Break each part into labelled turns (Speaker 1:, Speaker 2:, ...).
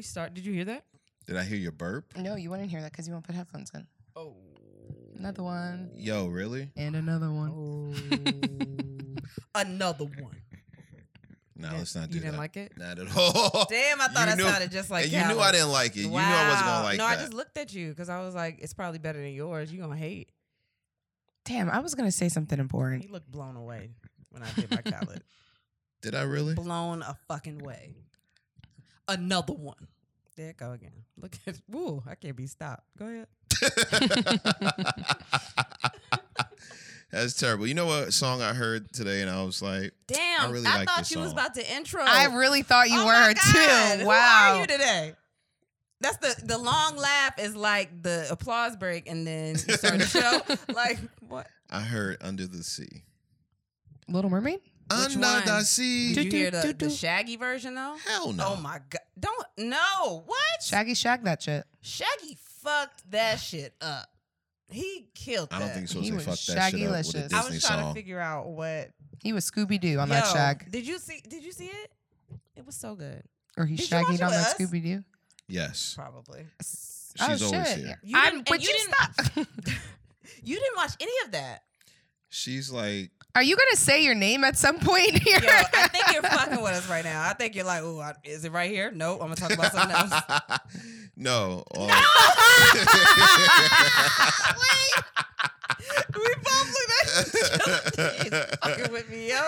Speaker 1: Sorry, did you hear that?
Speaker 2: Did I hear your burp?
Speaker 1: Mm.
Speaker 3: No, you wouldn't hear that because you won't put headphones in.
Speaker 1: Oh.
Speaker 3: Another one
Speaker 2: Yo, really?
Speaker 3: and another
Speaker 1: Oh.
Speaker 3: one.
Speaker 1: Another one.
Speaker 2: No, let's not do
Speaker 1: You didn't
Speaker 2: that.
Speaker 1: like it?
Speaker 2: Not at all.
Speaker 1: Damn, I thought
Speaker 2: You
Speaker 1: I
Speaker 2: knew-
Speaker 1: sounded just like
Speaker 2: and you knew I
Speaker 1: Calvin.
Speaker 2: didn't like it. You knew I wasn't
Speaker 1: Wow.
Speaker 2: gonna like
Speaker 1: no,
Speaker 2: that.
Speaker 1: I just looked at you because I was like, it's probably better than yours. You gonna hate.
Speaker 3: Damn, I was gonna say something important.
Speaker 1: You looked blown away when I did my palette.
Speaker 2: Did I really?
Speaker 1: blown a fucking way. Another one. There it go again. Look at woo, I can't be stopped. Go ahead.
Speaker 2: That's terrible. You know what song I heard today, and I was like,
Speaker 1: Damn, I,
Speaker 2: really like
Speaker 1: thought
Speaker 2: this
Speaker 1: you was
Speaker 2: song.
Speaker 1: about to intro.
Speaker 3: I really thought you
Speaker 1: Oh my
Speaker 3: were
Speaker 1: God,
Speaker 3: too.
Speaker 1: Who
Speaker 3: Wow.
Speaker 1: are you today? That's the the long laugh is like the applause break and then you start the show. Like what?
Speaker 2: I heard "Under the Sea."
Speaker 3: Little Mermaid?
Speaker 1: Which
Speaker 2: Under the
Speaker 1: one?
Speaker 2: sea.
Speaker 1: Did you hear the,
Speaker 3: Do-do-do-do.
Speaker 1: the Shaggy version though?
Speaker 2: Hell no.
Speaker 1: Oh my god! Don't no what?
Speaker 3: Shaggy Shag that shit.
Speaker 1: Shaggy fucked that shit up. He killed.
Speaker 2: I don't
Speaker 1: that.
Speaker 2: think so.
Speaker 3: He
Speaker 2: They
Speaker 3: was
Speaker 2: fucked that shit up with a
Speaker 3: shaggy-licious.
Speaker 2: Disney
Speaker 1: I was trying
Speaker 2: song.
Speaker 1: to figure out what.
Speaker 3: He was Scooby Doo on that
Speaker 1: Yo,
Speaker 3: Shag.
Speaker 1: Did you see? Did you see it? It was so good.
Speaker 3: Or he
Speaker 1: Did you watch
Speaker 3: shaggied
Speaker 1: it
Speaker 3: on
Speaker 1: with
Speaker 3: that
Speaker 1: us?
Speaker 3: Scooby Doo.
Speaker 2: yes,
Speaker 1: Probably.
Speaker 3: She's
Speaker 2: She's always here.
Speaker 1: You
Speaker 3: I'm,
Speaker 1: didn't-
Speaker 3: would
Speaker 1: and
Speaker 3: you,
Speaker 1: you
Speaker 3: stop?
Speaker 1: You didn't watch any of that.
Speaker 2: she's like,
Speaker 3: Are you gonna say your name at some point here?
Speaker 1: Yo, I think you're fucking with us right now. I think you're like, ooh, I, is it right here? No, I'm gonna talk about something else.
Speaker 2: no. um,
Speaker 1: we both looked at each other. He's fucking with me, yo.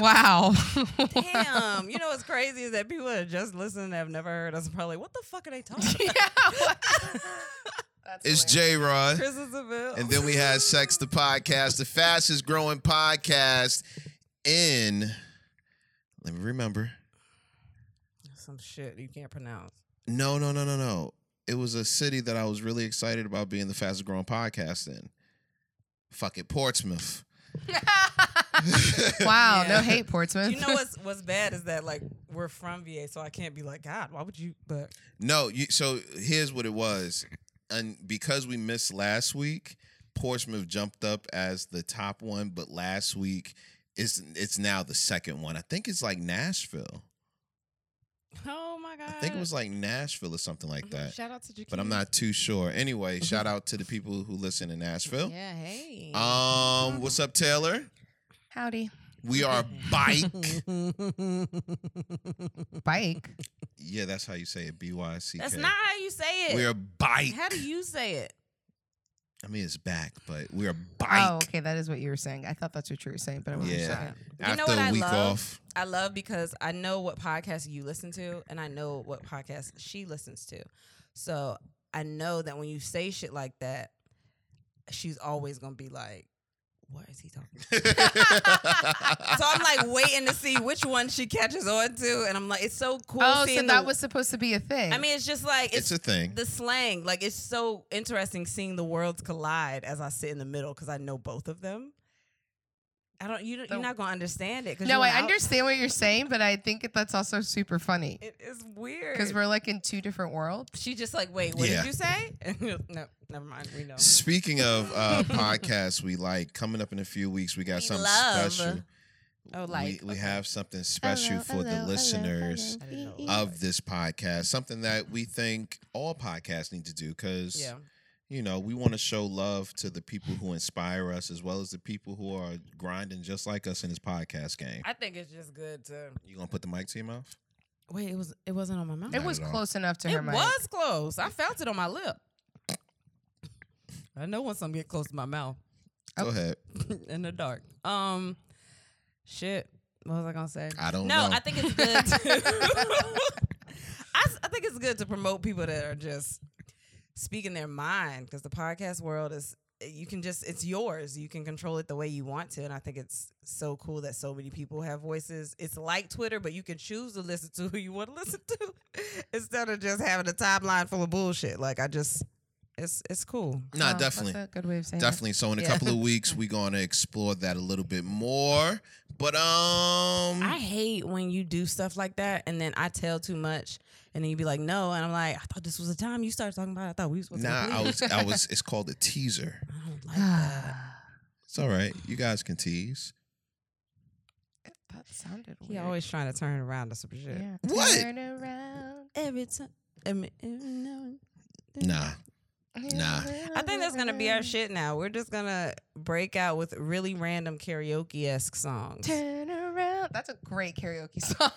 Speaker 3: wow.
Speaker 1: Damn. You know what's crazy is that people that just listened have never heard us. Probably, what the fuck are they talking? about?
Speaker 2: it's J Rod.
Speaker 1: Chris is a bill.
Speaker 2: And then we had Sex the Podcast, the fastest growing podcast in, let me remember.
Speaker 1: some shit you can't pronounce.
Speaker 2: No, no, no, no, no. It was a city that I was really excited about being the fastest growing podcast in. Fuck it, Portsmouth.
Speaker 3: Wow.
Speaker 1: Yeah.
Speaker 3: No hate, Portsmouth.
Speaker 1: You know what's what's bad is that like we're from VA, so I can't be like God. Why would you? But
Speaker 2: No, you, so here's what it was. And because we missed last week, Portsmouth jumped up as the top one, but last week it's it's now the second one. I think it's like Nashville.
Speaker 1: oh my god,
Speaker 2: I think it was like Nashville or something like that.
Speaker 1: Mm-hmm. Shout out to Jaquita.
Speaker 2: but I'm not too sure. Anyway, shout out to the people who listen in Nashville.
Speaker 1: Mm-hmm. Yeah, Mm-hmm. hey.
Speaker 2: Um, what's up, Taylor?
Speaker 3: Howdy.
Speaker 2: We are bike.
Speaker 3: Bike.
Speaker 2: yeah, that's how you say it. B Y C K.
Speaker 1: That's not how you say it.
Speaker 2: We are bike.
Speaker 1: how do you say it?
Speaker 2: I mean, it's back, but we are bike.
Speaker 3: Oh, okay. That is what you were saying. I thought that's what you were saying, but I wasn't
Speaker 2: Yeah.
Speaker 3: sure.
Speaker 1: You know
Speaker 2: After
Speaker 1: what
Speaker 2: a
Speaker 1: I
Speaker 2: week
Speaker 1: love?
Speaker 2: off,
Speaker 1: I love because I know what podcast you listen to, and I know what podcast she listens to. So I know that when you say shit like that, she's always gonna be like, "What is he talking?" about? So I'm like waiting to see which one she catches on to, and I'm like, it's so cool.
Speaker 3: Oh, so
Speaker 1: seeing
Speaker 3: that
Speaker 1: the-
Speaker 3: was supposed to be a thing.
Speaker 1: I mean, it's just like
Speaker 2: it's,
Speaker 1: it's,
Speaker 2: a thing.
Speaker 1: the slang. Like it's so interesting seeing the worlds collide as I sit in the middle because I know both of them. I don't. You don't,
Speaker 3: The-
Speaker 1: you're not gonna understand it. 'cause
Speaker 3: no,
Speaker 1: you're
Speaker 3: I
Speaker 1: out-
Speaker 3: understand what you're saying, but I think that's also super funny
Speaker 1: It is weird.
Speaker 3: because we're like in two different worlds.
Speaker 1: She just like, wait, what
Speaker 2: Yeah.
Speaker 1: did you say? And you're- no, never mind. We know.
Speaker 2: Speaking of uh, podcasts, we like coming up in a few weeks. We got
Speaker 1: We
Speaker 2: something
Speaker 1: love.
Speaker 2: special.
Speaker 1: Oh, like,
Speaker 2: we, we
Speaker 1: okay.
Speaker 2: have something special for the listeners. Oh,
Speaker 1: hello. I didn't know
Speaker 2: of this podcast, something that we think all podcasts need to do because,
Speaker 1: Yeah.
Speaker 2: you know, we want to show love to the people who inspire us as well as the people who are grinding just like us in this podcast game.
Speaker 1: I think it's just good to
Speaker 2: You gonna put the mic to your mouth?
Speaker 1: wait. It was. It wasn't on my mouth.
Speaker 3: It
Speaker 2: Not
Speaker 3: was
Speaker 2: at all.
Speaker 3: close enough to
Speaker 1: It
Speaker 3: her mic.
Speaker 1: was close. I felt it on my lip. I know when something get close to my mouth Oh,
Speaker 2: Go ahead.
Speaker 1: in the dark. Um, shit. What was I gonna say?
Speaker 2: I don't
Speaker 1: no,
Speaker 2: know.
Speaker 1: I think it's good. To, I, s- I think it's good to promote people that are just speaking their mind because the podcast world is you can just it's yours. You can control it the way you want to, and I think it's so cool that so many people have voices. It's like Twitter, but you can choose to listen to who you want to listen to instead of just having a timeline full of bullshit. Like I just, it's it's cool.
Speaker 2: No,
Speaker 3: Oh,
Speaker 2: definitely.
Speaker 3: That's a good way of saying
Speaker 2: Definitely. So in a
Speaker 1: um, Yeah.
Speaker 2: couple of weeks, we're gonna explore that a little bit more. But um,
Speaker 1: I hate when you do stuff like that and then I tell too much and then you be like, no. And I'm like, I thought this was the time you started talking about it. I thought we was supposed to
Speaker 2: nah, I
Speaker 1: complete
Speaker 2: was, I was. It's called a teaser.
Speaker 1: it." I don't like
Speaker 3: It.
Speaker 1: that.
Speaker 2: It's all right. You guys can tease.
Speaker 3: But sounded
Speaker 1: He
Speaker 3: weird.
Speaker 1: always trying to turn around us some shit.
Speaker 3: yeah.
Speaker 2: What?
Speaker 3: Turn around.
Speaker 1: Every time. Every, every now and then.
Speaker 2: Nah. Nah.
Speaker 1: I think that's gonna be our shit now. We're just gonna break out with really random karaoke esque songs.
Speaker 3: Turn around. That's a great karaoke song.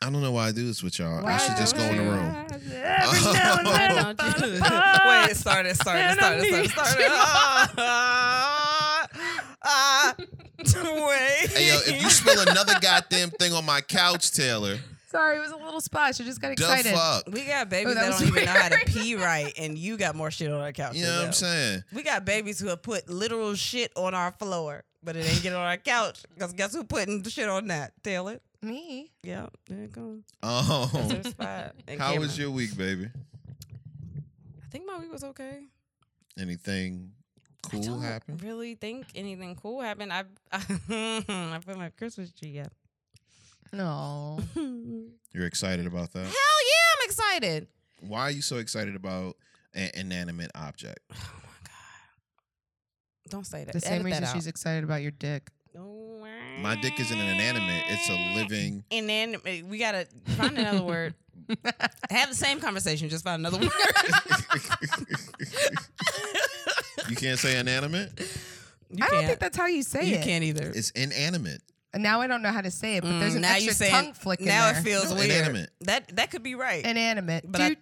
Speaker 2: I don't know why I do this with y'all. Uh, I
Speaker 3: Why
Speaker 2: should just go in the
Speaker 3: would
Speaker 2: room.
Speaker 1: Don't you- Wait, it started, started,
Speaker 3: And I
Speaker 1: started, started,
Speaker 3: need
Speaker 1: started.
Speaker 3: you.
Speaker 1: Ah, ah, wait.
Speaker 2: Hey yo, if you spill another goddamn thing on my couch, Taylor,
Speaker 3: Sorry, it was a little splash. I just got
Speaker 2: the
Speaker 3: excited.
Speaker 2: fuck.
Speaker 1: we got babies
Speaker 3: Oh,
Speaker 1: that,
Speaker 3: that
Speaker 1: don't
Speaker 3: was
Speaker 1: even know how to
Speaker 3: weird.
Speaker 1: pee right, and you got more shit on our couch.
Speaker 2: You
Speaker 1: than
Speaker 2: know what
Speaker 1: them.
Speaker 2: I'm saying?
Speaker 1: We got babies who have put literal shit on our floor, but it ain't get on our couch. Because guess who putting the shit on that? Taylor.
Speaker 3: Me.
Speaker 1: Yep, there it goes. That's
Speaker 2: Oh,
Speaker 1: her spot. And
Speaker 2: how
Speaker 1: Cameron.
Speaker 2: was your week, baby?
Speaker 1: I think my week was okay.
Speaker 2: Anything
Speaker 1: I
Speaker 2: cool
Speaker 1: don't
Speaker 2: happened?
Speaker 1: really think anything cool happened. I I put my Christmas tree up.
Speaker 3: No.
Speaker 1: Hell
Speaker 2: You're excited about that?
Speaker 1: yeah, I'm excited.
Speaker 2: Why are you so excited about an inanimate object?
Speaker 1: Oh my god. Don't say that.
Speaker 3: The same
Speaker 1: Edit that
Speaker 3: reason
Speaker 1: out.
Speaker 3: she's excited about your dick.
Speaker 1: No.
Speaker 2: My dick isn't an inanimate; it's a living.
Speaker 1: Inanimate. uh, We gotta find another word. Have the same conversation, just find another word.
Speaker 2: you can't say inanimate;
Speaker 1: You
Speaker 3: I don't think
Speaker 1: can't.
Speaker 3: that's how you say
Speaker 1: You
Speaker 3: it.
Speaker 1: can't either.
Speaker 2: it's inanimate.
Speaker 3: Now I don't know how to say it, but there's
Speaker 1: Mm,
Speaker 3: an
Speaker 1: now you
Speaker 3: extra
Speaker 1: say it-
Speaker 3: tongue flick in
Speaker 1: now
Speaker 3: there.
Speaker 1: it feels
Speaker 2: No,
Speaker 1: weird.
Speaker 2: inanimate.
Speaker 1: That that could be right.
Speaker 3: Inanimate.
Speaker 1: But I-
Speaker 3: Doo,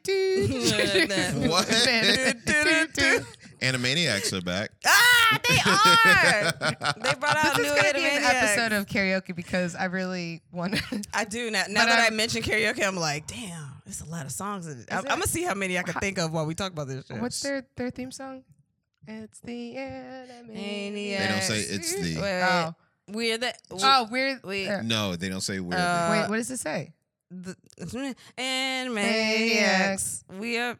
Speaker 3: doo, doo, doo, doo.
Speaker 2: What?
Speaker 3: Inanimate. Doo, doo.
Speaker 2: Animaniacs are back.
Speaker 1: ah, they are. they brought out
Speaker 3: This
Speaker 1: new
Speaker 3: is going to be an
Speaker 1: Animaniacs.
Speaker 3: episode of karaoke because I really want to.
Speaker 1: I do now. Now
Speaker 3: But
Speaker 1: that i
Speaker 3: I'm-
Speaker 1: mentioned karaoke, I'm like, damn, it's a lot of songs. In it. I'm,
Speaker 3: it?
Speaker 1: I'm gonna see how many I can
Speaker 3: How-
Speaker 1: think of while we talk about this. Shit.
Speaker 3: What's their, their theme song? It's the enemy.
Speaker 1: They don't
Speaker 2: say it's the-
Speaker 3: Oh,
Speaker 1: We're the
Speaker 3: oh we're.
Speaker 1: we-
Speaker 3: uh,
Speaker 2: No, they don't say weird.
Speaker 1: Uh,
Speaker 3: wait, what does it say?
Speaker 1: the and maniacs. We are.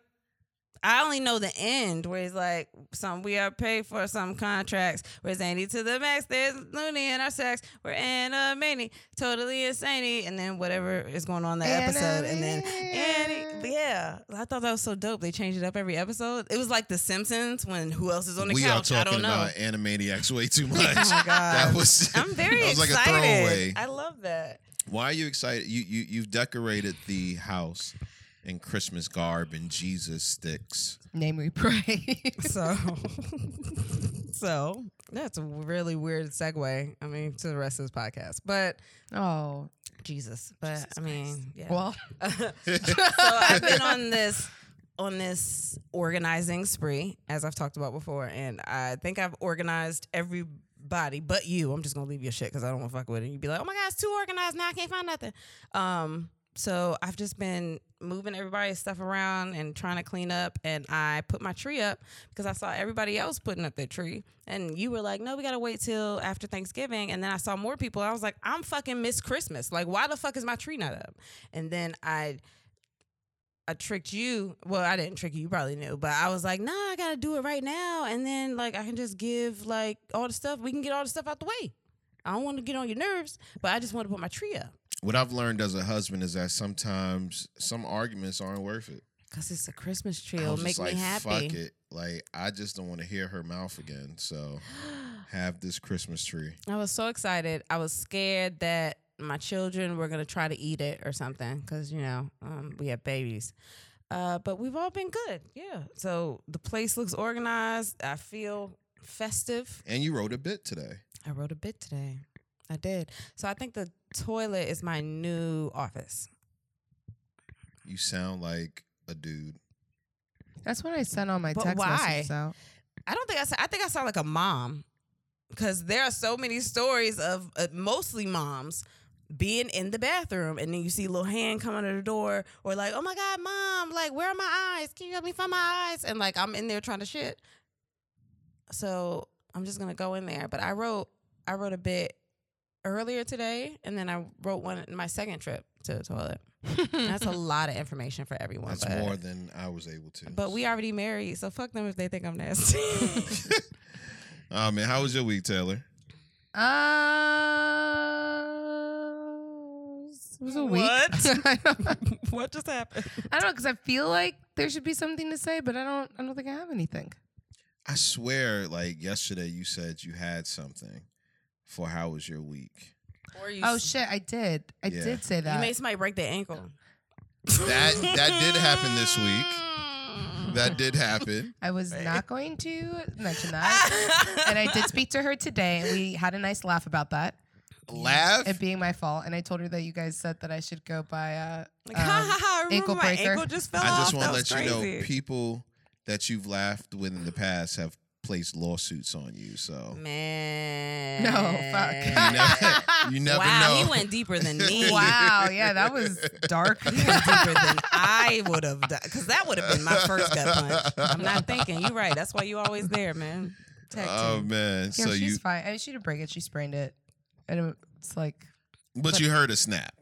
Speaker 1: I only know the end where it's like some we are paid for some contracts. We're zany to the max. There's loony in our sex. We're animani, totally insane. And then whatever is going on in that episode, and then And
Speaker 3: Enemy.
Speaker 1: yeah, I thought that was so dope. They changed it up every episode. It was like The Simpsons when who else is on the
Speaker 2: we
Speaker 1: couch?
Speaker 2: are
Speaker 1: I don't
Speaker 2: talking
Speaker 1: know.
Speaker 2: about Animaniacs way too much.
Speaker 1: Oh my god,
Speaker 2: that was.
Speaker 1: I'm very
Speaker 2: that was like
Speaker 1: excited.
Speaker 2: a throwaway.
Speaker 1: I love that.
Speaker 2: Why are you excited? You you you've decorated the house in Christmas garb and Jesus sticks.
Speaker 3: Name we pray.
Speaker 1: So, so that's a really weird segue. I mean, to the rest of this podcast, but
Speaker 3: oh,
Speaker 1: Jesus, but I mean, yeah.
Speaker 3: well,
Speaker 1: so I've been on this on this organizing spree, as I've talked about before, and I think I've organized everybody but you. I'm just gonna leave your shit because I don't want to fuck with it. You'd be like, "Oh my god, it's too organized now. I can't find nothing." Um, so I've just been moving everybody's stuff around and trying to clean up. And I put my tree up because I saw everybody else putting up their tree, and you were like, "No, we gotta wait till after Thanksgiving." And then I saw more people. I was like, "I'm fucking miss Christmas. Like, why the fuck is my tree not up?" And then I I tricked you. Well, I didn't trick you. You probably knew, but I was like, "Nah, I gotta do it right now, and then like I can just give like all the stuff. We can get all the stuff out the way. I don't want to get on your nerves, but I just want to put my tree up
Speaker 2: What I've learned as a husband is that sometimes some arguments aren't worth it.
Speaker 1: because it's a Christmas tree.
Speaker 2: I
Speaker 1: It'll
Speaker 2: was
Speaker 1: make
Speaker 2: just
Speaker 1: me
Speaker 2: like, Fuck
Speaker 1: happy."
Speaker 2: it. Like I just don't want to hear her mouth again. So have this Christmas tree.
Speaker 1: I was so excited. I was scared that my children were gonna try to eat it or something because you know um, we have babies. Uh, but we've all been good, yeah. So the place looks organized. I feel festive.
Speaker 2: And you wrote a bit today.
Speaker 1: I wrote a bit today. I did. So I think the toilet is my new office.
Speaker 2: You sound like a dude.
Speaker 3: that's what I sent all my
Speaker 1: But
Speaker 3: text
Speaker 1: why?
Speaker 3: messages out.
Speaker 1: I don't think I. sa- I think I sound like a mom because there are so many stories of uh, mostly moms being in the bathroom and then you see a little hand coming to the door or like, oh my god, mom, like where are my eyes? Can you help me find my eyes? And like I'm in there trying to shit. So I'm just gonna go in there. But I wrote I wrote a bit earlier today and then I wrote one in my second trip to the toilet. That's a lot of information for everyone.
Speaker 2: That's
Speaker 1: but,
Speaker 2: more than I was able to.
Speaker 1: but we already married, so fuck them if they think I'm nasty.
Speaker 2: Oh man, how was your week, Taylor?
Speaker 3: Uh, it was a week.
Speaker 1: What?
Speaker 3: I don't know
Speaker 1: what just happened?
Speaker 3: because I feel like there should be something to say, but I don't. I don't think I have anything.
Speaker 2: I swear, like yesterday you said you had something for how was your week.
Speaker 1: Or you,
Speaker 3: Oh
Speaker 1: s-
Speaker 3: shit, I did. I
Speaker 2: Yeah.
Speaker 3: did say
Speaker 1: you
Speaker 3: that.
Speaker 1: made somebody break their ankle.
Speaker 2: That that did happen this week. That did happen.
Speaker 3: I was
Speaker 1: Right.
Speaker 3: not going to mention that. and I did speak to her today and we had a nice laugh about that.
Speaker 2: Laugh.
Speaker 3: It being my fault. And I told her that you guys said that I should go by uh
Speaker 1: Like, ha
Speaker 3: um,
Speaker 1: ha ha! Remember
Speaker 3: ankle
Speaker 1: my
Speaker 3: breaker.
Speaker 1: ankle just fell
Speaker 2: I just
Speaker 1: off.
Speaker 2: want to
Speaker 1: That
Speaker 2: let
Speaker 1: was
Speaker 2: you know
Speaker 1: crazy.
Speaker 2: people that you've laughed with in the past have placed lawsuits on you. So
Speaker 1: Man,
Speaker 3: No,
Speaker 2: you never,
Speaker 3: fuck.
Speaker 2: you never
Speaker 1: wow,
Speaker 2: know.
Speaker 1: he went deeper than me.
Speaker 3: wow, yeah, that was dark.
Speaker 1: He went deeper than I would have done, because that would have been my first gut punch. I'm not thinking. You're right. That's why you always there, man. Tech
Speaker 2: Oh
Speaker 1: team.
Speaker 2: man!
Speaker 3: Yeah,
Speaker 2: so
Speaker 3: she's
Speaker 2: you,
Speaker 3: fine. I, she didn't break it. She sprained it, and it- it's like,
Speaker 2: but you heard a snap.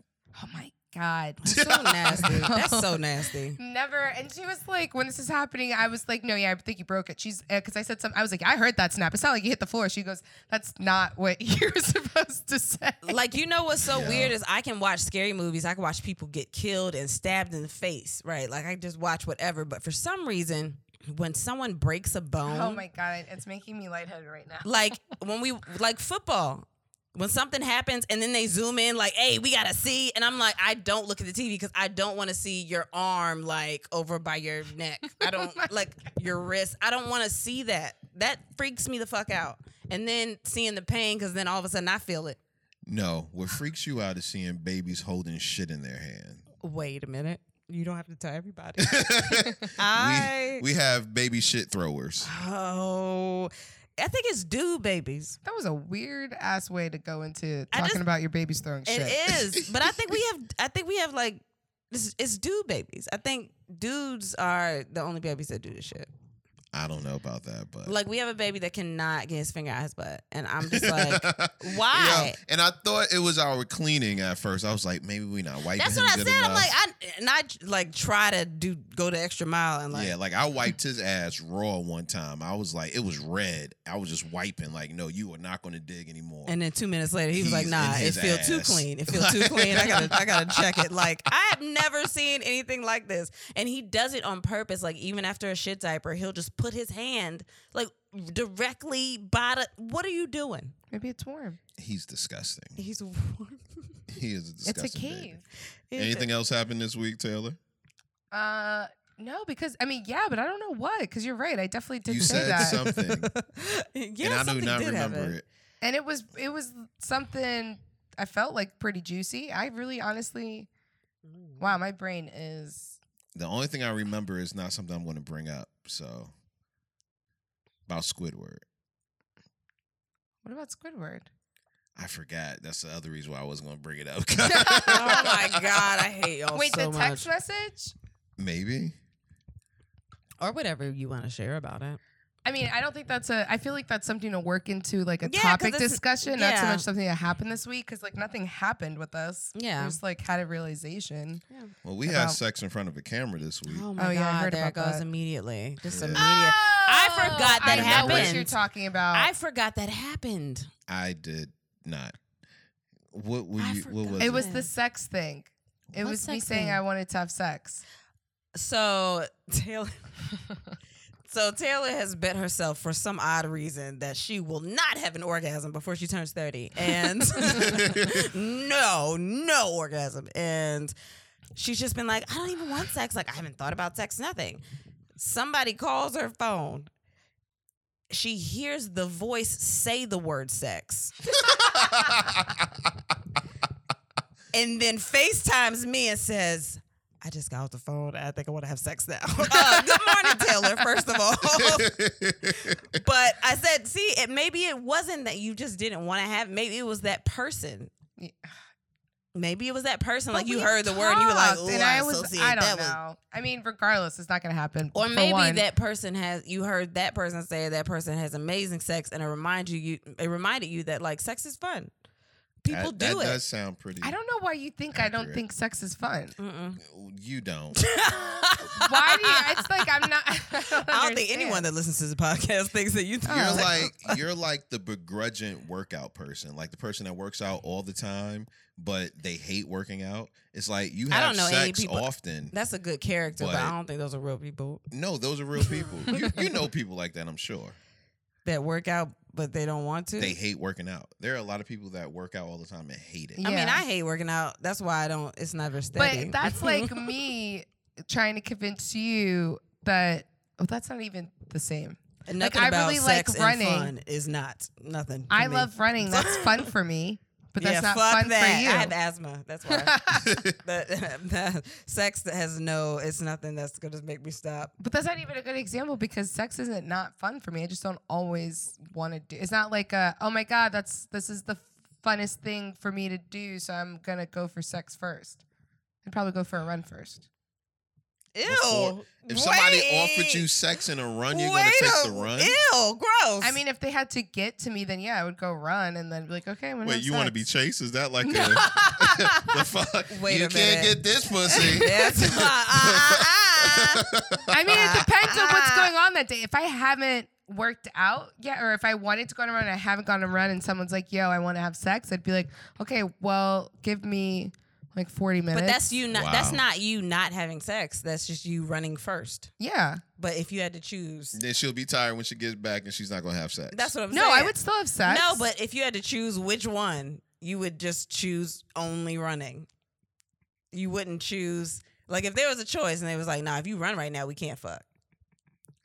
Speaker 3: oh my god,
Speaker 1: so nasty. That's so nasty.
Speaker 3: never. And she was like, when this is happening, I was like, no, yeah, I think you broke it. She's because I said something. I was like, I heard that snap. It's not like you hit the floor. She goes, that's not what you're supposed to say.
Speaker 1: Like you know what's so
Speaker 2: Yeah.
Speaker 1: weird is I can watch scary movies. I can watch people get killed and stabbed in the face, right? Like I just watch whatever. But for some reason, when someone breaks a bone,
Speaker 3: Oh my god, it's making me lightheaded right now.
Speaker 1: like when we like football when something happens and then they zoom in like hey we gotta see and i'm like i don't look at the tv because i don't want to see your arm like over by your neck i don't like your wrist i don't want to see that that freaks me the fuck out and then seeing the pain because then all of a sudden i feel it
Speaker 2: No, what freaks you out is seeing babies holding shit in their hand.
Speaker 1: wait a minute you don't have to tell everybody i
Speaker 2: we have baby shit throwers.
Speaker 1: oh i think it's dude babies
Speaker 3: That was a weird ass way to go into
Speaker 1: I
Speaker 3: talking
Speaker 1: just-
Speaker 3: about your babies throwing shit.
Speaker 1: It is, but I think we have. I think we have like this. It's dude babies. I think dudes are the only babies that do this shit.
Speaker 2: I don't know about that, but
Speaker 1: Like we have a baby that cannot get his finger out his butt, and I'm just like, why?
Speaker 2: Yeah, and I thought it was our cleaning at first. I was like, maybe we not wiping.
Speaker 1: That's
Speaker 2: him
Speaker 1: what I
Speaker 2: good
Speaker 1: said. I'm
Speaker 2: enough.
Speaker 1: like, I and I like try to do go the extra mile and like.
Speaker 2: yeah, like I wiped his ass raw one time. I was like, it was red. I was just wiping. Like, no, you are not going to dig anymore.
Speaker 1: And then two minutes later, he was
Speaker 2: He's
Speaker 1: like, "Nah,
Speaker 2: in
Speaker 1: it
Speaker 2: his
Speaker 1: feel too
Speaker 2: ass.
Speaker 1: clean. It feel too clean. I gotta, I gotta check it." Like I have never seen anything like this, and he does it on purpose. Like even after a shit diaper, he'll just put his hand like directly by the. What are you doing?
Speaker 3: Maybe it's warm.
Speaker 2: He's disgusting.
Speaker 1: He's warm.
Speaker 2: He is a disgusting.
Speaker 3: it's a cave.
Speaker 2: baby. Anything else happened this week, Taylor?
Speaker 3: Uh, no, because I mean, yeah, but I don't know what. Because you're right. I definitely did
Speaker 2: You
Speaker 3: say
Speaker 2: said
Speaker 3: that,
Speaker 2: something.
Speaker 1: yeah,
Speaker 2: and I do
Speaker 1: something
Speaker 2: not
Speaker 1: did
Speaker 2: remember
Speaker 1: happen.
Speaker 2: it.
Speaker 3: and it was it was something I felt like pretty juicy. I really, honestly, wow, my brain is.
Speaker 2: The only thing I remember is not something I'm going to bring up. So about Squidward,
Speaker 3: What about Squidward?
Speaker 2: I forgot. That's the other reason why I wasn't going to bring it up.
Speaker 1: Oh my god, I hate y'all
Speaker 3: Wait,
Speaker 1: so
Speaker 3: the text
Speaker 1: much.
Speaker 3: message.
Speaker 2: Maybe.
Speaker 1: Or whatever you want to share about it.
Speaker 3: I mean, I don't think that's a. I feel like that's something to work into like a
Speaker 1: Yeah, 'cause
Speaker 3: topic
Speaker 1: it's-
Speaker 3: discussion, not so
Speaker 1: yeah.
Speaker 3: much something that happened this week. Because like nothing happened with us.
Speaker 1: Yeah.
Speaker 3: we just like had a realization.
Speaker 2: Well, we had
Speaker 3: About-
Speaker 2: sex in front of a camera this week.
Speaker 1: Oh my
Speaker 3: Oh,
Speaker 1: god,
Speaker 3: yeah, I heard
Speaker 1: there it
Speaker 3: about
Speaker 1: goes
Speaker 3: that.
Speaker 1: immediately. Just
Speaker 2: Yeah.
Speaker 1: immediate. I forgot
Speaker 3: Oh, I
Speaker 1: that
Speaker 3: know What you're
Speaker 1: happened.
Speaker 3: talking about?
Speaker 1: I forgot that happened.
Speaker 2: I did not. What were
Speaker 1: I
Speaker 2: you? What
Speaker 1: forgot.
Speaker 2: was it?
Speaker 3: it was the sex thing. It
Speaker 1: What
Speaker 3: was me
Speaker 1: sex
Speaker 3: saying
Speaker 1: thing?
Speaker 3: I wanted to have sex.
Speaker 1: So Taylor So Taylor has bet herself for some odd reason that she will not have an orgasm before she turns 30. And no, no orgasm. And she's just been like, I don't even want sex. Like I haven't thought about sex, nothing. Somebody calls her phone. She hears the voice say the word sex. and then FaceTimes me and says, I just got off the phone. I think I want to have sex now. Uh, good morning, Taylor, first of all. but I said, see, it, maybe it wasn't that you just didn't want to have, maybe it was that person.
Speaker 3: Yeah.
Speaker 1: Maybe it was that person. like
Speaker 3: But
Speaker 1: you
Speaker 3: we
Speaker 1: heard the word and you were like,
Speaker 3: talked,
Speaker 1: oh,
Speaker 3: and
Speaker 1: I,
Speaker 3: I was,
Speaker 1: associate
Speaker 3: I don't
Speaker 1: that with-
Speaker 3: know. I mean, regardless, it's not going to happen.
Speaker 1: Or
Speaker 3: for
Speaker 1: maybe
Speaker 3: one.
Speaker 1: that person has you heard that person say that person has amazing sex and it remind you, you it reminded you that like sex is fun. People
Speaker 2: that,
Speaker 1: do it.
Speaker 2: that does sound pretty.
Speaker 3: I don't know why you think I don't
Speaker 2: Accurate.
Speaker 3: think sex is fun.
Speaker 1: Mm-mm.
Speaker 2: You don't.
Speaker 3: Why do you? It's like I'm not. I don't,
Speaker 1: I don't think
Speaker 3: understand.
Speaker 1: anyone that listens to the podcast thinks that you. think
Speaker 2: You're
Speaker 3: Oh.
Speaker 2: like you're like the begrudging workout person, like the person that works out all the time, but they hate working out. It's like you
Speaker 1: I
Speaker 2: have
Speaker 1: don't know any
Speaker 2: sex
Speaker 1: people-
Speaker 2: often.
Speaker 1: That's a good character, but, I
Speaker 2: But-
Speaker 1: don't think those are real people
Speaker 2: No, those are real people. you, you know people like that, I'm sure.
Speaker 1: that work out but they don't want to.
Speaker 2: They hate working out. There are a lot of people that work out all the time and hate it.
Speaker 1: I mean,
Speaker 3: Yeah.
Speaker 1: I hate working out. That's why I don't. It's never steady.
Speaker 3: But that's like me trying to convince you that oh, that's not even the same.
Speaker 1: And
Speaker 3: like,
Speaker 1: nothing
Speaker 3: I
Speaker 1: about
Speaker 3: really like
Speaker 1: sex
Speaker 3: running.
Speaker 1: and fun is not nothing. for
Speaker 3: I
Speaker 1: me.
Speaker 3: love running. That's fun for me, but that's
Speaker 1: yeah,
Speaker 3: not
Speaker 1: fuck
Speaker 3: fun
Speaker 1: that. I have
Speaker 3: for you.
Speaker 1: asthma. That's why. but the sex that has no. It's nothing that's gonna make me stop.
Speaker 3: but that's not even a good example because sex isn't not fun for me. I just don't always want to do. It's not like a, oh my god, that's this is the funnest thing for me to do, so I'm gonna go for sex first. I'd probably go for a run first.
Speaker 1: Ew.
Speaker 2: Before- If somebody
Speaker 1: Wait.
Speaker 2: offered you sex in a run, you're
Speaker 1: Wait
Speaker 2: gonna
Speaker 1: a-
Speaker 2: take the run.
Speaker 1: Ew, gross.
Speaker 3: I mean, if they had to get to me, then yeah, I would go run and then be like, okay, I'm gonna
Speaker 2: Wait,
Speaker 3: have
Speaker 2: you want to
Speaker 3: sex.
Speaker 2: be chased? Is that like a the fuck?
Speaker 1: Wait
Speaker 2: you
Speaker 1: a
Speaker 2: can't
Speaker 1: minute.
Speaker 2: get this pussy.
Speaker 1: that's uh, uh, uh, uh.
Speaker 3: I mean, it depends on what's going on that day. If I haven't worked out yet, or if I wanted to go on a run and I haven't gone on a run, and someone's like, "Yo, I want to have sex," I'd be like, "Okay, well, give me like forty minutes."
Speaker 1: But that's you not. That's
Speaker 2: Wow.
Speaker 1: not you not having sex. That's just you running first.
Speaker 3: yeah.
Speaker 1: But if you had to choose,
Speaker 2: then she'll be tired when she gets back, and she's not gonna have sex.
Speaker 1: that's what I'm
Speaker 3: No,
Speaker 1: saying.
Speaker 3: I would still have sex.
Speaker 1: No, but if you had to choose which one, you would just choose only running. You wouldn't choose like if there was a choice and they was like, "Nah, if you run right now, we can't fuck."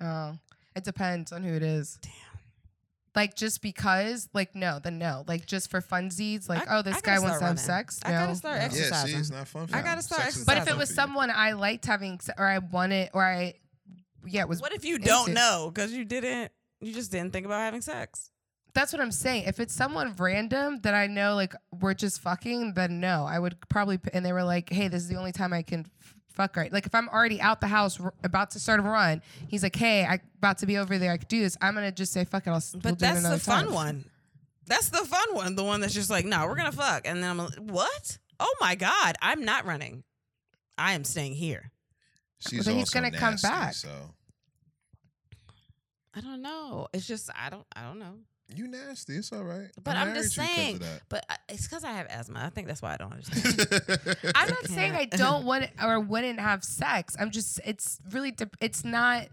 Speaker 3: oh, it depends on who it is. Damn. Like just because, like no, then no. Like just for funsies, like
Speaker 1: I-
Speaker 3: oh, this
Speaker 1: I
Speaker 3: guy
Speaker 1: gotta
Speaker 3: wants
Speaker 1: start
Speaker 3: to have
Speaker 1: running.
Speaker 3: sex.
Speaker 1: I
Speaker 3: no,
Speaker 1: gotta start
Speaker 3: no.
Speaker 1: exercising.
Speaker 2: yeah, see, it's not fun. For
Speaker 1: I
Speaker 2: you.
Speaker 1: gotta start
Speaker 2: Sex is
Speaker 3: But
Speaker 2: not
Speaker 3: if it
Speaker 2: fun
Speaker 3: was
Speaker 2: for you.
Speaker 3: someone I liked having, se- or I wanted, or I, yeah, it was
Speaker 1: What if you don't
Speaker 3: into-
Speaker 1: know because you didn't? You just didn't think about having sex.
Speaker 3: That's what I'm saying. If it's someone random that I know, like we're just fucking, then no, I would probably. p- And they were like, "Hey, this is the only time I can f- fuck right." Like if I'm already out the house, r- about to start a run, he's like, "Hey, I about to be over there. I could do this." I'm gonna just say, "Fuck it, I'll." s-
Speaker 1: But
Speaker 3: we'll do it
Speaker 1: that's the
Speaker 3: another
Speaker 1: fun
Speaker 3: time."
Speaker 1: one. That's the fun one. The one that's just like, "Nah, we're gonna fuck," and then I'm like, "What? Oh my god, I'm not running. I am staying here."
Speaker 2: she's
Speaker 3: But he's
Speaker 2: also
Speaker 3: gonna come
Speaker 2: nasty,
Speaker 3: back.
Speaker 2: So
Speaker 1: I don't know. It's just I don't. I don't know.
Speaker 2: you nasty. It's all right.
Speaker 1: But
Speaker 2: I
Speaker 1: I'm just
Speaker 2: married you
Speaker 1: saying.
Speaker 2: 'cause of
Speaker 1: But I, it's because I have asthma. I think that's why I don't understand.
Speaker 2: that.
Speaker 3: I'm not saying I
Speaker 1: Yeah.
Speaker 3: don't want or wouldn't have sex. I'm just it's really dep- it's not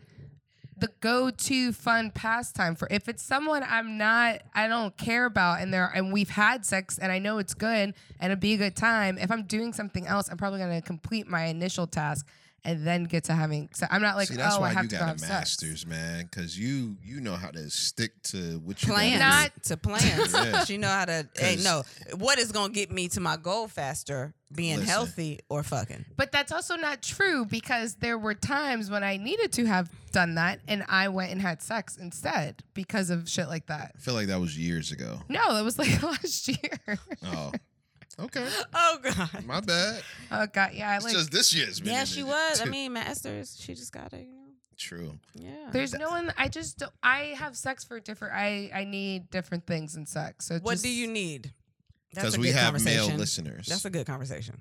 Speaker 3: the go-to fun pastime for if it's someone I'm not I don't care about and there and we've had sex and I know it's good and it'd be a good time. If I'm doing something else, I'm probably gonna complete my initial task and then get to having. So I'm not like
Speaker 2: See, that's
Speaker 3: oh
Speaker 2: why
Speaker 3: I have
Speaker 2: you
Speaker 3: to go
Speaker 2: got
Speaker 3: have
Speaker 2: a
Speaker 3: sex.
Speaker 2: master's, man, because you you know how to stick to what you gotta
Speaker 1: plans
Speaker 2: do.
Speaker 3: Not-
Speaker 1: to plans.
Speaker 2: Yeah.
Speaker 1: She know how to. Hey,
Speaker 2: 'Cause-
Speaker 1: no, what is gonna get me to my goal faster? Being
Speaker 2: Listen.
Speaker 1: healthy or fucking?
Speaker 3: But that's also not true because there were times when I needed to have done that and I went and had sex instead because of shit like that.
Speaker 2: I feel like that was years ago.
Speaker 3: No, that was like last year.
Speaker 2: Oh, okay,
Speaker 1: Oh God.
Speaker 2: my bad.
Speaker 3: Oh god, yeah, I
Speaker 2: It's
Speaker 3: like.
Speaker 2: just this year's. been
Speaker 1: Yeah,
Speaker 2: in
Speaker 1: she
Speaker 2: it.
Speaker 1: was. I mean, masters. She just got it. You know.
Speaker 2: true.
Speaker 1: Yeah.
Speaker 3: There's no one. I just. Don't, I have sex for different. I I need different things in sex. So
Speaker 1: what
Speaker 3: just-
Speaker 1: do you need? That's
Speaker 2: Because
Speaker 1: a
Speaker 2: we
Speaker 1: good
Speaker 2: have male
Speaker 1: conversation.
Speaker 2: listeners.
Speaker 1: That's a good conversation.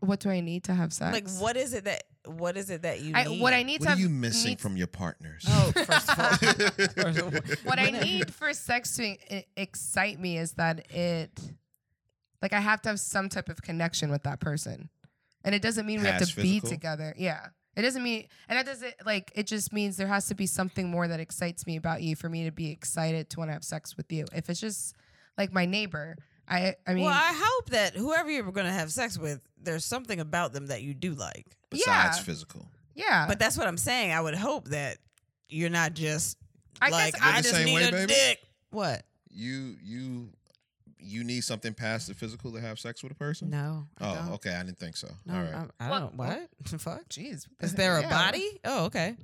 Speaker 3: What do I need to have sex?
Speaker 1: Like, what is it that? What is it that you?
Speaker 3: I,
Speaker 1: need?
Speaker 3: what I need
Speaker 2: what
Speaker 3: to
Speaker 2: are
Speaker 3: have,
Speaker 2: you missing
Speaker 3: need-
Speaker 2: from your partners?
Speaker 1: Oh, first of all. first of all.
Speaker 3: What I need for sex to e- excite me is that it, like, I have to have some type of connection with that person, and it doesn't mean we have to
Speaker 2: Past physical?
Speaker 3: be together. Yeah. It doesn't mean, and that doesn't like. It just means there has to be something more that excites me about you for me to be excited to want to have sex with you. If it's just like my neighbor, I, I mean,
Speaker 1: well, I hope that whoever you're going to have sex with, there's something about them that you do like.
Speaker 2: Besides
Speaker 3: yeah.
Speaker 2: physical.
Speaker 3: yeah.
Speaker 1: But that's what I'm saying. I would hope that you're not just
Speaker 3: I guess
Speaker 1: like
Speaker 3: I-
Speaker 1: I
Speaker 2: We're the
Speaker 1: just
Speaker 2: same
Speaker 1: need
Speaker 2: way,
Speaker 1: a
Speaker 2: baby?
Speaker 1: dick. What?
Speaker 2: You you you need something past the physical to have sex with a person?
Speaker 1: No.
Speaker 2: oh, okay. I didn't think so.
Speaker 1: No,
Speaker 2: All
Speaker 1: I'm- I,
Speaker 3: What-
Speaker 1: don't. What? Fuck.
Speaker 3: Jeez. what the
Speaker 1: Is
Speaker 3: heck?
Speaker 1: there a
Speaker 3: Yeah.
Speaker 1: body? Oh, okay.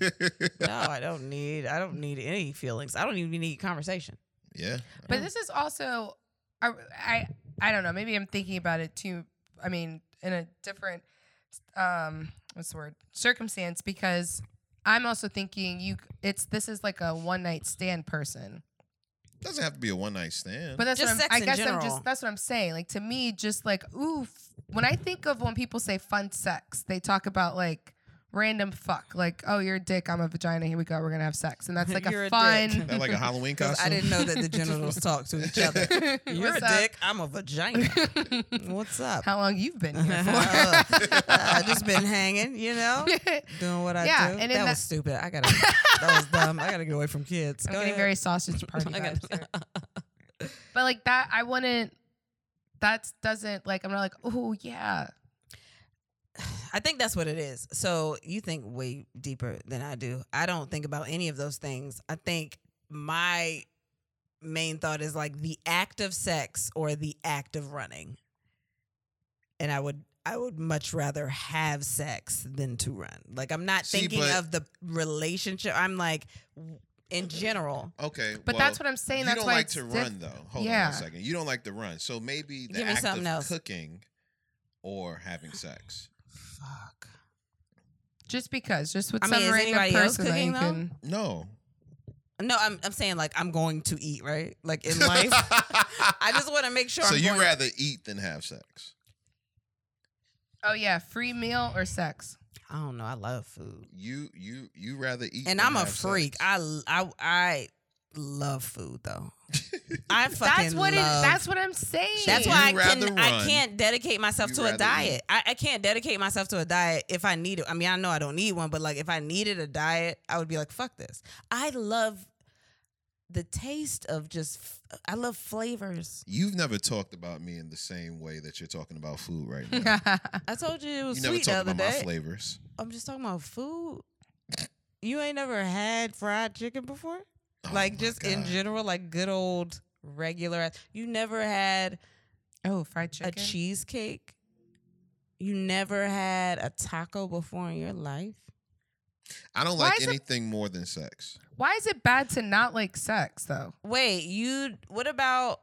Speaker 2: right.
Speaker 1: No, I don't need. I don't need any feelings. I don't even need conversation.
Speaker 2: yeah.
Speaker 3: But this is also, I, I, I don't know. Maybe I'm thinking about it too. I mean, in a different, um, what's the word? Circumstance because I'm also thinking you. It's this is like a one night stand person.
Speaker 2: Doesn't have to be a one night stand.
Speaker 3: But that's
Speaker 1: Just
Speaker 3: what
Speaker 1: sex
Speaker 3: I'm, I
Speaker 1: in
Speaker 3: guess I'm
Speaker 1: general.
Speaker 3: just that's what I'm saying. Like to me, just like ooh, f- when I think of when people say fun sex, they talk about like random fuck. Like, oh, you're a dick. I'm a vagina. Here we go. We're gonna have sex, and that's like
Speaker 1: You're
Speaker 3: a,
Speaker 1: a
Speaker 3: fun.
Speaker 1: dick.
Speaker 2: That like a Halloween
Speaker 1: Because
Speaker 2: costume.
Speaker 1: I didn't know that the genitals talk to each other. You're
Speaker 3: What's
Speaker 1: a
Speaker 3: up?
Speaker 1: dick. I'm a vagina. What's up?
Speaker 3: How long you've been here for?
Speaker 2: Oh.
Speaker 1: I just been hanging, you know, doing what I
Speaker 3: Yeah,
Speaker 1: do.
Speaker 3: and in
Speaker 1: that was
Speaker 3: that-
Speaker 1: stupid. I gotta. that was dumb. I gotta get away from kids.
Speaker 3: I'm
Speaker 1: Go
Speaker 3: getting
Speaker 1: ahead.
Speaker 3: very sausage party
Speaker 1: I
Speaker 3: vibes.
Speaker 1: gotta-
Speaker 3: here. But like that, I wouldn't. That doesn't like. I'm not like, oh yeah.
Speaker 1: I think that's what it is. So you think way deeper than I do. I don't think about any of those things. I think my main thought is like the act of sex or the act of running. And I would I would much rather have sex than to run. Like I'm not
Speaker 2: See,
Speaker 1: thinking
Speaker 2: but-
Speaker 1: of the relationship. I'm like w- in general.
Speaker 2: Okay,
Speaker 3: But
Speaker 2: well,
Speaker 3: that's what I'm saying.
Speaker 2: you
Speaker 3: that's
Speaker 2: don't
Speaker 3: why
Speaker 2: like
Speaker 3: it's
Speaker 2: to
Speaker 3: diff-
Speaker 2: run though. Hold on
Speaker 3: Yeah.
Speaker 2: a second. You don't like to run, so maybe the
Speaker 1: Give me
Speaker 2: act
Speaker 1: something
Speaker 2: of
Speaker 1: else.
Speaker 2: cooking or having sex.
Speaker 1: Fuck.
Speaker 3: Just because, just with
Speaker 1: I mean,
Speaker 3: some
Speaker 1: is
Speaker 3: random
Speaker 1: anybody else
Speaker 3: person that you
Speaker 1: cooking, though?
Speaker 3: can.
Speaker 2: No,
Speaker 1: No, I'm I'm saying like I'm going to eat, right? Like in life. I just want to make sure
Speaker 2: so
Speaker 1: I'm
Speaker 2: you
Speaker 1: going
Speaker 2: rather eat than have sex?
Speaker 3: Oh yeah, free meal or sex.
Speaker 1: I don't know. I love food.
Speaker 2: You you you rather eat?
Speaker 1: and
Speaker 2: than
Speaker 1: I'm a
Speaker 2: have
Speaker 1: freak.
Speaker 2: sex.
Speaker 1: I, I I love food though. I fucking
Speaker 3: That's what it.
Speaker 1: love-
Speaker 3: That's what I'm saying.
Speaker 1: that's
Speaker 2: You
Speaker 1: why I
Speaker 2: rather
Speaker 1: can I
Speaker 2: run.
Speaker 1: can't dedicate myself
Speaker 2: You
Speaker 1: to
Speaker 2: rather
Speaker 1: a
Speaker 2: eat.
Speaker 1: diet. I, I can't dedicate myself to a diet if I need it. I mean, I know I don't need one, but like if I needed a diet, I would be like, fuck this. I love the taste of just. f- I love flavors.
Speaker 2: You've never talked about me in the same way that you're talking about food right now.
Speaker 3: I
Speaker 1: I told you it was
Speaker 2: you never
Speaker 1: sweet the
Speaker 2: talk
Speaker 1: other
Speaker 2: about my
Speaker 1: day.
Speaker 2: flavors.
Speaker 1: I'm just talking about food. You ain't never had fried chicken before.
Speaker 2: Oh
Speaker 1: like
Speaker 2: my
Speaker 1: just in
Speaker 2: God.
Speaker 1: general, like good old regular. ass- You never had
Speaker 3: oh, fried chicken.
Speaker 1: a cheesecake. You never had a taco before in your life.
Speaker 2: I don't
Speaker 3: Why
Speaker 2: like
Speaker 3: is it-
Speaker 2: anything more than sex.
Speaker 3: Why is it bad to not like sex though?
Speaker 1: Wait, you. What about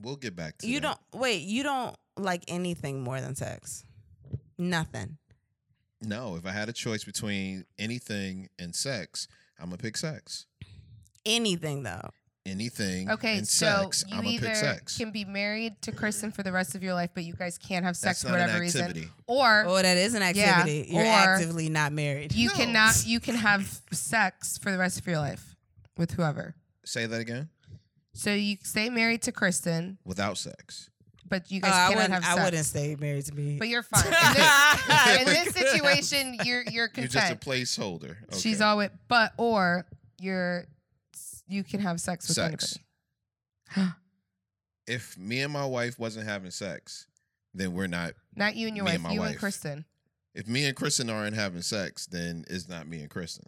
Speaker 2: We'll get back to
Speaker 1: you?
Speaker 2: that.
Speaker 1: Don't wait. You don't like anything more than sex. Nothing.
Speaker 2: No, if I had a choice between anything and sex, I'm gonna pick sex.
Speaker 1: Anything though.
Speaker 2: Anything
Speaker 3: Okay,
Speaker 2: and
Speaker 3: so
Speaker 2: sex,
Speaker 3: you
Speaker 2: I'm gonna
Speaker 3: either
Speaker 2: pick sex.
Speaker 3: can be married to Kristen for the rest of your life, but you guys can't have sex
Speaker 2: That's
Speaker 3: for
Speaker 2: not an
Speaker 3: whatever reason,
Speaker 2: activity.
Speaker 3: or
Speaker 1: Oh, that is an
Speaker 3: Yeah,
Speaker 1: activity. You're
Speaker 3: or-
Speaker 1: actively not married.
Speaker 3: you
Speaker 2: No.
Speaker 3: cannot. You can have sex for the rest of your life with whoever.
Speaker 2: Say that again.
Speaker 3: So you stay married to Kristen,
Speaker 2: Without sex.
Speaker 3: but you
Speaker 1: Oh,
Speaker 3: guys cannot
Speaker 1: I wouldn't.
Speaker 3: have sex.
Speaker 1: I wouldn't stay married to me.
Speaker 3: But you're fine. In this, in this situation, you're you're
Speaker 2: You're just a
Speaker 3: content.
Speaker 2: placeholder. Okay.
Speaker 3: She's all with, but or you're you can have sex with
Speaker 2: Sex.
Speaker 3: anybody.
Speaker 2: if me and my wife wasn't having sex, then we're not.
Speaker 3: Not you and your
Speaker 2: Me
Speaker 3: wife.
Speaker 2: and my
Speaker 3: you and
Speaker 2: wife.
Speaker 3: Kristen.
Speaker 2: If me and Kristen aren't having sex, then it's not me and Kristen.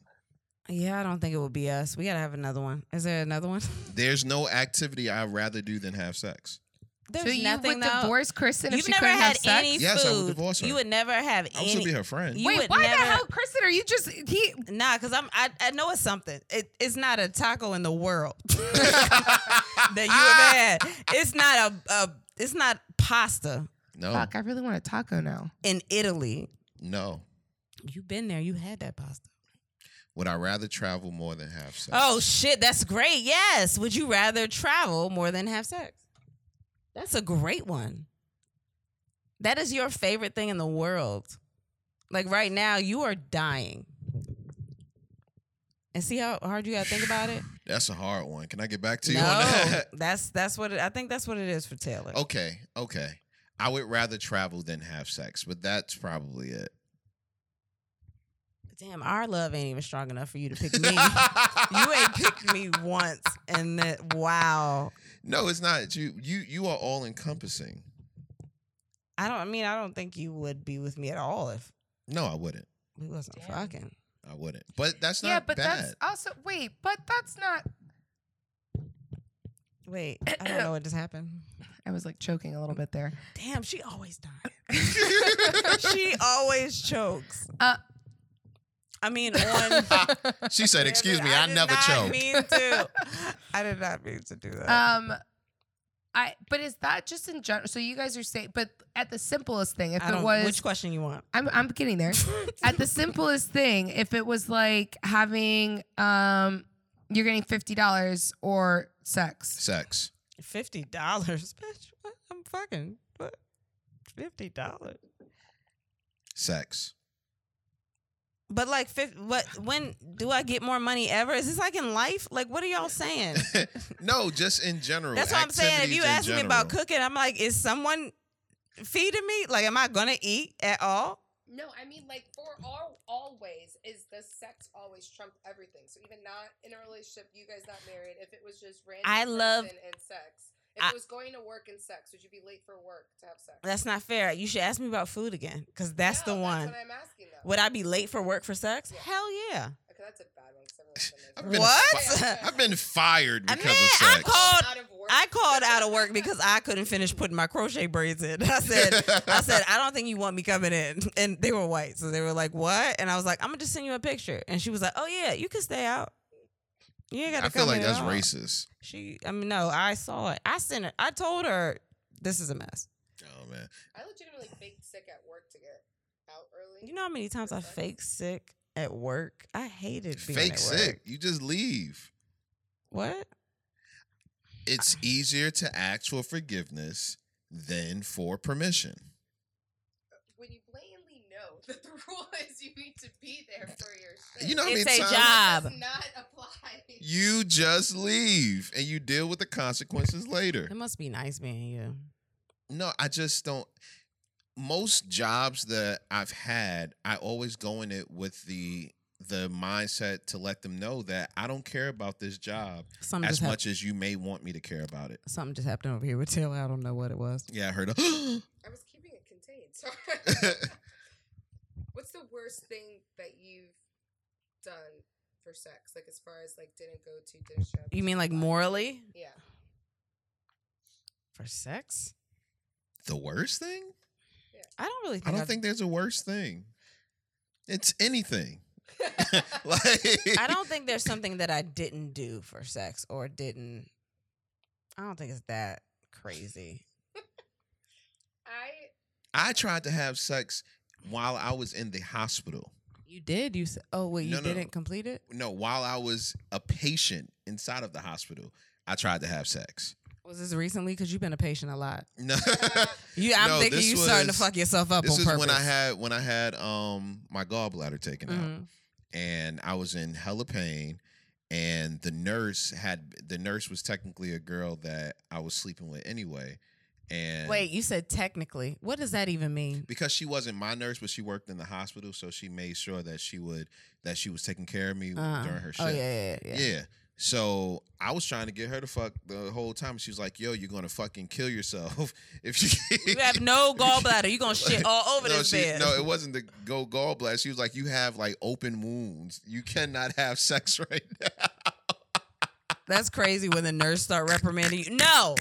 Speaker 1: yeah, I don't think it would be us. We gotta have another one. Is there another one?
Speaker 2: There's no activity I'd rather do than have sex.
Speaker 1: There's
Speaker 3: so you would
Speaker 1: nothing though.
Speaker 3: divorce Kristen if
Speaker 1: You've
Speaker 3: she
Speaker 1: never
Speaker 3: couldn't
Speaker 1: had
Speaker 3: have sex.
Speaker 1: any
Speaker 2: Yes, I would
Speaker 1: food.
Speaker 2: divorce her.
Speaker 1: You would never have
Speaker 2: I would still be
Speaker 1: any.
Speaker 2: her friend.
Speaker 1: you
Speaker 3: Wait,
Speaker 1: would
Speaker 3: why
Speaker 1: never-
Speaker 3: the hell, Kristen? Are you just he?
Speaker 1: Nah, cause I'm. I, I know it's something. It, it's not a taco in the world that you have had. It's not a. a it's not pasta
Speaker 2: no,
Speaker 3: Fuck, I really want a taco now.
Speaker 1: in Italy.
Speaker 2: no.
Speaker 1: You've been there. You had that pasta.
Speaker 2: Would I rather travel more than have sex?
Speaker 1: Oh shit, that's great. Yes. Would you rather travel more than have sex? That's a great one. That is your favorite thing in the world. Like right now, you are dying. And see how hard you gotta think about it.
Speaker 2: that's a hard one. Can I get back to you on
Speaker 1: No,
Speaker 2: that?
Speaker 1: that's that's what it, I think. That's what it is for Taylor.
Speaker 2: okay, okay. I would rather travel than have sex, but that's probably it.
Speaker 1: Damn, our love ain't even strong enough for you to pick me. you ain't picked me once, and that wow.
Speaker 2: No, it's not. You you you are all encompassing.
Speaker 1: I don't. I mean, I don't think you would be with me at all if
Speaker 2: No, I wouldn't.
Speaker 1: we wasn't
Speaker 3: Damn.
Speaker 1: fucking.
Speaker 2: I wouldn't. But that's not
Speaker 3: yeah, but
Speaker 2: bad.
Speaker 3: that's also wait, but that's not.
Speaker 1: Wait, I don't know what just happened.
Speaker 3: I was like choking a little bit there.
Speaker 1: Damn, she always dying. she always chokes.
Speaker 3: Uh,
Speaker 1: I mean, on.
Speaker 2: she said, "Excuse me, I,
Speaker 1: did
Speaker 2: never
Speaker 1: not
Speaker 2: choke."
Speaker 1: Mean to. I did not mean to do that.
Speaker 3: um, I but is that just in general? So you guys are saying, but at the simplest thing, if
Speaker 1: I
Speaker 3: it
Speaker 1: don't,
Speaker 3: was,
Speaker 1: which question you want?
Speaker 3: I'm I'm getting there. at the simplest thing, if it was like having um, you're getting fifty dollars or sex.
Speaker 2: Sex.
Speaker 1: Fifty dollars, bitch. What? I'm fucking. What? Fifty dollars.
Speaker 2: Sex.
Speaker 1: But like, fif- what? When do I get more money ever? Is this like in life? Like, what are y'all saying?
Speaker 2: no, just in general.
Speaker 1: That's what I'm saying. If
Speaker 2: Activities
Speaker 1: you
Speaker 2: in
Speaker 1: ask me about
Speaker 2: general.
Speaker 1: cooking, I'm like, is someone feeding me? Like, am I gonna eat at all?
Speaker 3: No, I mean like for all always is the sex always trump everything. So even not in a relationship, you guys not married. If it was just random,
Speaker 1: I love-
Speaker 3: person and sex. If
Speaker 1: I-
Speaker 3: it was going to work and sex, would you be late for work to have sex?
Speaker 1: That's not fair. You should ask me about food again, cause that's
Speaker 3: No,
Speaker 1: the one.
Speaker 3: That's what I'm asking though.
Speaker 1: Would I be late for work for sex?
Speaker 3: Yeah.
Speaker 1: Hell yeah.
Speaker 3: Okay, that's a bad one. 'cause everyone's been late
Speaker 2: I've
Speaker 3: for
Speaker 2: been
Speaker 3: work.
Speaker 1: What?
Speaker 3: Yeah.
Speaker 2: I've been fired
Speaker 1: I
Speaker 2: because
Speaker 1: mean,
Speaker 2: of
Speaker 1: I
Speaker 2: sex.
Speaker 1: called-
Speaker 3: Out of work.
Speaker 1: I called out of work because I couldn't finish putting my crochet braids in. I said, I said, I don't think you want me coming in. And they were white. So they were like, what? And I was like, I'm going to just send you a picture. And she was like, oh, yeah, you can stay out. You ain't got to
Speaker 2: I feel like
Speaker 1: in at
Speaker 2: that's
Speaker 1: all."
Speaker 2: racist.
Speaker 1: She, I mean, no, I saw it. I sent it. I told her, this is a mess.
Speaker 2: Oh man,
Speaker 3: I legitimately faked sick at work to get out early.
Speaker 1: You know how many times I fake sick at work? I hated being
Speaker 2: fake
Speaker 1: at
Speaker 2: sick.
Speaker 1: work.
Speaker 2: You just leave.
Speaker 1: What?
Speaker 2: It's easier to ask for forgiveness than for permission.
Speaker 3: when you blatantly know that the rule is you need to be there for your shit.
Speaker 2: You know how
Speaker 1: It's
Speaker 2: many
Speaker 1: a
Speaker 2: times
Speaker 1: job.
Speaker 3: does not apply.
Speaker 2: you just leave and you deal with the consequences later.
Speaker 1: It must be nice being you.
Speaker 2: No, I just don't. Most jobs that I've had, I always go in it with the the mindset to let them know that I don't care about this job
Speaker 1: Something
Speaker 2: as
Speaker 1: just, hap-
Speaker 2: much as you may want me to care about it.
Speaker 1: something just happened over here with Taylor. I don't know what it was.
Speaker 2: Yeah, I heard. A
Speaker 3: I was keeping it contained. Sorry. What's the worst thing that you've done for sex? Like as far as like didn't go to didn't show up,
Speaker 1: You mean like
Speaker 3: didn't
Speaker 1: morally?
Speaker 3: buy? Yeah.
Speaker 1: For sex?
Speaker 2: the worst thing?
Speaker 1: I don't really
Speaker 2: I
Speaker 1: think
Speaker 2: don't
Speaker 1: I've-
Speaker 2: think there's a worse thing. It's anything. like
Speaker 1: I don't think there's something that I didn't do for sex or didn't. I don't think it's that crazy.
Speaker 3: I
Speaker 2: I tried to have sex while I was in the hospital.
Speaker 1: You did. You said, "Oh wait, you
Speaker 2: No, no.
Speaker 1: didn't complete it."
Speaker 2: No, while I was a patient inside of the hospital, I tried to have sex.
Speaker 1: Was this recently? Because you've been a patient a lot.
Speaker 2: No,
Speaker 3: uh,
Speaker 1: You, I'm
Speaker 2: No,
Speaker 1: thinking
Speaker 2: this
Speaker 1: you starting to
Speaker 2: was-
Speaker 1: fuck yourself up
Speaker 2: this
Speaker 1: on
Speaker 2: is
Speaker 1: purpose.
Speaker 2: when I had when I had um my gallbladder taken out.
Speaker 1: Mhm.
Speaker 2: and I was in hella pain. And the nurse had the nurse was technically a girl that I was sleeping with anyway. And
Speaker 1: Wait, you said technically. What does that even mean?
Speaker 2: because she wasn't my nurse, but she worked in the hospital, so she made sure that she would that she was taking care of me
Speaker 1: Uh,
Speaker 2: during her
Speaker 1: oh
Speaker 2: shift.
Speaker 1: yeah, yeah, yeah.
Speaker 2: Yeah. So I was trying to get her to fuck the whole time. She was like, "Yo, you're gonna fucking kill yourself if you."
Speaker 1: You have no gallbladder. You gonna shit all over
Speaker 2: no,
Speaker 1: this
Speaker 2: she-
Speaker 1: bed.
Speaker 2: no, it wasn't the go gallbladder. She was like, "You have like open wounds. You cannot have sex right now."
Speaker 1: That's crazy when the nurse start reprimanding you. No,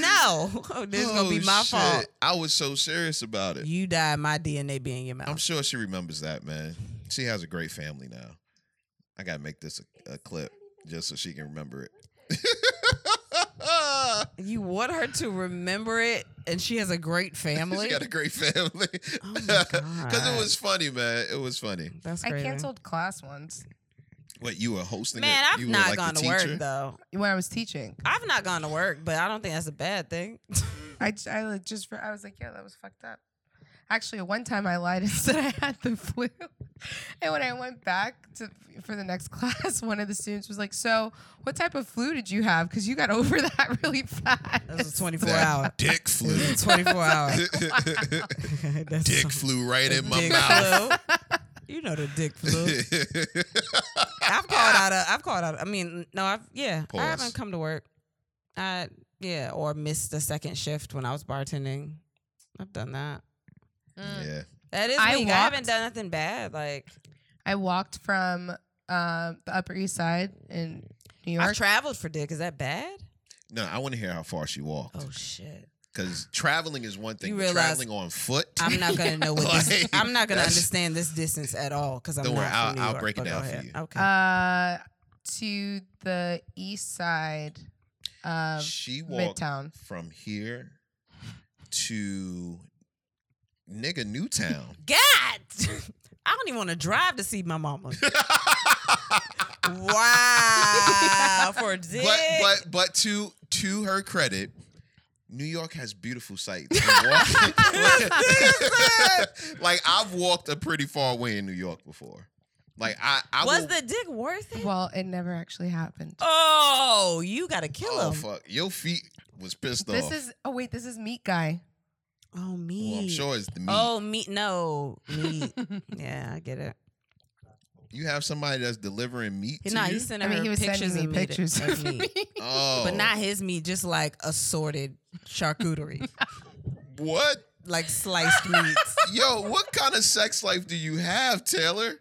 Speaker 1: no, this is gonna be
Speaker 2: Oh,
Speaker 1: my
Speaker 2: shit.
Speaker 1: fault.
Speaker 2: I was so serious about it.
Speaker 1: You died. My DNA be in your mouth.
Speaker 2: I'm sure she remembers that, man. She has a great family now. I gotta make this a, a clip just so she can remember it.
Speaker 1: You want her to remember it, and she has a great family.
Speaker 2: she got a great family.
Speaker 1: Oh my
Speaker 2: it
Speaker 1: God.
Speaker 2: was funny, man. It was funny.
Speaker 1: That's
Speaker 3: I
Speaker 1: crazy.
Speaker 3: canceled class once
Speaker 2: Wait, you were hosting?
Speaker 1: Man,
Speaker 2: it?
Speaker 1: I've
Speaker 2: you
Speaker 1: not
Speaker 2: were, like,
Speaker 1: gone
Speaker 2: the
Speaker 1: to work
Speaker 2: teacher?
Speaker 1: though.
Speaker 3: when I was teaching.
Speaker 1: I've not gone to work, but I don't think that's a bad thing.
Speaker 3: I, j- I like, just re- I was like, yeah, that was fucked up. Actually, one time I lied and said I had the flu, and when I went back to for the next class, one of the students was like, "So, what type of flu did you have? Because you got over that really fast."
Speaker 1: That was a 24
Speaker 2: That
Speaker 1: hour.
Speaker 2: Dick
Speaker 1: It was a
Speaker 2: flew.
Speaker 1: 24 hour. That's
Speaker 2: Dick flew right in my
Speaker 1: Dick
Speaker 2: mouth.
Speaker 1: flu. You know the dick flu. I've called out. A, I've called out. I mean, no, I've yeah. I
Speaker 2: Pause.
Speaker 1: haven't come to work. I yeah, or missed a second shift when I was bartending. I've done that. Mm.
Speaker 2: yeah.
Speaker 1: That is.
Speaker 3: I
Speaker 1: weak. I haven't
Speaker 3: walked-
Speaker 1: done nothing bad. Like
Speaker 3: I walked from um, the Upper East Side in New
Speaker 1: I've
Speaker 3: York.
Speaker 1: traveled for dick. Is that bad?
Speaker 2: No, I want to hear how far she walked.
Speaker 1: Oh shit!
Speaker 2: Because traveling is one thing.
Speaker 1: You
Speaker 2: but
Speaker 1: realize-
Speaker 2: traveling on foot.
Speaker 1: I'm not gonna know what this.
Speaker 2: Like,
Speaker 1: I'm not gonna
Speaker 2: that's-
Speaker 1: understand this distance at all because I'm
Speaker 2: Don't
Speaker 1: not
Speaker 2: worry,
Speaker 1: from
Speaker 2: I'll-
Speaker 1: New
Speaker 2: I'll
Speaker 1: York,
Speaker 2: break it
Speaker 1: but go
Speaker 2: down for
Speaker 1: ahead.
Speaker 2: you.
Speaker 1: Okay.
Speaker 3: uh, to the East Side of
Speaker 2: she walked
Speaker 3: Midtown.
Speaker 2: from here to nigga Newtown.
Speaker 1: God, I don't even want to drive to see my mama. wow, for dick.
Speaker 2: but but but to to her credit. New York has beautiful sights. And walking- like I've walked a pretty far way in New York before. Like I, I
Speaker 1: was
Speaker 2: will-
Speaker 1: the dick worth it?
Speaker 3: Well, it never actually happened.
Speaker 1: oh, you gotta kill
Speaker 2: oh
Speaker 1: him.
Speaker 2: fuck your feet was pissed
Speaker 3: this
Speaker 2: off.
Speaker 3: is oh wait, this is meat guy.
Speaker 1: Oh me.
Speaker 2: well, I'm sure it's the meat.
Speaker 1: Oh me. No meat. yeah, I get it.
Speaker 2: You have somebody that's delivering meat to
Speaker 1: nah,
Speaker 2: you.
Speaker 1: he sent
Speaker 3: I
Speaker 1: her
Speaker 3: mean, he was
Speaker 1: pictures
Speaker 3: sending
Speaker 1: of
Speaker 3: me
Speaker 1: meat-
Speaker 3: pictures
Speaker 1: of
Speaker 3: of
Speaker 1: meat.
Speaker 3: me.
Speaker 2: oh,
Speaker 1: But not his meat, just like assorted charcuterie,
Speaker 2: what?
Speaker 1: like sliced meats.
Speaker 2: Yo, what kind of sex life do you have, Taylor?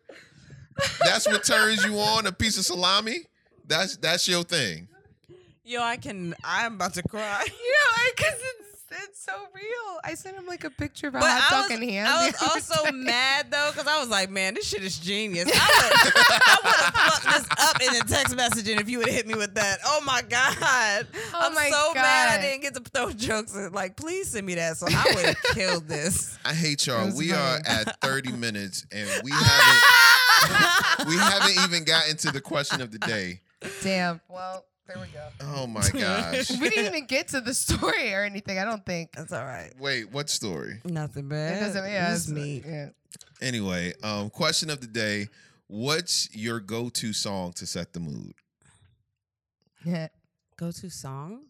Speaker 2: That's what turns you on a piece of salami. That's that's your thing.
Speaker 1: Yo, I can. I'm about to cry.
Speaker 3: You because it's it's so real. I sent him like a picture of a
Speaker 1: But
Speaker 3: hot
Speaker 1: I
Speaker 3: dog
Speaker 1: was,
Speaker 3: in hand.
Speaker 1: I
Speaker 3: the
Speaker 1: was
Speaker 3: other day.
Speaker 1: also mad though because I was like, man, this shit is genius. I would have fucked this up in a text message, and if you would have hit me with that, oh my god,
Speaker 3: Oh
Speaker 1: I'm
Speaker 3: my
Speaker 1: so mad I
Speaker 3: God.
Speaker 1: didn't get to throw jokes. In. Like, please send me that. So I would have killed this.
Speaker 2: I hate y'all.
Speaker 3: That's
Speaker 2: We
Speaker 3: funny.
Speaker 2: are at 30 minutes and we haven't we haven't even gotten to the question of the day.
Speaker 3: Damn. Well, there we go.
Speaker 2: Oh my gosh.
Speaker 3: We didn't even get to the story or anything. I don't think.
Speaker 1: That's all right.
Speaker 2: Wait, what story?
Speaker 1: Nothing bad.
Speaker 3: It doesn't. Yeah,
Speaker 1: Just
Speaker 3: it's- uh,
Speaker 1: me.
Speaker 3: yeah.
Speaker 2: Anyway, um, question of the day. What's your go-to song to set the mood?
Speaker 3: Yeah.
Speaker 1: Go to song.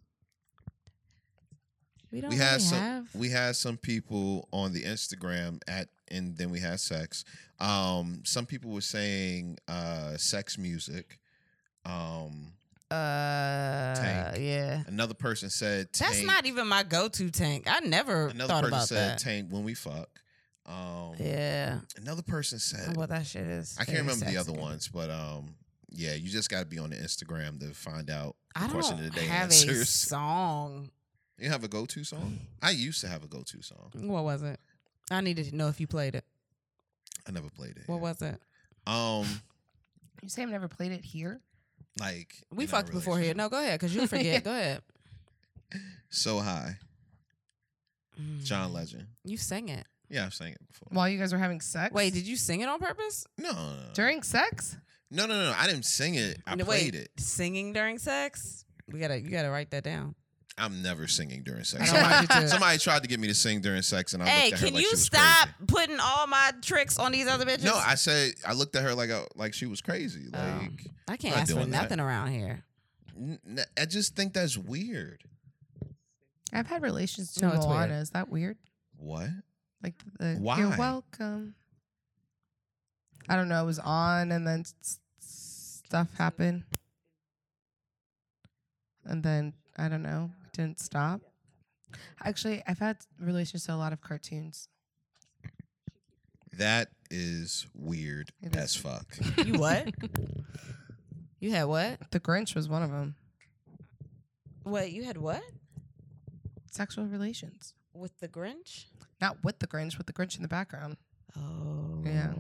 Speaker 1: We don't
Speaker 2: we had
Speaker 1: really
Speaker 2: some
Speaker 1: have.
Speaker 2: we had some people on the Instagram at and then we had sex. Um, some people were saying uh, sex music. Um,
Speaker 1: Uh,
Speaker 2: Tank.
Speaker 1: yeah.
Speaker 2: another person said tank.
Speaker 1: That's not even my go-to tank. I never
Speaker 2: another
Speaker 1: thought
Speaker 2: person
Speaker 1: about
Speaker 2: said
Speaker 1: that.
Speaker 2: tank when we fuck. Um,
Speaker 1: Yeah.
Speaker 2: another person
Speaker 1: Oh,
Speaker 2: said
Speaker 1: well, that shit is.
Speaker 2: Uh, I can't
Speaker 1: very
Speaker 2: remember the other
Speaker 1: sexy.
Speaker 2: ones, but um, yeah, you just got to be on the Instagram to find out the
Speaker 1: I don't
Speaker 2: question of the day
Speaker 1: have a
Speaker 2: answers.
Speaker 1: song.
Speaker 2: you have a go-to song? I used to have a go-to song.
Speaker 1: What was it? I needed to know if you played it.
Speaker 2: I never played it.
Speaker 1: What was it?
Speaker 2: um
Speaker 3: You say I've never played it here?
Speaker 2: like
Speaker 1: We
Speaker 2: in a
Speaker 1: fucked before here.
Speaker 2: relationship.
Speaker 1: No, go ahead, cause you
Speaker 3: Yeah.
Speaker 1: forget. Go ahead.
Speaker 2: So high,
Speaker 1: Mm.
Speaker 2: John Legend.
Speaker 1: you sang it.
Speaker 2: Yeah, I've sang it before.
Speaker 3: While you guys were having sex?
Speaker 1: Wait, did you sing it on purpose?
Speaker 2: No, no, no.
Speaker 3: during sex?
Speaker 2: no, no, no. I didn't sing it. I
Speaker 1: No,
Speaker 2: played
Speaker 1: wait,
Speaker 2: it.
Speaker 1: Singing during sex? We gotta, you gotta write that down.
Speaker 2: I'm never singing during
Speaker 1: I
Speaker 2: sex.
Speaker 1: don't
Speaker 2: Somebody,
Speaker 1: want you to.
Speaker 2: somebody tried to get me to sing during sex, and I
Speaker 1: hey,
Speaker 2: looked at her
Speaker 1: can
Speaker 2: like
Speaker 1: you
Speaker 2: she was
Speaker 1: stop putting all my tricks on these other bitches?
Speaker 2: Crazy. No, I said I looked at her like I, like she was crazy. Like
Speaker 1: Oh. I can't
Speaker 2: not
Speaker 1: ask for
Speaker 2: doing that.
Speaker 1: nothing around here.
Speaker 2: n- n- I just think that's weird.
Speaker 3: I've had relations to
Speaker 1: No, it's
Speaker 3: Moana.
Speaker 1: weird.
Speaker 3: Is that weird?
Speaker 2: What?
Speaker 3: Like the
Speaker 2: Why?
Speaker 3: you're welcome. I don't know. It was on, and then s- s- stuff happened, and then I don't know. It didn't stop. Actually, I've had relations to a lot of cartoons.
Speaker 2: That is weird
Speaker 3: It
Speaker 2: as
Speaker 3: is.
Speaker 2: fuck.
Speaker 1: You what? you had what?
Speaker 3: The Grinch was one of them.
Speaker 1: Wait, you had what
Speaker 3: Sexual relations,
Speaker 1: with the Grinch?
Speaker 3: not with the Grinch, with the Grinch in the background.
Speaker 1: Oh.
Speaker 3: Yeah.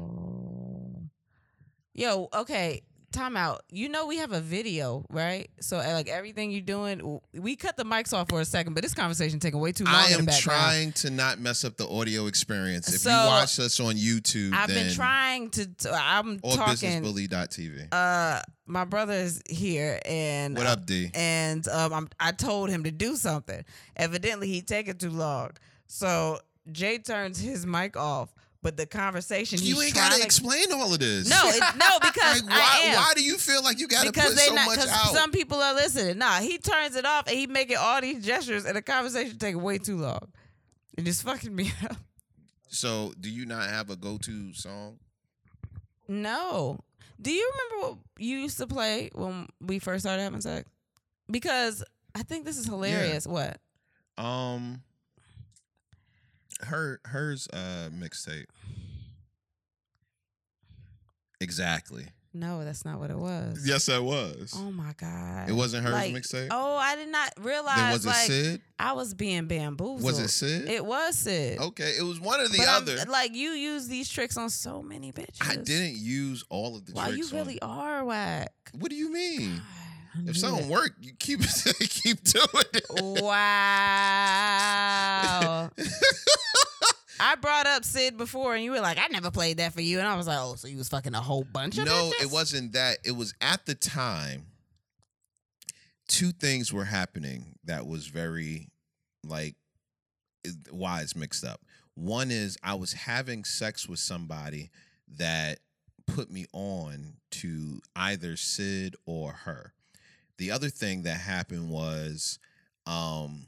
Speaker 1: Yo, okay. Time out. You know we have a video, right? So uh, like everything you're doing, w- we cut the mics off for a second, but this conversation taking way too long.
Speaker 2: I
Speaker 1: in the
Speaker 2: am
Speaker 1: background.
Speaker 2: trying to not mess up the audio experience. If
Speaker 1: So,
Speaker 2: you watch us on YouTube,
Speaker 1: I've
Speaker 2: then
Speaker 1: been trying to. T- I'm
Speaker 2: or
Speaker 1: talking.
Speaker 2: businessbully.tv.
Speaker 1: Uh, my brother is here, and uh,
Speaker 2: what up, D?
Speaker 1: and um, I'm, I told him to do something. Evidently, he taking too long. So Jay turns his mic off, but the conversation he's
Speaker 2: You ain't
Speaker 1: trying
Speaker 2: gotta
Speaker 1: to
Speaker 2: explain all of this.
Speaker 1: No, it, no, because
Speaker 2: Like,
Speaker 1: I
Speaker 2: why,
Speaker 1: am.
Speaker 2: why do you feel like you got to put
Speaker 1: because they
Speaker 2: so
Speaker 1: not
Speaker 2: much
Speaker 1: because
Speaker 2: out?
Speaker 1: some people are listening. Nah, he turns it off and he making all these gestures, and the conversation taking way too long. It just fucking me up.
Speaker 2: so, do you not have a go-to song?
Speaker 1: No. Do you remember what you used to play when we first started having sex? Because I think this is hilarious. What?
Speaker 2: Um, her hers uh mixtape. Exactly.
Speaker 1: No, that's not what it was.
Speaker 2: Yes, that was.
Speaker 1: Oh my god.
Speaker 2: it wasn't hers
Speaker 1: Like,
Speaker 2: mixtape.
Speaker 1: Oh, I did not realize.
Speaker 2: then was it
Speaker 1: like,
Speaker 2: Sid?
Speaker 1: I was being bamboozled.
Speaker 2: Was it Sid?
Speaker 1: It was Sid.
Speaker 2: okay, it was one or the
Speaker 1: But I'm-
Speaker 2: other.
Speaker 1: like you use these tricks on so many bitches.
Speaker 2: I didn't use all of the
Speaker 1: Why you
Speaker 2: tricks. on-
Speaker 1: really are whack?
Speaker 2: What do you mean?
Speaker 1: I knew
Speaker 2: If something work, you keep keep doing it.
Speaker 1: it. Wow. I brought up Sid before, and you were like, "I never played that for you," and I was like, "Oh, so you was fucking a whole bunch of
Speaker 2: no
Speaker 1: bitches?
Speaker 2: it wasn't that it was at the time two things were happening that was very like it- why it's mixed up one is i was having sex with somebody that put me on to either Sid or her. The other thing that happened was um,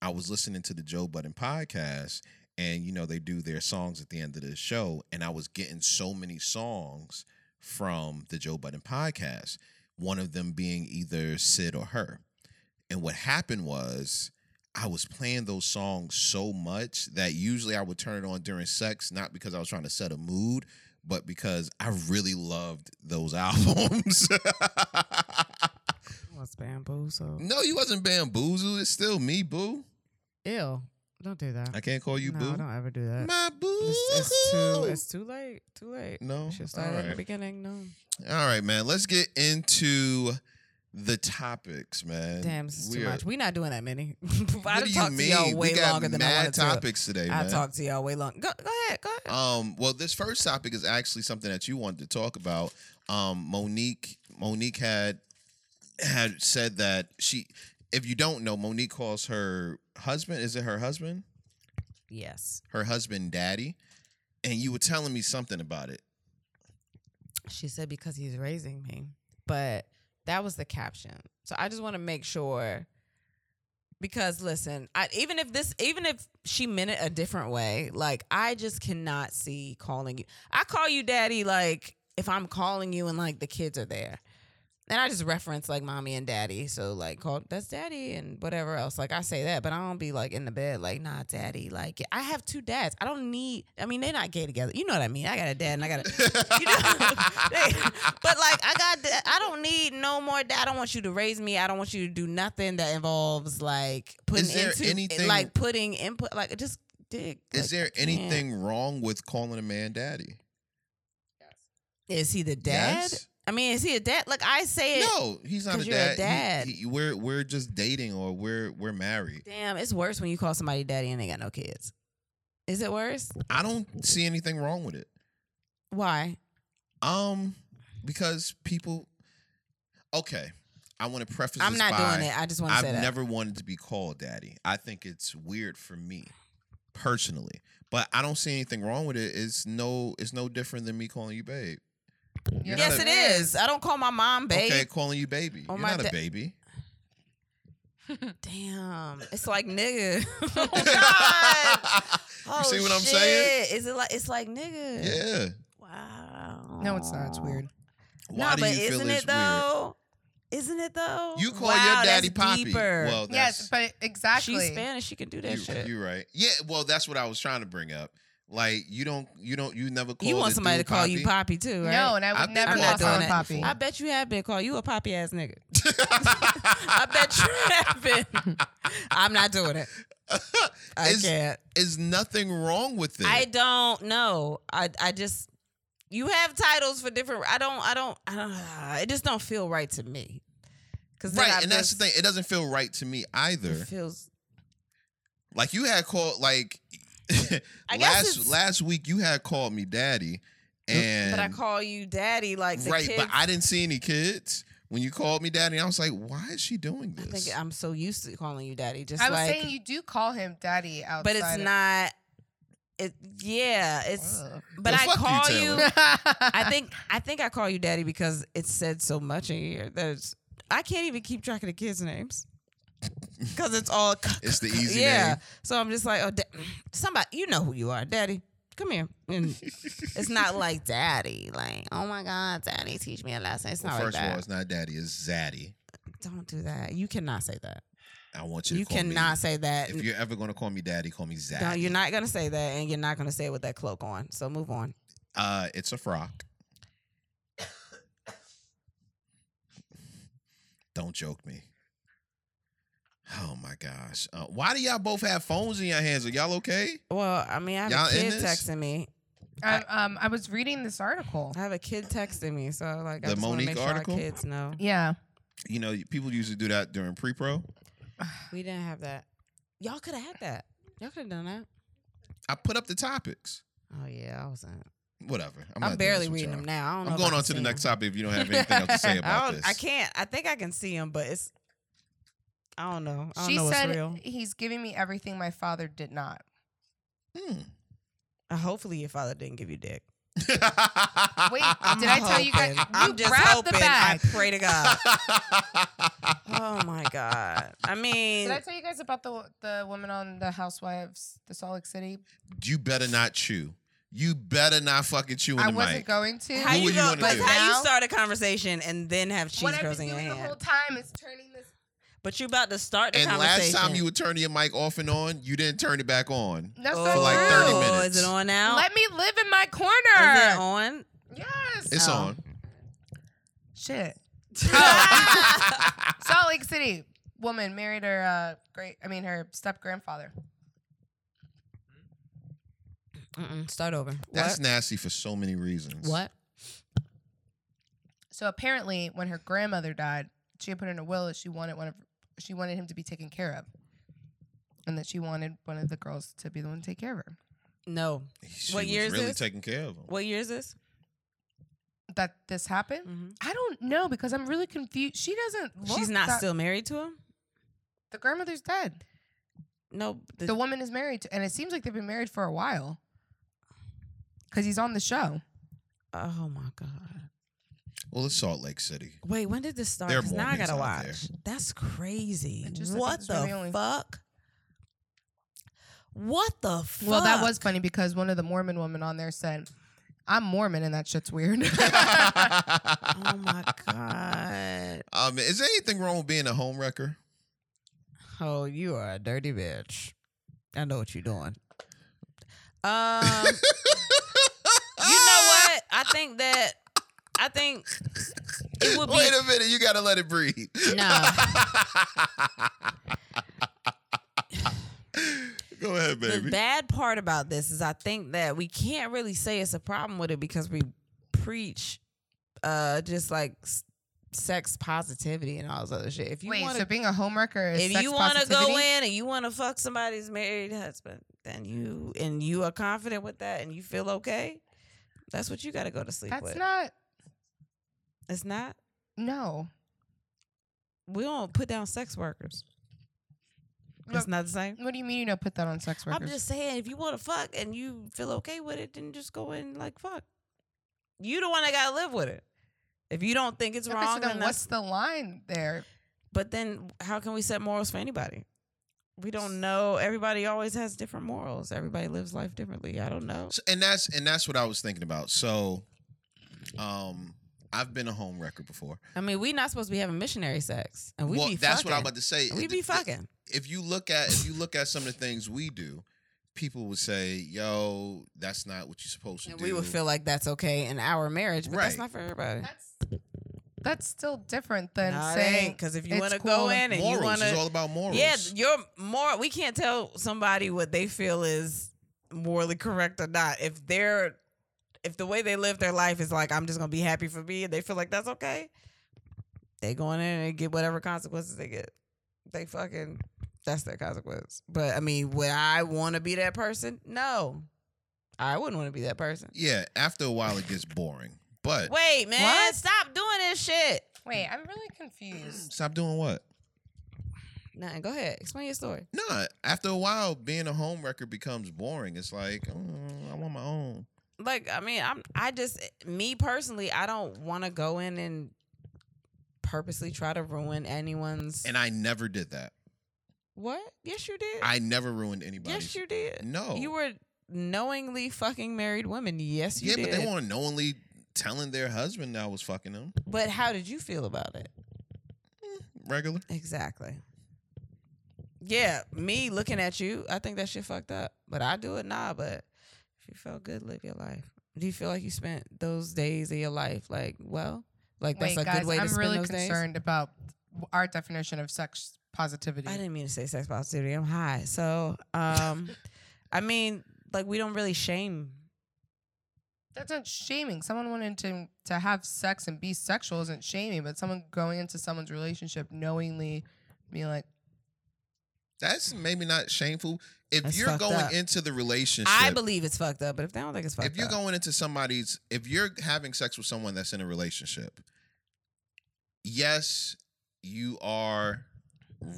Speaker 2: I was listening to the Joe Budden podcast, and you know they do their songs at the end of the show, and I was getting so many songs from the Joe Budden podcast. One of them being either Sid or her. And what happened was I was playing those songs so much that usually I would turn it on during sex, not because I was trying to set a mood, but because I really loved those albums.
Speaker 1: Well, it's bamboo, so
Speaker 2: no, you wasn't bamboozled. It's still me, boo.
Speaker 1: ill. Don't do that.
Speaker 2: I can't call you
Speaker 1: no,
Speaker 2: boo.
Speaker 1: don't ever do that.
Speaker 2: My boo.
Speaker 1: It's, it's too. It's too late. Too late.
Speaker 2: no.
Speaker 1: Should
Speaker 2: All
Speaker 1: start at the
Speaker 2: right.
Speaker 1: beginning. No.
Speaker 2: All right, man. Let's get into the topics, man.
Speaker 1: Damn, this is
Speaker 2: We
Speaker 1: too
Speaker 2: are-
Speaker 1: much. We're not doing that many.
Speaker 2: What
Speaker 1: I
Speaker 2: do
Speaker 1: done
Speaker 2: you
Speaker 1: talked to y'all
Speaker 2: mean?
Speaker 1: way
Speaker 2: we got
Speaker 1: longer than I
Speaker 2: mad
Speaker 1: wanted to.
Speaker 2: topics today,
Speaker 1: I
Speaker 2: man.
Speaker 1: talked to y'all way long. Go, go ahead. Go ahead.
Speaker 2: Um, well, this first topic is actually something that you wanted to talk about. Um, Monique, Monique had had said that she, if you don't know, Monique calls her husband. Is it her husband?
Speaker 1: yes,
Speaker 2: Her husband, daddy. And you were telling me something about it.
Speaker 1: she said because he's raising me, but that was the caption. So I just want to make sure. Because listen, I, even if this, even if she meant it a different way, like I just cannot see calling you. I call you daddy, like if I'm calling you and like the kids are there, and I just reference like mommy and daddy. So like call that's daddy and whatever else. Like I say that, but I don't be like in the bed like nah daddy. Like I have two dads. I don't need. I mean they're not gay together. You know what I mean? I got a dad and I got a. You know? but like I got, the, I don't need no more dad. I don't want you to raise me. I don't want you to do nothing that involves like putting
Speaker 2: Is there
Speaker 1: into
Speaker 2: anything-
Speaker 1: like putting input like just dig.
Speaker 2: Is
Speaker 1: like,
Speaker 2: there
Speaker 1: I can't.
Speaker 2: anything wrong with calling a man daddy?
Speaker 1: Is he the dad?
Speaker 2: Yes?
Speaker 1: I mean, is he a dad? Like I say it.
Speaker 2: No, he's not a
Speaker 1: 'Cause you're a
Speaker 2: dad.
Speaker 1: dad.
Speaker 2: He- he- we're we're just dating or we're we're married.
Speaker 1: Damn, it's worse when you call somebody daddy and they got no kids. Is it worse?
Speaker 2: I don't see anything wrong with it.
Speaker 1: Why?
Speaker 2: Um, because people. Okay, I want to preface.
Speaker 1: I'm
Speaker 2: this
Speaker 1: not
Speaker 2: by,
Speaker 1: doing it. I just want to
Speaker 2: I've
Speaker 1: say that.
Speaker 2: never wanted to be called daddy. I think it's weird for me personally, but I don't see anything wrong with it. It's no, it's no different than me calling you babe. You're not
Speaker 1: yes,
Speaker 2: a-
Speaker 1: it is. I don't call my mom babe.
Speaker 2: Okay, calling you baby.
Speaker 1: Oh,
Speaker 2: You're
Speaker 1: my
Speaker 2: not a
Speaker 1: da-
Speaker 2: baby.
Speaker 1: Damn, it's like nigga. oh God. Oh,
Speaker 2: see what I'm saying?
Speaker 1: shit. Is it like it's like nigga?
Speaker 2: Yeah.
Speaker 1: Wow.
Speaker 3: No, it's not. It's weird.
Speaker 2: Why
Speaker 1: no,
Speaker 2: do
Speaker 1: but
Speaker 2: you
Speaker 1: isn't
Speaker 2: feel it's
Speaker 1: it though? Isn't it though?
Speaker 2: weird? You call
Speaker 1: Wow,
Speaker 2: your daddy
Speaker 1: that's
Speaker 2: poppy.
Speaker 1: Deeper.
Speaker 2: Well, Oh, that's,
Speaker 3: Yes, but exactly.
Speaker 1: she's Spanish. She can do that shit.
Speaker 2: you, are right. Yeah. Well, that's what I was trying to bring up. Like you don't, you don't, you never call.
Speaker 1: You want
Speaker 2: the
Speaker 1: somebody to
Speaker 2: dude
Speaker 1: call you poppy
Speaker 2: poppy.
Speaker 1: too, right?
Speaker 3: No, and I would
Speaker 2: I've been
Speaker 3: never
Speaker 1: called
Speaker 3: call someone
Speaker 1: that
Speaker 3: poppy.
Speaker 1: I bet you have been called. You a poppy ass nigga. I bet you have been. I'm not doing it. I
Speaker 2: Is-
Speaker 1: can't.
Speaker 2: is nothing wrong with it.
Speaker 1: I don't know. I I just you have titles for different. I don't. I don't. I don't. It just don't feel right to me. Cause then
Speaker 2: right,
Speaker 1: I
Speaker 2: and that's the
Speaker 1: just-
Speaker 2: thing. It doesn't feel right to me
Speaker 1: It
Speaker 2: either.
Speaker 1: feels.
Speaker 2: Like you had called like
Speaker 1: I guess
Speaker 2: last
Speaker 1: it's-
Speaker 2: last week you had called me daddy, and
Speaker 1: but I call you daddy, like the
Speaker 2: right,
Speaker 1: kids,
Speaker 2: but I didn't see any kids when you called me daddy. I was like, why is she doing
Speaker 1: I
Speaker 2: this?
Speaker 1: think I'm so used to calling you daddy. Just
Speaker 3: I was
Speaker 1: like,
Speaker 3: saying you do call him daddy outside.
Speaker 1: but it's
Speaker 3: of-
Speaker 1: not. It yeah. It's
Speaker 3: Ugh.
Speaker 1: but
Speaker 2: Well,
Speaker 1: I
Speaker 2: fuck you,
Speaker 1: call
Speaker 2: Taylor.
Speaker 1: you I think I think I call you daddy because it said so much in here that it's, I can't even keep track of the kids' names because it's all
Speaker 2: It's the easy
Speaker 1: yeah.
Speaker 2: name.
Speaker 1: So I'm just like, oh, da- somebody, you know who you are, daddy. Come here. And it's not like daddy, like oh my god, daddy, teach me a lesson. It's
Speaker 2: Well,
Speaker 1: not like
Speaker 2: first of
Speaker 1: that.
Speaker 2: all, it's not daddy, it's zaddy.
Speaker 1: Don't do that. You cannot say that.
Speaker 2: I want you.
Speaker 1: You
Speaker 2: to call me-
Speaker 1: cannot say that.
Speaker 2: if you're ever gonna call me daddy, call me zaddy.
Speaker 1: No, you're not gonna say that, and you're not gonna say it with that cloak on. So move on.
Speaker 2: Uh, it's a frock. Don't joke me. Oh my gosh! Uh, why do y'all both have phones in your hands? Are y'all okay?
Speaker 1: Well, I mean, I have
Speaker 2: Y'all
Speaker 1: a
Speaker 2: in
Speaker 1: kid
Speaker 2: this?
Speaker 1: texting me.
Speaker 3: I, um, I was reading this article.
Speaker 1: I have a kid texting me, so like I
Speaker 2: The
Speaker 1: just want to
Speaker 2: Monique
Speaker 1: make sure
Speaker 2: article?
Speaker 1: our kids know.
Speaker 3: Yeah.
Speaker 2: You know, people usually do that during pre-pro.
Speaker 1: We didn't have that. Y'all could have had that. Y'all could have done that.
Speaker 2: I put up the topics.
Speaker 1: Oh yeah, I wasn't.
Speaker 2: Whatever. I'm,
Speaker 1: I'm,
Speaker 2: not doing
Speaker 1: barely
Speaker 2: this with
Speaker 1: reading
Speaker 2: y'all.
Speaker 1: them now. I don't know
Speaker 2: I'm
Speaker 1: if
Speaker 2: going
Speaker 1: I
Speaker 2: on
Speaker 1: can
Speaker 2: to the
Speaker 1: see
Speaker 2: next
Speaker 1: 'em.
Speaker 2: topic. If you don't have anything else to say
Speaker 1: I,
Speaker 2: about
Speaker 1: don't-
Speaker 2: this,
Speaker 1: I can't. I think I can see them, but it's. I don't know. I don't
Speaker 3: She
Speaker 1: know what's
Speaker 3: said
Speaker 1: real.
Speaker 3: he's giving me everything my father did not.
Speaker 2: Hmm.
Speaker 1: Uh, hopefully, your father didn't give you dick.
Speaker 3: Wait, did I tell you guys?
Speaker 1: hoping.
Speaker 3: You
Speaker 1: I'm just
Speaker 3: grabbed
Speaker 1: hoping.
Speaker 3: the bag.
Speaker 1: I pray to God. Oh my God. I mean,
Speaker 3: Did I tell you guys about the the woman on the Housewives, the Salt Lake City?
Speaker 2: you better not chew. You better not fucking chew in
Speaker 3: I
Speaker 2: the
Speaker 3: wasn't
Speaker 2: mic.
Speaker 3: going to.
Speaker 1: how
Speaker 2: What were
Speaker 1: you,
Speaker 2: you
Speaker 1: go,
Speaker 2: gonna
Speaker 1: but
Speaker 2: do?
Speaker 1: how you
Speaker 3: Now?
Speaker 1: start a conversation and then have cheese
Speaker 3: what I've
Speaker 1: curls
Speaker 3: been
Speaker 1: in your
Speaker 3: doing the
Speaker 1: hand?
Speaker 3: whole time is turning this.
Speaker 1: But you about to start the
Speaker 2: And last
Speaker 1: conversation.
Speaker 2: time you were turning your mic off and on, you didn't turn it back on.
Speaker 3: That's
Speaker 1: oh,
Speaker 3: not
Speaker 2: for like
Speaker 3: true.
Speaker 2: 30
Speaker 1: oh,
Speaker 2: minutes.
Speaker 1: Is it on now?
Speaker 3: Let me live in my
Speaker 1: is it
Speaker 3: corner.
Speaker 1: on?
Speaker 3: Yes.
Speaker 2: It's
Speaker 1: Oh.
Speaker 2: on.
Speaker 3: Shit.
Speaker 1: Oh.
Speaker 3: Salt Lake City woman married her uh, great. I mean her step grandfather.
Speaker 1: Mm-mm, start over.
Speaker 2: That's nasty for so many reasons.
Speaker 1: what?
Speaker 3: So apparently, when her grandmother died, she had put in a will that she wanted one of she wanted him to be taken care of, and that she wanted one of the girls to be the one to take care of her.
Speaker 1: No.
Speaker 2: She
Speaker 1: What
Speaker 2: was
Speaker 1: year is
Speaker 2: really
Speaker 1: this?
Speaker 2: taking care of him.
Speaker 1: What year is this?
Speaker 3: That this happened.
Speaker 1: Mhm.
Speaker 3: I don't know because I'm really confused. She doesn't. Look
Speaker 1: She's not
Speaker 3: that-
Speaker 1: still married to him.
Speaker 3: The grandmother's dead.
Speaker 1: No. the-
Speaker 3: The, woman is married to, and it seems like they've been married for a while. Because he's on the show.
Speaker 1: oh my god.
Speaker 2: Well, it's Salt Lake City.
Speaker 1: Wait, when did this start?
Speaker 2: There are
Speaker 1: 'Cause now I
Speaker 2: Mormons
Speaker 1: gotta
Speaker 2: out there.
Speaker 1: watch. That's crazy.
Speaker 3: It just- I think
Speaker 1: what
Speaker 3: it's
Speaker 1: the
Speaker 3: really only-
Speaker 1: fuck? What the fuck?
Speaker 3: Well, that was funny because one of the Mormon women on there said, "I'm Mormon, and that shit's weird."
Speaker 1: Oh my god.
Speaker 2: Um, is there anything wrong with being a home wrecker?
Speaker 1: Oh, you are a dirty bitch. I know what you're doing. Um, you know what? I think that I think it would be
Speaker 2: Wait a minute, you gotta let it breathe.
Speaker 1: no.
Speaker 2: Go ahead,
Speaker 1: The
Speaker 2: baby.
Speaker 1: bad part about this is I think that we can't really say it's a problem with it because we preach uh just like s- sex positivity and all this other shit. If you
Speaker 3: Wait,
Speaker 1: want
Speaker 3: so
Speaker 1: to
Speaker 3: being a homewrecker is
Speaker 1: if
Speaker 3: sex
Speaker 1: you want to go
Speaker 3: positivity?
Speaker 1: in and you want to fuck somebody's married husband, then you and you are confident with that and you feel okay, that's what you got to go to sleep
Speaker 3: That's
Speaker 1: with.
Speaker 3: not
Speaker 1: it's not.
Speaker 3: no.
Speaker 1: We don't put down sex workers. It's
Speaker 3: Look,
Speaker 1: not the same.
Speaker 3: What do you mean you don't put that on sex workers?
Speaker 1: I'm just saying, if you want to fuck and you feel okay with it, then just go in like fuck. You the one that gotta live with it. If you don't think it's
Speaker 3: Okay,
Speaker 1: wrong,
Speaker 3: so
Speaker 1: then
Speaker 3: then what's
Speaker 1: that's-
Speaker 3: the line there?
Speaker 1: but then how can we set morals for anybody? We don't know. Everybody always has different morals. Everybody lives life differently. I don't know.
Speaker 2: So- and that's and that's what I was thinking about. So, um, I've been a home wrecker before.
Speaker 1: I mean, we not supposed to be having missionary sex, and we
Speaker 2: well,
Speaker 1: be
Speaker 2: that's
Speaker 1: fucking.
Speaker 2: what I'm about to say.
Speaker 1: We be
Speaker 2: Th- th-
Speaker 1: fucking.
Speaker 2: if you look at if you look at some of the things we do, people would say, "Yo, that's not what you're supposed to
Speaker 1: And
Speaker 2: do."
Speaker 1: we would feel like that's okay in our marriage, but that's
Speaker 2: Right.
Speaker 1: not for everybody.
Speaker 3: That's that's still different than
Speaker 1: Nah, it
Speaker 3: saying
Speaker 1: ain't, 'cause if you
Speaker 3: it's
Speaker 1: want to
Speaker 3: cool.
Speaker 1: go in and
Speaker 2: morals.
Speaker 1: you want
Speaker 2: It's all about morals.
Speaker 1: Yeah, your moral. We can't tell somebody what they feel is morally correct or not. If they're, if the way they live their life is like, I'm just gonna be happy for me, and they feel like that's okay, they go in there and get whatever consequences they get. They fucking, that's their consequence. But I mean, would I want to be that person? No, I wouldn't want to be that person.
Speaker 2: yeah. After a while, it gets boring. But
Speaker 1: Wait, man,
Speaker 3: What?
Speaker 1: stop doing this shit.
Speaker 3: Wait, I'm really confused.
Speaker 2: stop doing what?
Speaker 1: Nah, go ahead, explain your story.
Speaker 2: No, after a while, being a home wrecker becomes boring. It's like "Mm, I want my own.
Speaker 1: like I mean, I'm I just me personally, I don't want to go in and purposely try to ruin anyone's.
Speaker 2: And I never did that.
Speaker 1: what? Yes, you did.
Speaker 2: I never ruined
Speaker 1: yes,
Speaker 2: anybody's.
Speaker 1: you did.
Speaker 2: No,
Speaker 1: You were knowingly fucking married women. Yes, you
Speaker 2: Yeah,
Speaker 1: did.
Speaker 2: but they weren't knowingly telling their husband I was fucking them.
Speaker 1: But how did you feel about it?
Speaker 2: Regular.
Speaker 1: Exactly. Yeah, me looking at you, I think that shit fucked up. But I do it nah. But if you felt good, live your life. Do you feel like you spent those days of your life like well? Like that's
Speaker 3: Wait,
Speaker 1: a
Speaker 3: guys,
Speaker 1: good way to
Speaker 3: I'm
Speaker 1: spend
Speaker 3: really
Speaker 1: those days.
Speaker 3: concerned about our definition of sex positivity.
Speaker 1: I didn't mean to say sex positivity. I'm high. So, um, I mean, like we don't really shame.
Speaker 3: That's not shaming. Someone wanting to to have sex and be sexual isn't shaming, but someone going into someone's relationship knowingly being like,
Speaker 2: That's maybe not shameful. If
Speaker 1: That's
Speaker 2: you're
Speaker 1: fucked
Speaker 2: going
Speaker 1: up.
Speaker 2: into the relationship,
Speaker 1: I believe it's fucked up, but if they don't think it's fucked
Speaker 2: if you're
Speaker 1: up,
Speaker 2: going into somebody's, if you're having sex with someone that's in a relationship, yes, you are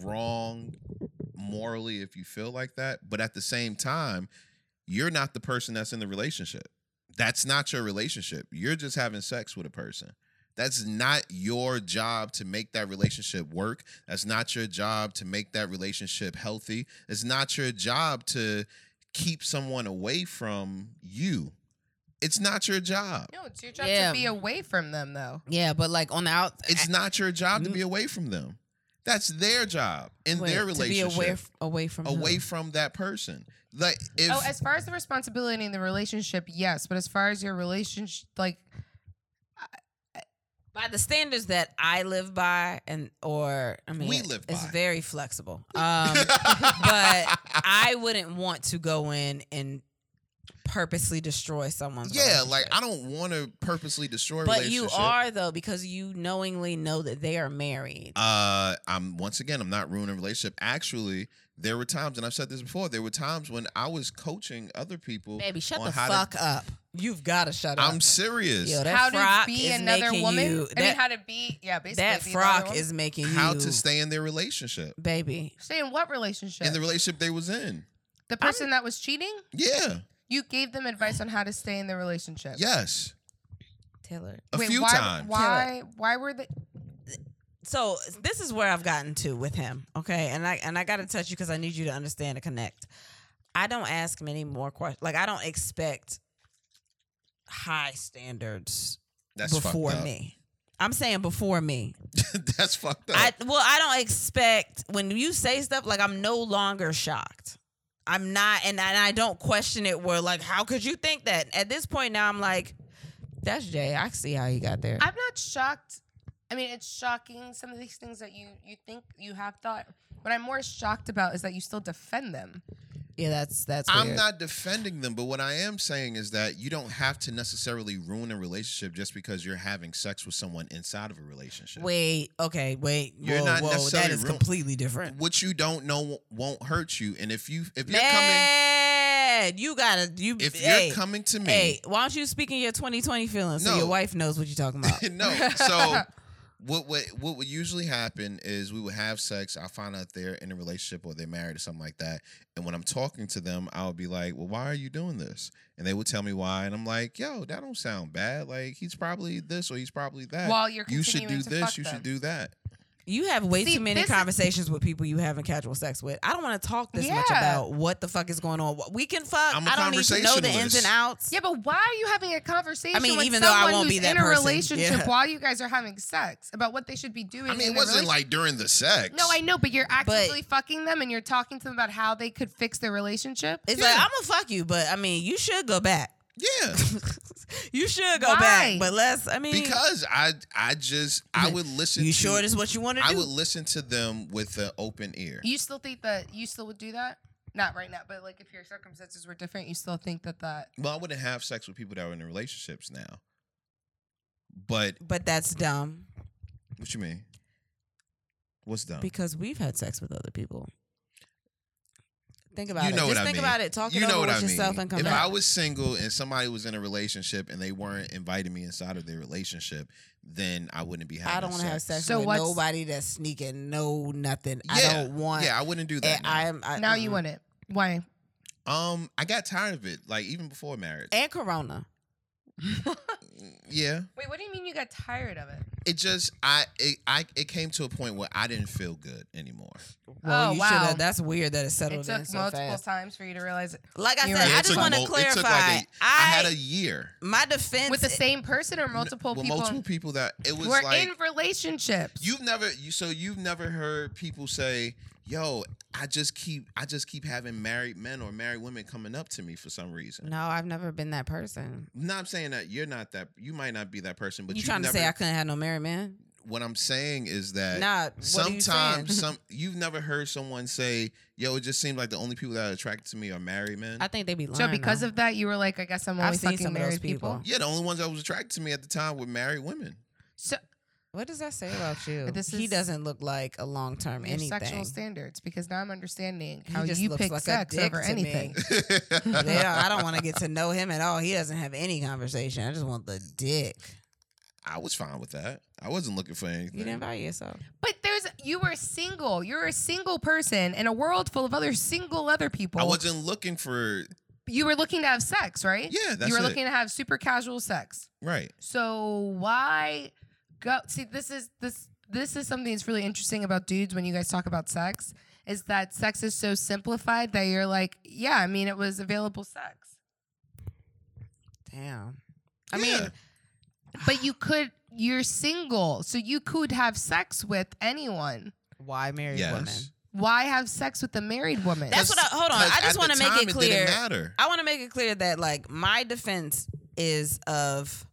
Speaker 2: wrong morally if you feel like that. But at the same time, you're not the person that's in the relationship. That's not your relationship. You're just having sex with a person. That's not your job to make that relationship work. That's not your job to make that relationship healthy. It's not your job to keep someone away from you. It's not your job.
Speaker 3: No, it's your job
Speaker 1: Yeah.
Speaker 3: to be away from them, though.
Speaker 1: Yeah, but like on the out,
Speaker 2: It's not your job to be away from them. That's their job in
Speaker 1: Wait,
Speaker 2: their
Speaker 1: Mm. to be
Speaker 2: relationship.
Speaker 1: away, f- away from
Speaker 2: away
Speaker 1: who?
Speaker 2: from that person. Like if
Speaker 3: oh, as far as the responsibility in the relationship, yes. But as far as your relationship, like,
Speaker 1: by the standards that I live by, and or I mean,
Speaker 2: We
Speaker 1: it-
Speaker 2: live
Speaker 1: it's
Speaker 2: by.
Speaker 1: very flexible. Um, but I wouldn't want to go in and purposely destroy someone's.
Speaker 2: yeah, like
Speaker 1: relationship.
Speaker 2: I don't want to purposely destroy.
Speaker 1: But you
Speaker 2: relationship.
Speaker 1: are though because you knowingly know that they are married.
Speaker 2: Uh, I'm once again, I'm not ruining a relationship. Actually, there were times, and I've said this before. There were times when I was coaching other people.
Speaker 1: Baby, shut
Speaker 2: on
Speaker 1: the
Speaker 2: how to-
Speaker 1: fuck up. You've got to shut
Speaker 2: I'm
Speaker 1: up.
Speaker 2: serious.
Speaker 1: Yo, that
Speaker 3: how to
Speaker 1: frock
Speaker 3: be
Speaker 1: is
Speaker 3: another
Speaker 1: making
Speaker 3: woman.
Speaker 1: you-
Speaker 3: I mean,
Speaker 1: that-
Speaker 3: how to be, yeah, basically.
Speaker 1: that
Speaker 3: be another
Speaker 1: frock
Speaker 3: woman.
Speaker 1: is making
Speaker 2: how
Speaker 1: you
Speaker 2: to stay in their relationship,
Speaker 1: baby.
Speaker 3: Stay in what relationship?
Speaker 2: in the relationship they was in.
Speaker 3: the person that was cheating?
Speaker 2: Yeah.
Speaker 3: You gave them advice on how to stay in the relationship.
Speaker 2: Yes.
Speaker 1: Taylor.
Speaker 2: A
Speaker 3: Wait,
Speaker 2: few
Speaker 3: why,
Speaker 2: times.
Speaker 3: Why? Why were they?
Speaker 1: So this is where I've gotten to with him. Okay, and I and I got to touch you because I need you to understand and connect. I don't ask many more questions. Like I don't expect high standards
Speaker 2: That's fucked
Speaker 1: before
Speaker 2: up.
Speaker 1: me. I'm saying before me.
Speaker 2: That's fucked up.
Speaker 1: I well, I don't expect when you say stuff like I'm no longer shocked. I'm not, and, and I don't question it. Where like, how could you think that? At this point now, I'm like, that's Jay. I see how he got there.
Speaker 3: I'm not shocked. I mean, it's shocking some of these things that you you think you have thought. What I'm more shocked about is that you still defend them.
Speaker 1: yeah, that's that's.
Speaker 2: I'm
Speaker 1: weird.
Speaker 2: not defending them, but what I am saying is that you don't have to necessarily ruin a relationship just because you're having sex with someone inside of a relationship.
Speaker 1: Wait, okay, wait.
Speaker 2: You're
Speaker 1: whoa,
Speaker 2: not
Speaker 1: whoa, that
Speaker 2: necessarily
Speaker 1: is
Speaker 2: ruin-
Speaker 1: completely different.
Speaker 2: What you don't know won't hurt you, and if you if you're coming
Speaker 1: Man, you gotta you.
Speaker 2: if
Speaker 1: hey,
Speaker 2: you're coming to me,
Speaker 1: hey, why don't you speak in your 2020 feelings so
Speaker 2: No.
Speaker 1: your wife knows what you're talking about?
Speaker 2: no. So what what what would usually happen is we would have sex. I find out they're in a relationship or they're married or something like that. And when I'm talking to them, I would be like, "Well, why are you doing this?" And they would tell me why, and I'm like, "Yo, that don't sound bad. Like he's probably this or he's probably that.
Speaker 3: While you're
Speaker 2: you should
Speaker 3: continuing
Speaker 2: do
Speaker 3: to
Speaker 2: this.
Speaker 3: fuck
Speaker 2: You should
Speaker 3: them."
Speaker 2: do that."
Speaker 1: You have way
Speaker 3: See,
Speaker 1: too many
Speaker 3: this is-
Speaker 1: conversations with people you having casual sex with. I don't want to talk this much
Speaker 3: Yeah.
Speaker 1: about what the fuck is going on. What- We can fuck.
Speaker 2: I'm a
Speaker 1: I don't need to know the ins
Speaker 2: conversationalist.
Speaker 1: and outs.
Speaker 3: Yeah, but why are you having a conversation?
Speaker 1: I mean,
Speaker 3: with
Speaker 1: even though I
Speaker 3: someone
Speaker 1: won't
Speaker 3: who's
Speaker 1: be that
Speaker 3: in a
Speaker 1: person,
Speaker 3: relationship
Speaker 1: yeah.
Speaker 3: while you guys are having sex about what they should be doing.
Speaker 2: I
Speaker 3: in
Speaker 2: mean, it
Speaker 3: a
Speaker 2: wasn't
Speaker 3: relationship.
Speaker 2: like during the sex.
Speaker 3: No, I know, but you're actively fucking them and you're talking to them about how they could fix their relationship.
Speaker 1: It's like I'm gonna fuck you, but I mean, you should go back.
Speaker 2: Yeah,
Speaker 1: you should go
Speaker 3: Why?
Speaker 1: back, but let's. I mean,
Speaker 2: because I I just I would listen.
Speaker 1: you
Speaker 2: to,
Speaker 1: sure this is what you want to do?
Speaker 2: I would listen to them with an open ear.
Speaker 3: you still think that you still would do that? Not right now, but like if your circumstances were different, you still think that that
Speaker 2: Well, I wouldn't have sex with people that are in relationships now. But
Speaker 1: but that's dumb
Speaker 2: what you mean? What's dumb?
Speaker 1: because we've had sex with other people. Think about
Speaker 2: you know
Speaker 1: it.
Speaker 2: what
Speaker 1: Just
Speaker 2: I
Speaker 1: think
Speaker 2: mean.
Speaker 1: about it. Talk it
Speaker 2: you know
Speaker 1: over
Speaker 2: what
Speaker 1: with
Speaker 2: I mean.
Speaker 1: yourself and come
Speaker 2: if
Speaker 1: back.
Speaker 2: I was single and somebody was in a relationship and they weren't inviting me inside of their relationship, then I wouldn't be having.
Speaker 1: I don't want to have sex
Speaker 3: So
Speaker 1: with
Speaker 3: what's-
Speaker 1: nobody that's sneaking. No, nothing. I
Speaker 2: Yeah.
Speaker 1: don't want.
Speaker 2: Yeah, I wouldn't do that.
Speaker 1: and
Speaker 2: now.
Speaker 1: I'm I,
Speaker 3: now you
Speaker 1: mm.
Speaker 3: wouldn't. Why?
Speaker 2: um, I got tired of it. Like even before marriage.
Speaker 1: and Corona.
Speaker 2: yeah,
Speaker 3: Wait, what do you mean you got tired of it?
Speaker 2: it just I it, I it came to a point where I didn't feel good anymore.
Speaker 1: Well,
Speaker 3: Oh,
Speaker 1: you
Speaker 3: wow.
Speaker 1: shoulda- That's weird that it settled
Speaker 3: It took
Speaker 1: in so
Speaker 3: multiple
Speaker 1: fast.
Speaker 3: times for you to realize it.
Speaker 1: Like I
Speaker 3: You're
Speaker 1: said,
Speaker 3: right.
Speaker 2: Yeah,
Speaker 1: I
Speaker 2: it
Speaker 1: just
Speaker 2: took
Speaker 1: want to
Speaker 2: mul- it took like
Speaker 1: clarify.
Speaker 2: a- I had a
Speaker 1: I
Speaker 2: year.
Speaker 1: my defense
Speaker 3: With the same person or multiple
Speaker 2: with
Speaker 3: people?
Speaker 2: multiple people that it was
Speaker 3: We're
Speaker 2: like
Speaker 3: in relationships.
Speaker 2: You've never you so you've never heard people say, "Yo, I just keep I just keep having married men or married women coming up to me for some reason."
Speaker 1: No, I've never been that person.
Speaker 2: No, I'm saying that you're not that. You might not be that person, but
Speaker 1: you
Speaker 2: you've
Speaker 1: trying
Speaker 2: never,
Speaker 1: to say I couldn't have no married man?
Speaker 2: What I'm saying is that
Speaker 1: Nah. What are you
Speaker 2: sometimes
Speaker 1: saying?
Speaker 2: some you've never heard someone say, "Yo, it just seems like the only people that are attracted to me are married men."
Speaker 1: I think they be lying.
Speaker 3: so because
Speaker 1: though.
Speaker 3: of that, you were like, I guess I'm
Speaker 1: I've
Speaker 3: only
Speaker 1: seen
Speaker 3: fucking
Speaker 1: some of those
Speaker 3: married people.
Speaker 1: people.
Speaker 2: yeah, the only ones that was attracted to me at the time were married women.
Speaker 3: So
Speaker 1: what does that say about you?
Speaker 3: This
Speaker 1: he
Speaker 3: is-
Speaker 1: doesn't look like a long term
Speaker 3: your sexual
Speaker 1: anything.
Speaker 3: standards, because now I'm understanding
Speaker 1: He
Speaker 3: how
Speaker 1: just
Speaker 3: you
Speaker 1: looks
Speaker 3: pick
Speaker 1: like a
Speaker 3: sex
Speaker 1: dick
Speaker 3: over
Speaker 1: to me.
Speaker 3: anything.
Speaker 1: yeah, I don't want to get to know him at all. He doesn't have any conversation. I just want the dick.
Speaker 2: I was fine with that. I wasn't looking for anything.
Speaker 1: You didn't value yourself.
Speaker 3: But there's you were single. You're a single person in a world full of other single other people.
Speaker 2: I wasn't looking for
Speaker 3: you were looking to have sex, right?
Speaker 2: Yeah, that's
Speaker 3: you were
Speaker 2: it.
Speaker 3: looking to have super casual sex.
Speaker 2: right.
Speaker 3: So why go see this is this this is something that's really interesting about dudes when you guys talk about sex is that sex is so simplified that you're like, yeah, I mean it was available sex.
Speaker 1: Damn. I
Speaker 2: Yeah.
Speaker 1: mean,
Speaker 3: But you could you're single, so you could have sex with anyone.
Speaker 1: why marry
Speaker 2: Yes.
Speaker 1: women?
Speaker 3: Why have sex with a married woman?
Speaker 1: That's what I- hold on, I
Speaker 2: 'Cause
Speaker 1: just
Speaker 2: at the
Speaker 1: wanna make
Speaker 2: time,
Speaker 1: it
Speaker 2: didn't
Speaker 1: clear.
Speaker 2: matter.
Speaker 1: I want to make it clear that like my defense is of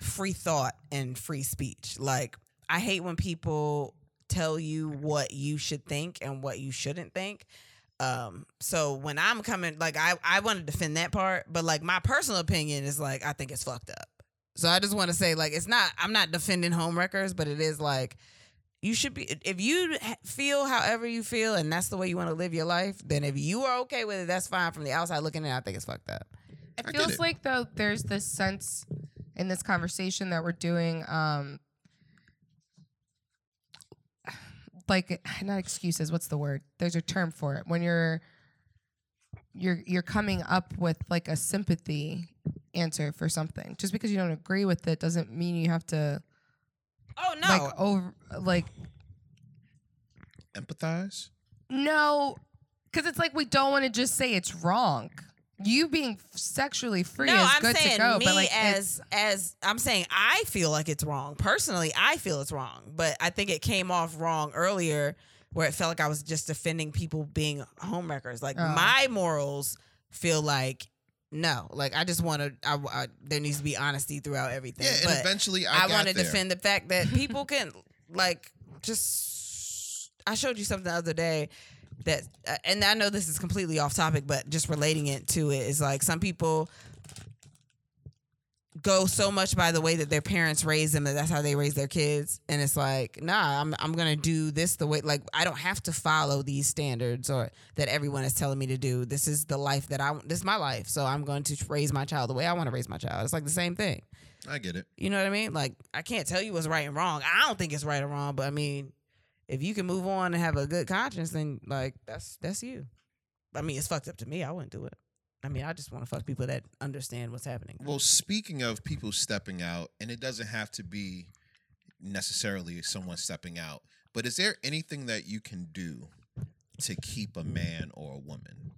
Speaker 1: free thought and free speech. Like I hate when people tell you what you should think and what you shouldn't think. Um, so when I'm coming, like I, I want to defend that part, but like my personal opinion is like I think it's fucked up. So I just want to say like it's not I'm not defending homewreckers, but it is like you should be if you ha- feel however you feel and that's the way you want to live your life then if you are okay with it that's fine from the outside looking in i think it's fucked up
Speaker 2: I
Speaker 3: It
Speaker 2: get
Speaker 3: feels
Speaker 2: it.
Speaker 3: like though there's this sense in this conversation that we're doing, um, like not excuses. What's the word? There's a term for it when you're you're you're coming up with like a sympathy answer for something. Just because you don't agree with it doesn't mean you have to
Speaker 1: oh no
Speaker 3: like over like
Speaker 2: Empathize.
Speaker 3: no, because it's like we don't want to just say it's wrong. You being sexually free
Speaker 1: no
Speaker 3: is
Speaker 1: i'm
Speaker 3: good
Speaker 1: saying
Speaker 3: to go,
Speaker 1: me
Speaker 3: but like it's-
Speaker 1: as as i'm saying i feel like it's wrong personally i feel it's wrong but i think it came off wrong earlier where it felt like i was just defending people being homewreckers like
Speaker 3: Oh.
Speaker 1: my morals feel like no like i just want to I, I there needs to be honesty throughout everything
Speaker 2: Yeah,
Speaker 1: but
Speaker 2: and eventually I,
Speaker 1: I,
Speaker 2: got
Speaker 1: want to
Speaker 2: there.
Speaker 1: defend the fact that people can like just. I showed you something the other day that, uh, and I know this is completely off topic, but just relating it to it is like some people go so much by the way that their parents raised them that that's how they raise their kids and it's like nah I'm, I'm gonna do this the way like i don't have to follow these standards or that everyone is telling me to do this is the life that i this is my life so i'm going to raise my child the way i want to raise my child it's like the same thing
Speaker 2: I get it.
Speaker 1: you know what I mean? Like I can't tell you what's right and wrong. I don't think it's right or wrong, but I mean, if you can move on and have a good conscience, then like that's that's you. I mean, it's fucked up to me. I wouldn't do it. I mean, I just want to fuck people that understand what's happening.
Speaker 2: Well, speaking of people stepping out, and it doesn't have to be necessarily someone stepping out, but is there anything that you can do to keep a man or a woman?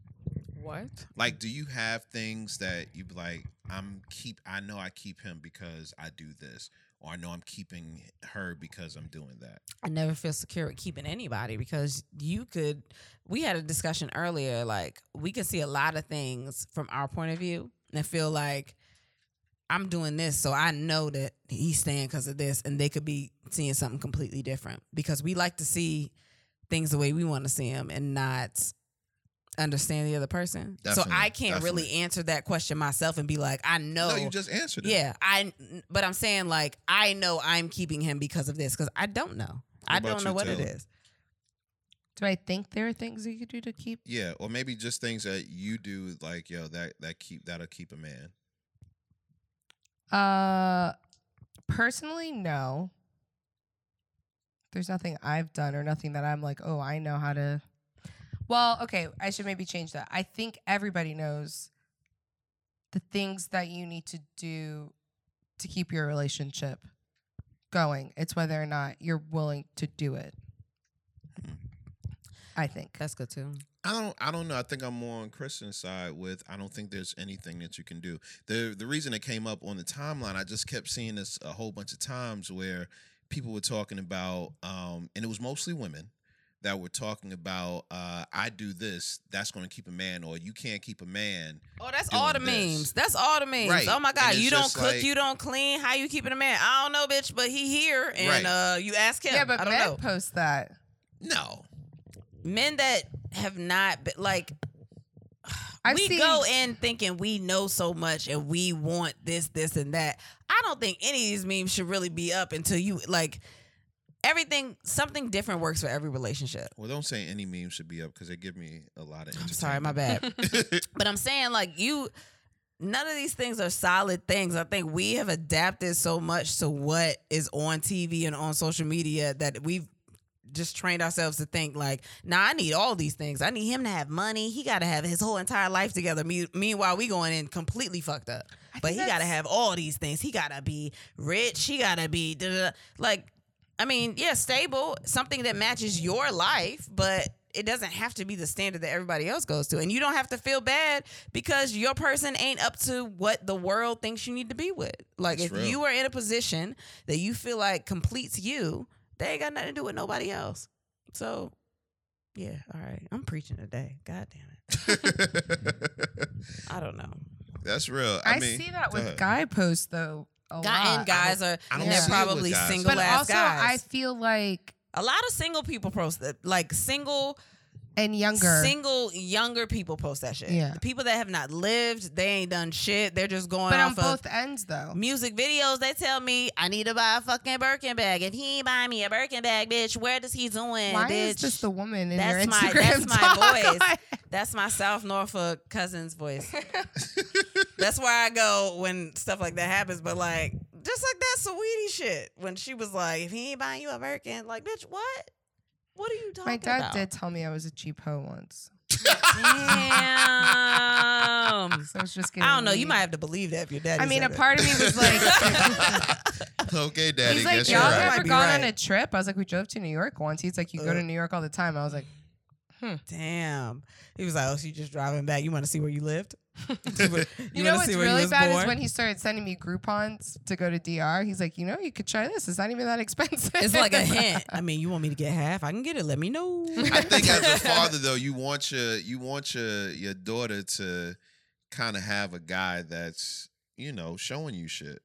Speaker 1: What?
Speaker 2: Like, do you have things that you be like? I'm keep. I know I keep him because I do this, or I know I'm keeping her because I'm doing that.
Speaker 1: I never feel secure with keeping anybody because you could. We had a discussion earlier. Like we can see a lot of things from our point of view and feel like I'm doing this, so I know that he's staying because of this, and they could be seeing something completely different because we like to see things the way we want to see them and not understand the other person. so
Speaker 2: Definitely,
Speaker 1: I can't really
Speaker 2: definitely.
Speaker 1: answer that question myself and be like, I know.
Speaker 2: No, you just answered it.
Speaker 1: Yeah, I. But I'm saying like I know I'm keeping him because of this because I don't know. I
Speaker 2: about
Speaker 1: don't know
Speaker 2: you,
Speaker 1: what it
Speaker 2: Taylor?
Speaker 1: is.
Speaker 3: Do I think there are things you could do to keep?
Speaker 2: Yeah, or maybe just things that you do, like yo, that that keep that'll keep a man.
Speaker 3: Uh, personally, no. There's nothing I've done or nothing that I'm like, oh, I know how to. Well, okay, I should maybe change that. I think everybody knows the things that you need to do to keep your relationship going. It's whether or not you're willing to do it. I think.
Speaker 1: Hmm. That's good too.
Speaker 2: I don't I don't know. I think I'm more on Christian's side with I don't think there's anything that you can do. The the reason it came up on the timeline, I just kept seeing this a whole bunch of times where people were talking about um and it was mostly women that were talking about uh I do this, that's gonna keep a man, or you can't keep a man.
Speaker 1: Oh, that's
Speaker 2: Doing
Speaker 1: all the
Speaker 2: this.
Speaker 1: memes. That's all the memes.
Speaker 2: Right.
Speaker 1: Oh my
Speaker 2: And
Speaker 1: god,
Speaker 2: it's
Speaker 1: you don't
Speaker 2: just
Speaker 1: cook,
Speaker 2: like-
Speaker 1: you don't clean. How you keeping a man? I don't know, bitch, but he here and uh you ask him.
Speaker 3: yeah, but
Speaker 1: I don't
Speaker 3: men
Speaker 1: know.
Speaker 3: post that.
Speaker 2: No.
Speaker 1: Men that have not been, like
Speaker 3: I've
Speaker 1: we
Speaker 3: seen-
Speaker 1: go in thinking we know so much and we want this, this, and that. I don't think any of these memes should really be up until you like everything. Something different works for every relationship.
Speaker 2: Well don't say any memes should be up because they give me a lot of
Speaker 1: I'm sorry, my bad.
Speaker 2: entertainment.
Speaker 1: But I'm saying like you none of these things are solid things. I think we have adapted so much to what is on TV and on social media that we've just trained ourselves to think like, nah, I need all these things. I need him to have money. He got to have his whole entire life together. Me- meanwhile, we going in completely fucked up.
Speaker 3: I
Speaker 1: But
Speaker 3: think
Speaker 1: he got to
Speaker 3: that's-
Speaker 1: have all these things. He got to be rich. He got to be da, da, da. like, I mean, yeah, stable, something that matches your life, but it doesn't have to be the standard that everybody else goes to. And you don't have to feel bad because your person ain't up to what the world thinks you need to be with. Like,
Speaker 2: That's
Speaker 1: if
Speaker 2: real.
Speaker 1: you are in a position that you feel like completes you, they ain't got nothing to do with nobody else. So, yeah, all right. I'm preaching today. God damn it. I don't know.
Speaker 2: That's real. I,
Speaker 3: I,
Speaker 2: mean,
Speaker 3: see that
Speaker 2: go
Speaker 3: with
Speaker 2: ahead.
Speaker 3: guy posts though. A
Speaker 1: Guy
Speaker 3: lot.
Speaker 1: and guys are
Speaker 2: I
Speaker 3: Oh, don't
Speaker 1: they're
Speaker 3: see
Speaker 2: it with
Speaker 1: probably
Speaker 2: guys.
Speaker 1: single
Speaker 3: but
Speaker 1: ass
Speaker 3: also I
Speaker 1: guys.
Speaker 3: feel like
Speaker 1: A lot of single people post that, like single
Speaker 3: and younger.
Speaker 1: single younger people post that shit.
Speaker 3: Yeah.
Speaker 1: The people that have not lived, they ain't done shit. They're just going
Speaker 3: but on
Speaker 1: off of
Speaker 3: both ends though.
Speaker 1: music videos. They tell me I need to buy a fucking Birkin bag. If he ain't buy me a Birkin bag, bitch, where does he doing,
Speaker 3: Why
Speaker 1: bitch?
Speaker 3: is this the woman in
Speaker 1: That's
Speaker 3: your
Speaker 1: my-
Speaker 3: Instagram
Speaker 1: that's my
Speaker 3: talk?
Speaker 1: voice. That's my South Norfolk cousin's voice. That's where I go when stuff like that happens. But like, just like that Saweetie shit, when she was like, "If he ain't buying you a Birkin, like, bitch, what? What are you talking
Speaker 3: my dad
Speaker 1: about?"
Speaker 3: did tell me I was a cheap hoe once.
Speaker 1: Damn.
Speaker 3: So I was just getting
Speaker 1: I don't know. You
Speaker 3: weed.
Speaker 1: might have to believe that if your dad.
Speaker 3: I mean, a part of me was like,
Speaker 2: okay, daddy.
Speaker 3: he's like,
Speaker 2: guess
Speaker 3: y'all
Speaker 2: you're
Speaker 1: have
Speaker 2: right.
Speaker 1: Might
Speaker 3: ever
Speaker 1: be
Speaker 3: gone
Speaker 1: right.
Speaker 3: on a trip? I was like, we drove to New York once. He's like, you go
Speaker 1: Ugh.
Speaker 3: to New York all the time. I was like,
Speaker 1: Damn. He was like, "Oh, she just driving back. You want to see where you lived?
Speaker 3: you, know
Speaker 1: wanna
Speaker 3: what's
Speaker 1: see where you
Speaker 3: really
Speaker 1: was
Speaker 3: bad is
Speaker 1: born?
Speaker 3: when he started sending me Groupons to go to DR. He's like, you know, you could try this. It's not even that expensive.
Speaker 1: It's like a hint. I mean, you want me to get half? I can get it. Let me know.
Speaker 2: I think as a father though, you want your you want your your daughter to kind of have a guy that's you know showing you shit.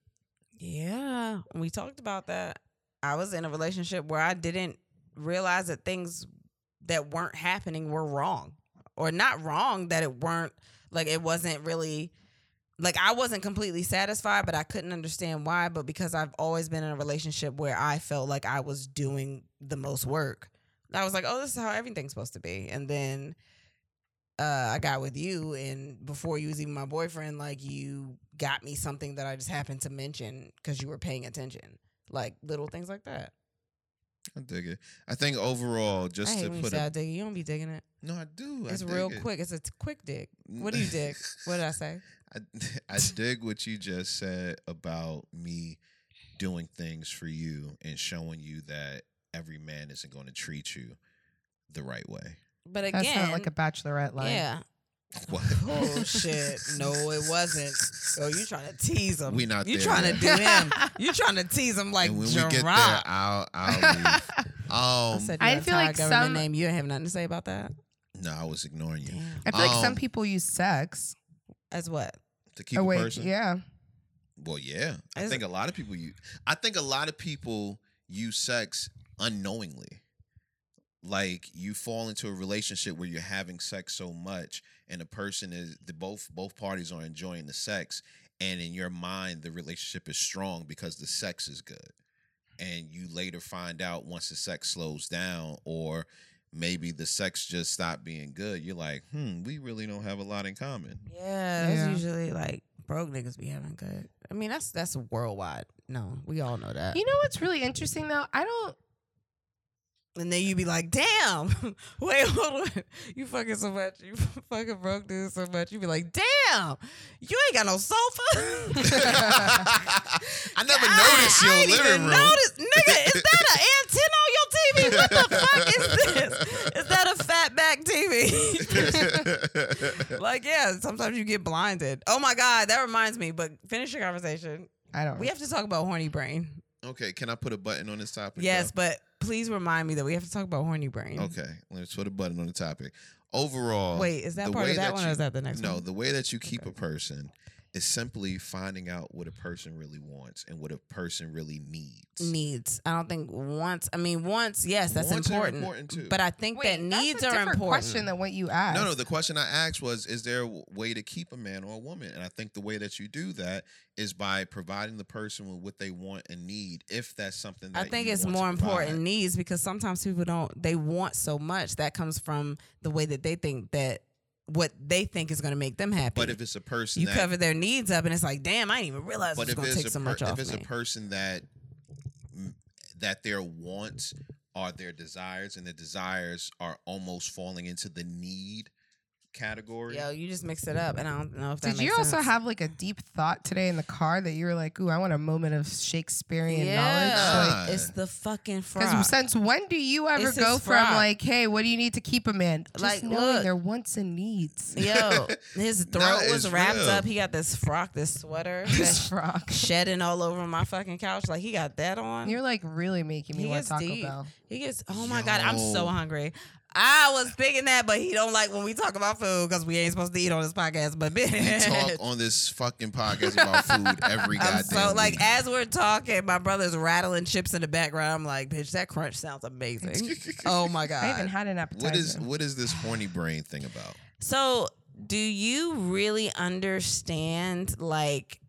Speaker 1: Yeah, we talked about that. I was in a relationship where I didn't realize that things that weren't happening were wrong, or not wrong that it weren't like it wasn't really like I wasn't completely satisfied, but I couldn't understand why. But because I've always been in a relationship where I felt like I was doing the most work, I was like, oh, this is how everything's supposed to be. And then uh, I got with you, and before you was even my boyfriend, like you got me something that I just happened to mention because you were paying attention, like little things like that.
Speaker 2: I dig it. I think overall, just
Speaker 1: I hate
Speaker 2: to
Speaker 1: when you
Speaker 2: put
Speaker 1: say I
Speaker 2: a
Speaker 1: dig it. You don't be digging it.
Speaker 2: no, I do. I
Speaker 1: It's
Speaker 2: dig
Speaker 1: real
Speaker 2: it.
Speaker 1: quick. It's a t- quick dig. What do you dig? What did I say?
Speaker 2: I, I dig what you just said about me doing things for you and showing you that every man isn't going to treat you the right way.
Speaker 1: But again,
Speaker 3: That's not like a bachelorette line.
Speaker 1: yeah.
Speaker 2: What?
Speaker 1: Oh shit! No, it wasn't. Oh, you trying to tease him?
Speaker 2: We not
Speaker 1: You
Speaker 2: there
Speaker 1: trying to
Speaker 2: yet.
Speaker 1: do him? You trying to tease him like
Speaker 2: and when
Speaker 1: Gerard?
Speaker 2: we get there, I'll I'll Oh, leave. Um,
Speaker 1: I said
Speaker 3: I
Speaker 1: your
Speaker 3: feel
Speaker 1: entire
Speaker 3: like
Speaker 1: government
Speaker 3: some-
Speaker 1: name. You don't have nothing to say about that.
Speaker 2: no, I was ignoring you.
Speaker 1: Damn.
Speaker 3: I feel like some
Speaker 2: Um,
Speaker 3: people use sex.
Speaker 1: As what?
Speaker 2: To keep
Speaker 3: oh
Speaker 2: a
Speaker 3: wait,
Speaker 2: person.
Speaker 3: yeah.
Speaker 2: Well, yeah. I
Speaker 1: Is-
Speaker 2: think a lot of people use. I think a lot of people use sex unknowingly. Like you fall into a relationship where you're having sex so much, and the person is the both both parties are enjoying the sex, and in your mind the relationship is strong because the sex is good, and you later find out once the sex slows down or maybe the sex just stopped being good. You're like, hmm, we really don't have a lot in common.
Speaker 1: Yeah, that's
Speaker 3: Yeah.
Speaker 1: usually like broke niggas be having good. I mean, that's that's worldwide. No, we all know that.
Speaker 3: You know what's really interesting though? I don't.
Speaker 1: and then you be like, "Damn, wait, hold on, you fucking so much, you fucking broke dude so much." You be like, "Damn, you ain't got no sofa."
Speaker 2: I never
Speaker 1: I-
Speaker 2: noticed
Speaker 1: I
Speaker 2: your
Speaker 1: ain't
Speaker 2: living
Speaker 1: even
Speaker 2: room.
Speaker 1: notice- nigga, is that an antenna on your TV? What the fuck is this? Is that a fat back TV? like, yeah, sometimes you get blinded. Oh my God, that reminds me, but finish your conversation.
Speaker 3: I don't.
Speaker 1: We have to talk about horny brain.
Speaker 2: okay, can I put a button on this topic?
Speaker 1: Yes, but please remind me that we have to talk about horny brain.
Speaker 2: though? Okay, let's put a button on the topic. Overall,
Speaker 1: Wait, is that
Speaker 2: the
Speaker 1: part
Speaker 2: way
Speaker 1: of that, one
Speaker 2: you-
Speaker 1: or is that the next
Speaker 2: no,
Speaker 1: one?
Speaker 2: the way that you keep a person is simply finding out what a person really wants and what a person really needs.
Speaker 1: needs. I don't think once. I mean, once, yes, that's
Speaker 2: Wants are
Speaker 1: important.
Speaker 2: important, too.
Speaker 1: But I think that
Speaker 3: that's
Speaker 1: needs
Speaker 3: a
Speaker 1: are
Speaker 3: different
Speaker 1: important.
Speaker 3: question than what you asked.
Speaker 2: No, no. The question I asked was, is there a w- way to keep a man or a woman? And I think the way that you do that is by providing the person with what they want and need, if that's something that
Speaker 1: I think
Speaker 2: you
Speaker 1: it's
Speaker 2: want to
Speaker 1: more
Speaker 2: provide.
Speaker 1: important needs because sometimes people don't they want so much that comes from the way that they think that what they think is going to make them happy.
Speaker 2: But if it's a person
Speaker 1: you
Speaker 2: that
Speaker 1: cover their needs up and it's like, damn, I didn't even realize
Speaker 2: but
Speaker 1: it's
Speaker 2: if
Speaker 1: going to
Speaker 2: it's
Speaker 1: take
Speaker 2: a
Speaker 1: so
Speaker 2: per-
Speaker 1: much
Speaker 2: if
Speaker 1: off
Speaker 2: it's
Speaker 1: me.
Speaker 2: a person that that their wants are their desires, and their desires are almost falling into the need category.
Speaker 1: Yo, you just mix it up, and I don't know if that
Speaker 3: Did you
Speaker 1: makes
Speaker 3: also
Speaker 1: sense.
Speaker 3: have like a deep thought today in the car that you were like, "Ooh, I want a moment of Shakespearean knowledge"?
Speaker 2: Nah.
Speaker 1: yeah.
Speaker 2: Like-
Speaker 1: it's the fucking frog.
Speaker 3: Because since when do you ever
Speaker 1: It's
Speaker 3: go
Speaker 1: his
Speaker 3: from
Speaker 1: frock.
Speaker 3: like, "Hey, what do you need to keep a man?" Just
Speaker 1: Like,
Speaker 3: knowing
Speaker 1: look.
Speaker 3: their wants and needs.
Speaker 1: Yo, his throat
Speaker 2: Nah,
Speaker 1: was
Speaker 2: it's
Speaker 1: wrapped
Speaker 2: real.
Speaker 1: up. He got this frock, this sweater,
Speaker 3: This
Speaker 1: that's
Speaker 3: frock.
Speaker 1: shedding all over my fucking couch. Like he got that on.
Speaker 3: You're like really making me
Speaker 1: He
Speaker 3: want
Speaker 1: is
Speaker 3: Taco
Speaker 1: deep.
Speaker 3: Bell.
Speaker 1: He gets. Oh my god, I'm so
Speaker 2: Yo.
Speaker 1: hungry. I was thinking that, but he don't like when we talk about food because we ain't supposed to eat on this podcast. But
Speaker 2: We
Speaker 1: bitch,
Speaker 2: talk on this fucking podcast about food every goddamn
Speaker 1: I'm so like
Speaker 2: week.
Speaker 1: as we're talking, my brother's rattling chips in the background. I'm like, bitch, that crunch sounds amazing. oh my
Speaker 3: I haven't
Speaker 1: god.
Speaker 3: had an appetizer.
Speaker 2: what is what is this horny brain thing about?
Speaker 1: So, do you really understand like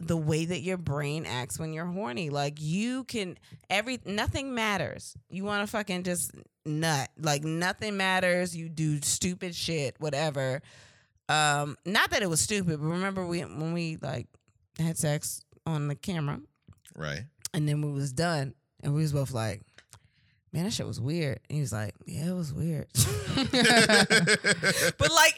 Speaker 1: the way that your brain acts when you're horny? Like you can every nothing matters. You want to fucking just nut. Like nothing matters. You do stupid shit, whatever. Um, not that it was stupid, but remember we when we like had sex on the camera
Speaker 2: Right?
Speaker 1: and then we was done, and we was both like, "Man, that shit was weird." And he was like, "Yeah, it was weird." but like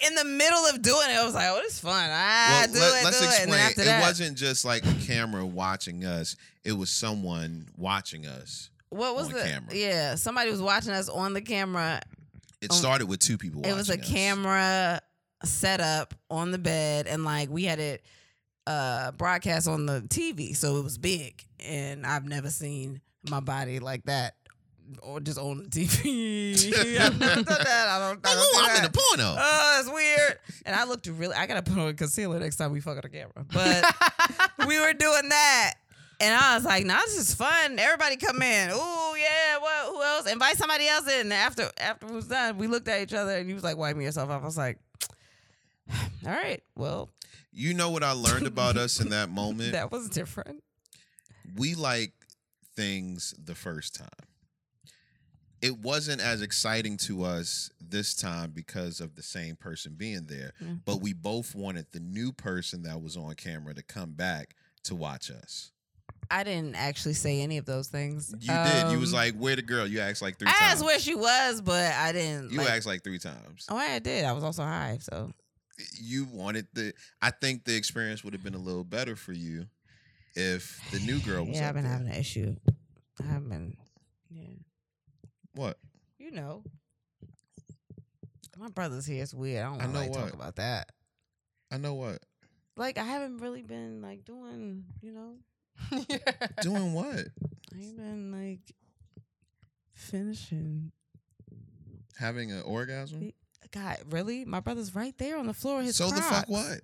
Speaker 1: in the middle of doing it, I was like, "Oh, this is fun. I do it, do
Speaker 2: us
Speaker 1: it." And
Speaker 2: explain.
Speaker 1: then after that,
Speaker 2: it wasn't just like a camera watching us. It was someone watching us.
Speaker 1: what was
Speaker 2: on
Speaker 1: the
Speaker 2: camera.
Speaker 1: yeah? Somebody was watching us on the camera.
Speaker 2: It
Speaker 1: Oh.
Speaker 2: started with two people.
Speaker 1: it was a
Speaker 2: watching us.
Speaker 1: camera set up on the bed, and like we had it uh broadcast on the TV, so it was big, and I've never seen my body like that. Or just on the TV. I've never done that. I don't. I
Speaker 2: Like,
Speaker 1: don't
Speaker 2: oh,
Speaker 1: do
Speaker 2: I'm
Speaker 1: that.
Speaker 2: in a porno.
Speaker 1: oh, that's weird. And I looked really, I gotta put on concealer next time we fuck on the camera. But we were doing that. And I was like, nah, this is fun. Everybody come in. Ooh, yeah, what who else? Invite somebody else in. And after after it was done, we looked at each other and he was like, wiping yourself off. I was like, all right, well,
Speaker 2: you know what I learned about us in that moment?
Speaker 1: that was different.
Speaker 2: we like things the first time. It wasn't as exciting to us this time because of the same person being there,
Speaker 1: Yeah.
Speaker 2: but we both wanted the new person that was on camera to come back to watch us.
Speaker 1: I didn't actually say any of those things.
Speaker 2: You did. You was
Speaker 1: Um,
Speaker 2: like, "Where the girl?" You asked like three
Speaker 1: I
Speaker 2: times.
Speaker 1: asked where she was, but I didn't.
Speaker 2: you
Speaker 1: like-
Speaker 2: asked like three times.
Speaker 1: Oh, I did. I was also high, so
Speaker 2: You wanted the. I think the experience would have been a little better for you if the new girl was.
Speaker 1: Yeah,
Speaker 2: up
Speaker 1: I've been
Speaker 2: there.
Speaker 1: having an issue. I've been, yeah.
Speaker 2: What?
Speaker 1: You know. My brother's here. It's weird. I don't
Speaker 2: I
Speaker 1: want to
Speaker 2: know
Speaker 1: like, talk
Speaker 2: what.
Speaker 1: about that.
Speaker 2: I know what.
Speaker 1: Like I haven't really been like doing, you know,
Speaker 2: Doing what?
Speaker 1: I've been like finishing.
Speaker 2: having an orgasm.
Speaker 1: God, really? My brother's right there on the floor. with His
Speaker 2: Mm-hmm. so the fuck
Speaker 1: Crocs.
Speaker 2: what?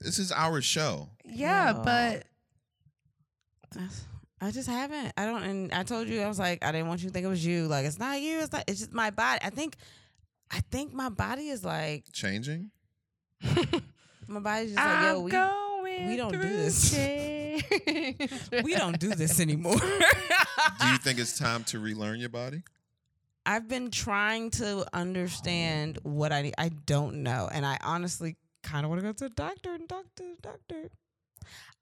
Speaker 2: This is our show.
Speaker 3: yeah,
Speaker 1: No.
Speaker 3: but
Speaker 1: That's- I just haven't. I don't. And I told you, I was like, I didn't want you to think it was you. Like it's not you. It's not. It's just my body. I think. I think my body is like
Speaker 2: Changing?
Speaker 1: my body's just like yo.
Speaker 3: I'm
Speaker 1: We
Speaker 3: going.
Speaker 1: we don't do
Speaker 3: through
Speaker 1: this.
Speaker 3: change.
Speaker 1: we don't do this anymore.
Speaker 2: Do you think it's time to relearn your body?
Speaker 1: I've been trying to understand what I need. I don't know. And I honestly kind of want to go to a doctor and talk to the doctor.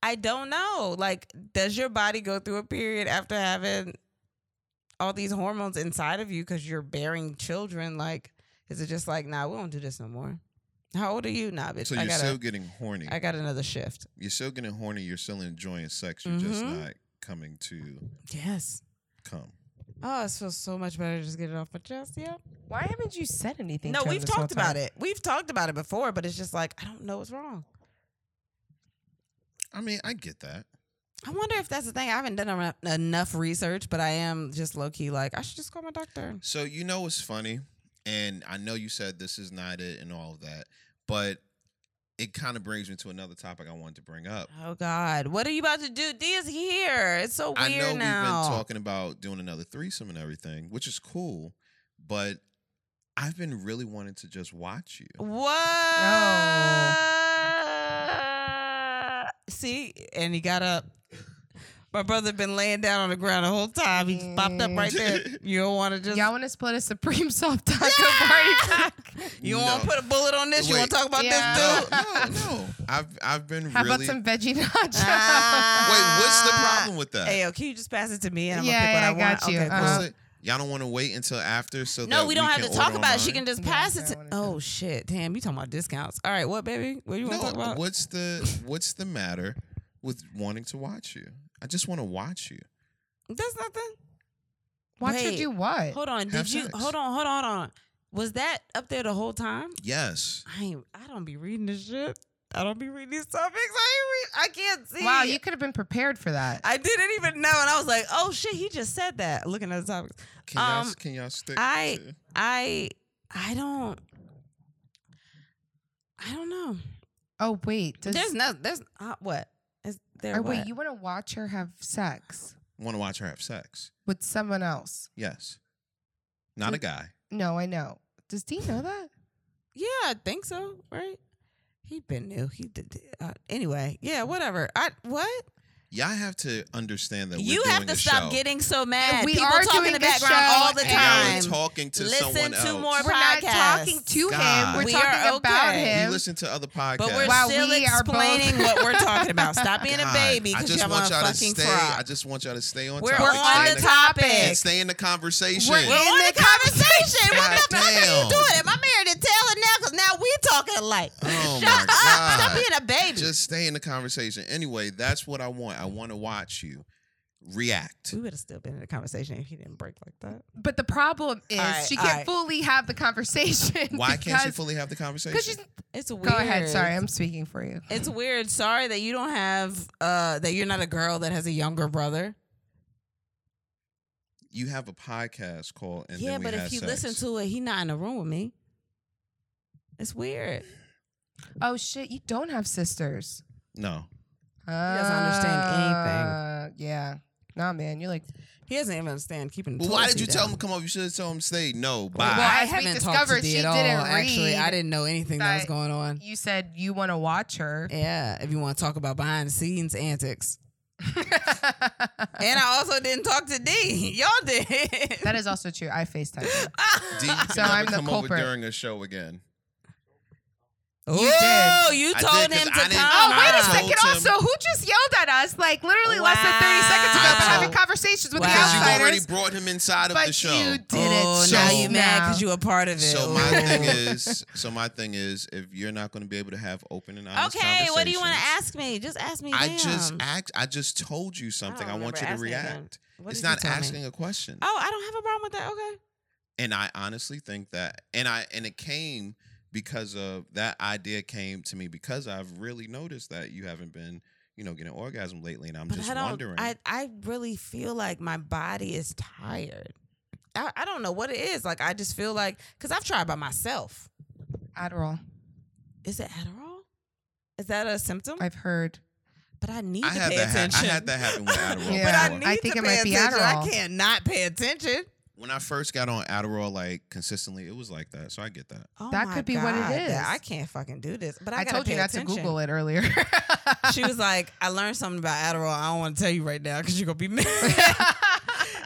Speaker 1: I don't know. Like, does your body go through a period after having all these hormones inside of you because you're bearing children? Like, is it just like, nah, we don't do this no more? How old are you? Nah, bitch.
Speaker 2: So
Speaker 1: I
Speaker 2: you're
Speaker 1: got
Speaker 2: still getting horny.
Speaker 1: I got another shift.
Speaker 2: You're still getting horny. You're still enjoying sex. You're just
Speaker 1: Mhm.
Speaker 2: not coming to
Speaker 1: Yes.
Speaker 2: come.
Speaker 1: Oh, this feels so much better. to Just get it off my chest. Yep.
Speaker 3: Why haven't you said anything?
Speaker 1: No,
Speaker 3: to him
Speaker 1: we've
Speaker 3: this whole
Speaker 1: talked about
Speaker 3: time?
Speaker 1: it. We've talked about it before, but it's just like I don't know what's wrong.
Speaker 2: I mean, I get that.
Speaker 1: I wonder if that's the thing. I haven't done enough- enough research, but I am just low key like I should just call my doctor.
Speaker 2: So you know what's funny, and I know you said this is not it and all of that, but it kind of brings me to another topic I wanted to bring up.
Speaker 1: Oh God, what are you about to do? D is here. It's so weird
Speaker 2: I know
Speaker 1: now.
Speaker 2: we've been talking about doing another threesome and everything, which is cool, but I've been really wanting to just watch you.
Speaker 1: What? See, and he got up. My brother been laying down on the ground the whole time. He's popped up right there. You don't want to just.
Speaker 3: Y'all want to split a Supreme soft taco party pack?
Speaker 1: you don't want to
Speaker 2: No.
Speaker 1: put a bullet on this. You
Speaker 2: Wait.
Speaker 1: want to talk about
Speaker 3: Yeah.
Speaker 1: this dude?
Speaker 2: no, no. I've I've been
Speaker 3: How about
Speaker 2: really. Ah.
Speaker 3: some veggie nachos?
Speaker 2: Wait, what's the problem with that?
Speaker 1: Hey, yo, can you just pass it to me and I'm
Speaker 3: Yeah, yeah,
Speaker 1: gonna
Speaker 3: I
Speaker 1: pick what I,
Speaker 3: got
Speaker 1: want?
Speaker 3: you.
Speaker 1: Okay, cool.
Speaker 3: Uh-huh.
Speaker 2: What's the- y'all don't want to wait until after so
Speaker 1: No,
Speaker 2: that
Speaker 1: we, don't have
Speaker 2: can
Speaker 1: to talk
Speaker 2: order
Speaker 1: about it. She can
Speaker 2: online?
Speaker 1: just
Speaker 3: Yeah,
Speaker 1: pass
Speaker 3: I
Speaker 1: it. To,
Speaker 3: wanna
Speaker 1: oh shit, damn! You talking about discounts? All right, what, baby? What you want to talk
Speaker 2: No,
Speaker 1: about?
Speaker 2: what's the what's the matter with wanting to watch you? I just want to watch you.
Speaker 1: That's nothing.
Speaker 3: Watch her
Speaker 1: Wait.
Speaker 3: do what?
Speaker 1: Hold on.
Speaker 2: Have
Speaker 1: Did you?
Speaker 2: sex.
Speaker 1: Hold on. Hold on. Hold on. Was that up there the whole time?
Speaker 2: Yes.
Speaker 1: I ain't, I don't be reading this shit. I don't be reading these topics. I ain't read, I can't see.
Speaker 3: Wow, you could have been prepared for that.
Speaker 1: I didn't even know, and I was like, "Oh shit!" He just said that. Looking at the topics,
Speaker 2: Can y'all
Speaker 1: Um,
Speaker 2: can y'all stick?
Speaker 1: I-
Speaker 2: to-
Speaker 1: I I don't I don't know.
Speaker 3: Oh wait, does,
Speaker 1: there's no there's uh, what is there?
Speaker 3: or
Speaker 1: what?
Speaker 3: Oh, wait, you want to watch her have sex
Speaker 2: want to watch her have sex.
Speaker 3: with someone else?
Speaker 2: Yes. Not a guy.
Speaker 3: No, I know. Does Dean know that?
Speaker 1: Yeah, I think so. Right? He been new. He did. Uh, anyway, yeah, whatever. I what?
Speaker 2: Y'all have to understand that we're
Speaker 1: You have
Speaker 2: doing
Speaker 1: to
Speaker 2: a
Speaker 1: stop
Speaker 2: show.
Speaker 1: getting so
Speaker 3: And
Speaker 1: mad.
Speaker 3: we
Speaker 1: People
Speaker 3: are
Speaker 1: talk in
Speaker 3: doing a
Speaker 1: the background
Speaker 3: show,
Speaker 1: all the
Speaker 3: and-
Speaker 2: And
Speaker 1: time.
Speaker 2: y'all are talking to
Speaker 1: Listen
Speaker 2: someone
Speaker 1: to
Speaker 2: else.
Speaker 1: more-
Speaker 3: We're not talking
Speaker 1: podcast.
Speaker 3: to him.
Speaker 2: God.
Speaker 3: We're
Speaker 1: We are
Speaker 3: talking about
Speaker 1: okay.
Speaker 2: You
Speaker 3: him.
Speaker 2: listen to other podcasts.
Speaker 1: but we're
Speaker 3: Wow,
Speaker 1: still
Speaker 3: we are both-
Speaker 1: explaining what we're talking about. Stop being a
Speaker 2: God,
Speaker 1: baby
Speaker 2: I
Speaker 1: because
Speaker 2: just
Speaker 1: y'all want
Speaker 2: want y'all to
Speaker 1: fucking
Speaker 2: stay.
Speaker 1: cry.
Speaker 2: I just want y'all to stay on
Speaker 1: We're
Speaker 2: topic.
Speaker 1: on
Speaker 2: stay
Speaker 1: the
Speaker 2: in
Speaker 1: topic.
Speaker 2: and stay in the conversation.
Speaker 1: We're on the conversation. What the fuck are you
Speaker 2: Goddamn.
Speaker 1: doing? Am I married to Taylor now? Because now we talking like.
Speaker 2: Oh
Speaker 1: Shut
Speaker 2: my
Speaker 1: up.
Speaker 2: God.
Speaker 1: Stop being a baby.
Speaker 2: Just stay in the conversation. Anyway, that's what I want. I want to watch you react.
Speaker 1: we would have still been in the conversation if he didn't break like that.
Speaker 3: But the problem is
Speaker 1: Alright,
Speaker 3: she can't
Speaker 1: alright.
Speaker 3: fully have the conversation.
Speaker 2: Why can't she
Speaker 3: because-
Speaker 2: fully have the conversation?
Speaker 3: Because she's
Speaker 1: It's weird.
Speaker 3: go ahead. Sorry, I'm speaking for you.
Speaker 1: It's weird. Sorry that you don't have uh that you're not a girl that has a younger brother.
Speaker 2: you have a podcast call, and
Speaker 1: yeah,
Speaker 2: then we
Speaker 1: but if
Speaker 2: had
Speaker 1: you
Speaker 2: sex.
Speaker 1: listen to it, he not in the room with me. It's weird.
Speaker 3: Oh shit, you don't have sisters.
Speaker 2: no,
Speaker 3: He
Speaker 1: doesn't understand
Speaker 3: anything. Uh, Yeah. Nah, man, you're like.
Speaker 1: He doesn't even understand keeping. the
Speaker 2: well, why
Speaker 1: toilet
Speaker 2: did you
Speaker 1: seat
Speaker 2: tell
Speaker 1: down.
Speaker 2: him come over? You should have told him stay no.
Speaker 3: Well,
Speaker 2: Bye.
Speaker 3: I
Speaker 1: I
Speaker 3: haven't
Speaker 1: haven't
Speaker 3: discovered
Speaker 1: discovered
Speaker 3: she
Speaker 1: she at all.
Speaker 3: didn't
Speaker 1: Actually, I
Speaker 3: read
Speaker 1: didn't know anything that was
Speaker 3: that-
Speaker 1: going on.
Speaker 3: You said you want to watch her.
Speaker 1: Yeah, if you want to talk about behind the scenes antics. And I also didn't talk to D. Y'all did.
Speaker 3: that is also true. I FaceTime. her.
Speaker 2: D, you can
Speaker 3: So
Speaker 2: never
Speaker 3: I'm the
Speaker 2: come over
Speaker 3: culprit.
Speaker 2: during a show again.
Speaker 1: you
Speaker 3: did.
Speaker 1: You
Speaker 2: I
Speaker 1: told
Speaker 2: did, 'cause
Speaker 1: him to
Speaker 2: I
Speaker 1: come.
Speaker 2: didn't-
Speaker 3: Oh, wait a
Speaker 2: Wow.
Speaker 3: second.
Speaker 2: Told him-
Speaker 3: Also, who just yelled at us like literally less than 30 seconds ago about
Speaker 2: Wow.
Speaker 3: having conversations with
Speaker 1: Wow.
Speaker 3: the
Speaker 2: Because you
Speaker 3: outsiders?
Speaker 2: already brought him inside of
Speaker 3: but
Speaker 2: the show.
Speaker 3: you did
Speaker 1: Oh,
Speaker 3: it.
Speaker 1: now
Speaker 2: So-
Speaker 1: you mad because you a part of it.
Speaker 2: So my thing
Speaker 1: Ooh.
Speaker 2: is, so my thing is, if you're not going to be able to have open and honest
Speaker 1: Okay, what do you want to
Speaker 2: conversations,
Speaker 1: ask me? Just ask me.
Speaker 2: I
Speaker 1: damn.
Speaker 2: just act. I just told you something. I,
Speaker 1: don't
Speaker 2: want you to
Speaker 1: remember asking
Speaker 2: react.
Speaker 1: him. What
Speaker 2: It's
Speaker 1: did you
Speaker 2: not
Speaker 1: tell me?
Speaker 2: asking a question.
Speaker 1: Oh, I don't have a problem with that. Okay.
Speaker 2: and I honestly think that, and I and it came because of that idea came to me because I've really noticed that you haven't been, you know, getting orgasm lately, and I'm
Speaker 1: But
Speaker 2: just
Speaker 1: I don't.
Speaker 2: wondering.
Speaker 1: I I really feel like my body is tired. I, I don't know what it is. Like I just feel like because I've tried by myself.
Speaker 3: Adderall.
Speaker 1: Is it Adderall? Is that a symptom?
Speaker 3: I've heard.
Speaker 1: but I need
Speaker 2: I
Speaker 1: to
Speaker 2: had
Speaker 1: pay
Speaker 2: that. Ha-
Speaker 1: attention.
Speaker 2: I had that happen with Adderall.
Speaker 3: Yeah.
Speaker 1: but I
Speaker 2: before.
Speaker 1: need
Speaker 3: I think
Speaker 1: to
Speaker 3: it
Speaker 1: pay
Speaker 3: might be
Speaker 1: attention. I
Speaker 3: Adderall.
Speaker 1: can't not pay attention.
Speaker 2: when I first got on Adderall like consistently, it was like that. So I get that.
Speaker 1: Oh
Speaker 3: That
Speaker 1: my
Speaker 3: could be what it
Speaker 1: God,
Speaker 3: is.
Speaker 1: I can't fucking do this. But I,
Speaker 3: I,
Speaker 1: gotta
Speaker 3: told you
Speaker 1: pay
Speaker 3: not to
Speaker 1: attention.
Speaker 3: Google it earlier.
Speaker 1: She was like, I learned something about Adderall. I don't want to tell you right now because you're gonna be mad.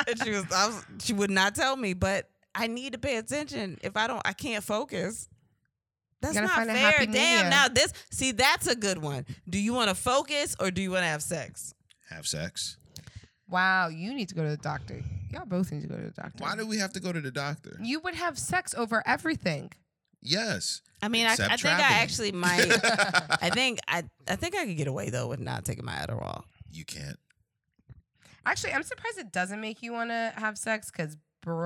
Speaker 1: and she was, I was, she would not tell me, but I need to pay attention. If I don't, I can't focus. That's
Speaker 3: gotta
Speaker 1: not
Speaker 3: find a
Speaker 1: fair.
Speaker 3: happy
Speaker 1: Damn.
Speaker 3: medium.
Speaker 1: Now this, see, that's a good one. Do you want to focus or do you want to have sex?
Speaker 2: Have sex.
Speaker 3: wow, you need to go to the doctor. Y'all both need to go to the doctor.
Speaker 2: Why do we have to go to the doctor?
Speaker 3: you would have sex over everything.
Speaker 2: Yes.
Speaker 1: I mean, I, I
Speaker 2: Except
Speaker 1: think I
Speaker 2: traveling.
Speaker 1: actually might. I think I, I think I could get away though with not taking my Adderall.
Speaker 2: You can't.
Speaker 3: Actually, I'm surprised it doesn't make you want to have sex because, bro.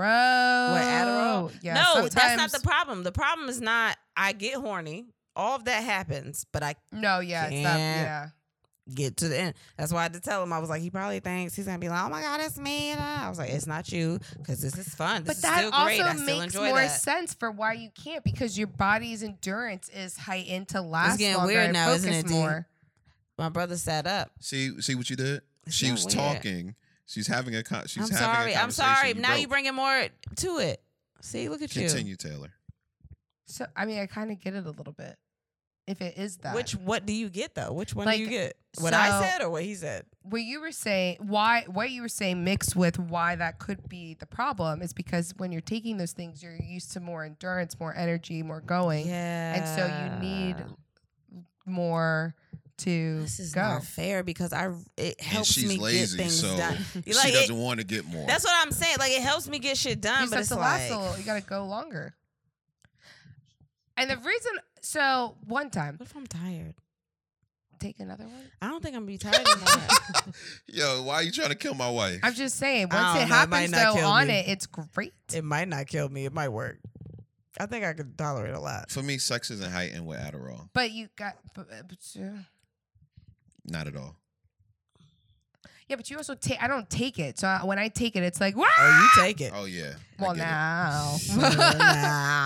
Speaker 3: What, Adderall? Yeah,
Speaker 1: no, that's not
Speaker 3: sometimes-
Speaker 1: the problem. The problem is not I get horny. All of that happens, but I
Speaker 3: No, yeah, it's not.
Speaker 1: Can't.
Speaker 3: Yeah.
Speaker 1: get to the end. That's why I had to tell him. I was like, he probably thinks he's gonna be like, oh my god, it's me. And I was like, it's not you, because this is fun. This
Speaker 3: but
Speaker 1: is
Speaker 3: that
Speaker 1: still great. I
Speaker 3: also
Speaker 1: still
Speaker 3: makes
Speaker 1: enjoy
Speaker 3: more
Speaker 1: that.
Speaker 3: sense for why you can't because your body's endurance is heightened to last
Speaker 1: getting
Speaker 3: longer
Speaker 1: weird
Speaker 3: and
Speaker 1: now,
Speaker 3: focus
Speaker 1: isn't it, Dee?
Speaker 3: more.
Speaker 1: My brother sat up.
Speaker 2: See, see what you did.
Speaker 1: It's
Speaker 2: she
Speaker 1: not
Speaker 2: was
Speaker 1: weird.
Speaker 2: talking. She's having a. Con- she's
Speaker 1: I'm
Speaker 2: having
Speaker 1: sorry.
Speaker 2: A
Speaker 1: I'm
Speaker 2: conversation.
Speaker 1: sorry. now
Speaker 2: broke.
Speaker 1: you bringing more to it. See, look at
Speaker 2: Continue, Taylor.
Speaker 3: So I mean, I kind of get it a little bit. If it is
Speaker 1: you.
Speaker 3: that,
Speaker 1: Which what do you get though? Which one
Speaker 3: Like,
Speaker 1: do you get? What I
Speaker 3: So-
Speaker 1: said or what he said?
Speaker 3: what you were saying why what you were saying mixed with why that could be the problem is because when you're taking those things you're used to more endurance more energy more going
Speaker 1: Yeah.
Speaker 3: and so you need more to
Speaker 1: This is
Speaker 3: go
Speaker 1: not fair because I it helps
Speaker 2: she's
Speaker 1: me
Speaker 2: lazy,
Speaker 1: get things
Speaker 2: so
Speaker 1: done.
Speaker 2: she
Speaker 1: You like
Speaker 2: doesn't
Speaker 1: it,
Speaker 2: want to get more.
Speaker 1: that's what I'm saying. Like it helps me get shit
Speaker 3: you just
Speaker 1: done, but
Speaker 3: have
Speaker 1: it's
Speaker 3: to last
Speaker 1: like
Speaker 3: a little you gotta go longer and the reason so one time
Speaker 1: what if I'm tired?
Speaker 3: take another one
Speaker 1: I don't think I'm gonna be tired anymore.
Speaker 2: Yo, why are you trying to kill my wife?
Speaker 3: i'm just saying
Speaker 1: I
Speaker 3: once it
Speaker 1: don't know, it might
Speaker 3: happens
Speaker 1: not
Speaker 3: though
Speaker 1: kill
Speaker 3: on
Speaker 1: me.
Speaker 3: it it's great
Speaker 1: it might not kill me. It might work. I think I could tolerate a lot.
Speaker 2: For me, sex isn't heightened with Adderall.
Speaker 3: but you got but, but, uh,
Speaker 2: Not at all.
Speaker 3: yeah but you also take i don't take it so I, when i take it it's like wow
Speaker 1: Oh, you take it.
Speaker 2: Oh yeah. I
Speaker 3: Well,
Speaker 2: get it.
Speaker 3: now.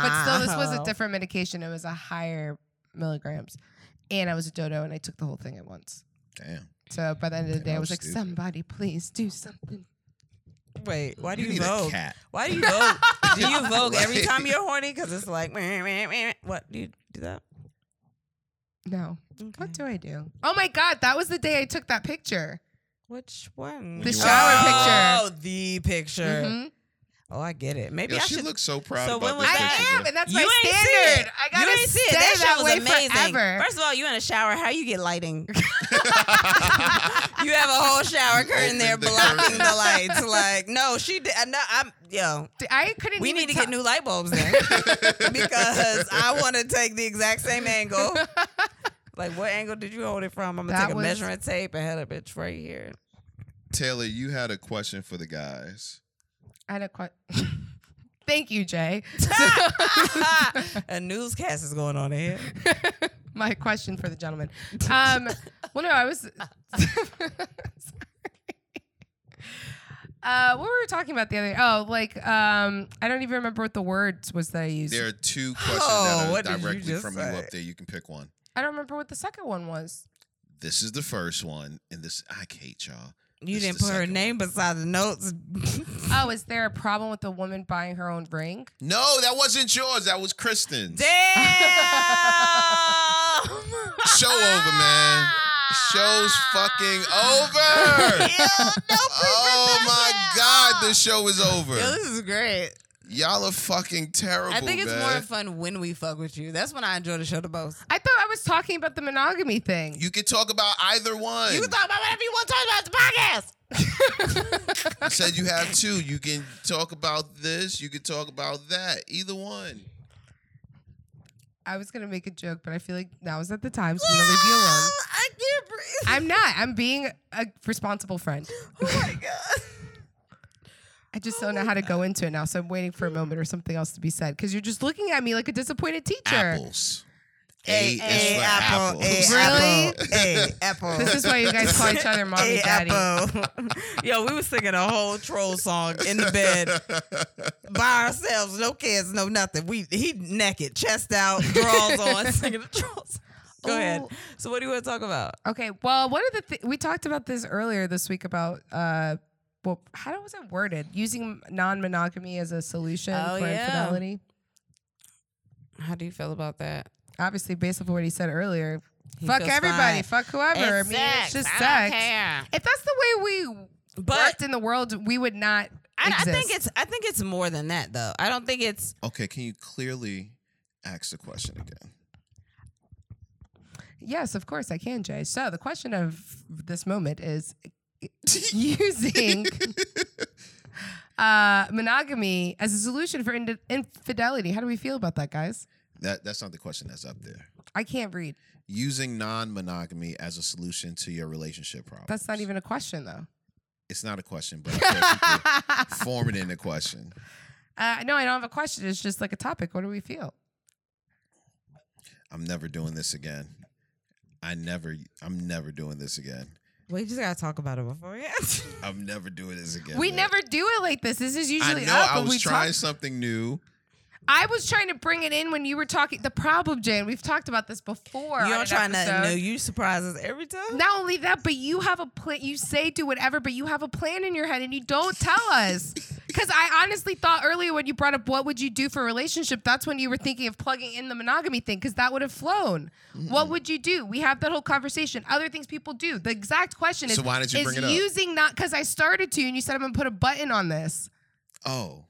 Speaker 3: but still, this was a different medication. It was a higher milligrams. And I was a dodo and I took the whole thing at once.
Speaker 2: Damn.
Speaker 3: So by the end of the
Speaker 2: That
Speaker 3: day, I
Speaker 2: was
Speaker 3: was like,
Speaker 2: stupid.
Speaker 3: somebody please do something.
Speaker 1: Wait, why do
Speaker 2: You
Speaker 1: you,
Speaker 2: need a
Speaker 1: vote?
Speaker 2: cat.
Speaker 1: Why do you vote? do you vote every
Speaker 2: Like-
Speaker 1: time you're horny? Because it's like, meh, meh, meh. what do you do that?
Speaker 3: No. What
Speaker 1: Okay.
Speaker 3: do I do? Oh my God, that was the day I took that picture.
Speaker 1: Which one?
Speaker 2: The
Speaker 3: shower
Speaker 1: oh,
Speaker 3: picture.
Speaker 1: the picture.
Speaker 3: Mhm.
Speaker 1: Oh, I get get it. Maybe
Speaker 2: Yo,
Speaker 1: I
Speaker 2: she
Speaker 1: should.
Speaker 2: looks so proud
Speaker 1: So when
Speaker 2: about
Speaker 1: was
Speaker 2: this
Speaker 1: that?
Speaker 2: picture.
Speaker 3: I am, and that's
Speaker 1: you
Speaker 3: my
Speaker 1: ain't see
Speaker 3: standard.
Speaker 1: it.
Speaker 3: I gotta
Speaker 1: you ain't see
Speaker 3: stay
Speaker 1: it. That,
Speaker 3: that
Speaker 1: shit
Speaker 3: way
Speaker 1: was amazing.
Speaker 3: forever.
Speaker 1: First of all, you in a shower. How you get lighting? you have a whole shower curtain there
Speaker 2: Open the
Speaker 1: blocking
Speaker 2: curtain.
Speaker 1: the lights. Like, no, she did. No, I'm yo.
Speaker 3: I couldn't.
Speaker 1: We
Speaker 3: even
Speaker 1: need to
Speaker 3: tell-
Speaker 1: get new light bulbs then because I want to take the exact same angle. Like, what angle did you hold it from? I'm gonna
Speaker 3: That
Speaker 1: take a
Speaker 3: was-
Speaker 1: measuring tape and had a bitch right here.
Speaker 2: Taylor, you had a question for the guys.
Speaker 3: I had a que- Thank you, Jay.
Speaker 1: a newscast is going on here.
Speaker 3: my question for the gentleman. Um, well, no, I was. Sorry. Uh, what were we talking about the other? Oh, like um, I don't even remember what the words was that I used.
Speaker 2: There are two questions
Speaker 1: Oh, what
Speaker 2: that
Speaker 1: did
Speaker 2: are
Speaker 1: you
Speaker 2: directly
Speaker 1: just
Speaker 2: from you
Speaker 1: say?
Speaker 2: up there. You can pick one.
Speaker 3: I don't remember what the second one was.
Speaker 2: This is the first one, and this I hate y'all.
Speaker 1: You
Speaker 2: This
Speaker 1: didn't
Speaker 2: the
Speaker 1: put her
Speaker 2: second
Speaker 1: name beside the notes.
Speaker 3: Oh, is there a problem with a woman buying her own ring?
Speaker 2: No, that wasn't yours. That was Kristen's.
Speaker 1: Damn!
Speaker 2: Show over, man. Show's fucking over.
Speaker 1: Ew, no
Speaker 2: oh my god, this show is over.
Speaker 1: Yo, this is great.
Speaker 2: Y'all are fucking terrible.
Speaker 1: I think it's
Speaker 2: man.
Speaker 1: more fun when we fuck with you. That's when I enjoy the show the most.
Speaker 3: I thought I was talking about the monogamy thing.
Speaker 2: You can talk about either one.
Speaker 1: You can talk about whatever you want to talk about. It's a podcast.
Speaker 2: I said you have two. You can talk about this. You can talk about that. Either one.
Speaker 3: I was gonna make a joke, but I feel like now is at the time, so I'm gonna leave you alone.
Speaker 1: I can't breathe.
Speaker 3: I'm not. I'm being a responsible friend.
Speaker 1: oh my god.
Speaker 3: I just don't know how to
Speaker 1: Oh.
Speaker 3: go into it now, so I'm waiting for a moment or something else to be said because you're just looking at me like a disappointed teacher.
Speaker 2: Apples. A, is
Speaker 1: A
Speaker 2: for
Speaker 1: apple. A
Speaker 2: apples.
Speaker 1: apple. A apple.
Speaker 3: This is why you guys call each other mommy
Speaker 1: A
Speaker 3: daddy.
Speaker 1: apple. Yo, we was singing a whole troll song in the bed by ourselves. No kids, no nothing. We he naked, chest out, drawers on, Oh. singing the troll song. Go ahead.
Speaker 3: Ooh.
Speaker 1: So what do you want to talk about?
Speaker 3: Okay, well, one of the th- we talked about this earlier this week about uh, well, how was it worded? Using non-monogamy as a solution
Speaker 1: Oh,
Speaker 3: for
Speaker 1: yeah.
Speaker 3: infidelity.
Speaker 1: How do you feel about that?
Speaker 3: Obviously, based off what he said earlier,
Speaker 1: He
Speaker 3: fuck
Speaker 1: feels
Speaker 3: everybody,
Speaker 1: fine.
Speaker 3: fuck whoever. I mean, it's just sex. If that's the way we
Speaker 1: But-
Speaker 3: worked in the world, we would not.
Speaker 1: I, I think
Speaker 3: exist.
Speaker 1: it's I think it's more than that though. I don't think it's
Speaker 2: Okay, can you clearly ask the question again?
Speaker 3: Yes, of course I can, Jay. So the question of this moment is using uh, monogamy as a solution for ind- infidelity. How do we feel about that, guys?
Speaker 2: That that's not the question that's up there.
Speaker 3: I can't read.
Speaker 2: Using non-monogamy as a solution to your relationship problem.
Speaker 3: That's not even a question, though.
Speaker 2: It's not a question, but I feel people form it in a question.
Speaker 3: Uh, no, I don't have a question. It's just like a topic. What do we feel?
Speaker 2: I'm never doing this again. I never. I'm never doing this again.
Speaker 1: we just gotta talk about it before we answer.
Speaker 2: I'm never doing this again.
Speaker 3: we
Speaker 2: man.
Speaker 3: never do it like this. This is
Speaker 2: I
Speaker 3: usually
Speaker 2: know.
Speaker 3: up,
Speaker 2: I
Speaker 3: but we
Speaker 2: was trying
Speaker 3: talk-
Speaker 2: something new.
Speaker 3: I was trying to bring it in when you were talking. The problem, Jan, we've talked about this before. on
Speaker 1: You're
Speaker 3: an
Speaker 1: trying to
Speaker 3: episode.
Speaker 1: know you surprise us every time.
Speaker 3: Not only that, but you have a plan. You say do whatever, but you have a plan in your head and you don't tell us. Because I honestly thought earlier when you brought up what would you do for a relationship, that's when you were thinking of plugging in the monogamy thing because that would have flown. What would you do? We have that whole conversation. Other things people do. The exact question is
Speaker 2: So why did you
Speaker 3: is
Speaker 2: bring it up?
Speaker 3: using not because I started to and you said I'm gonna put a button on this.
Speaker 2: Oh.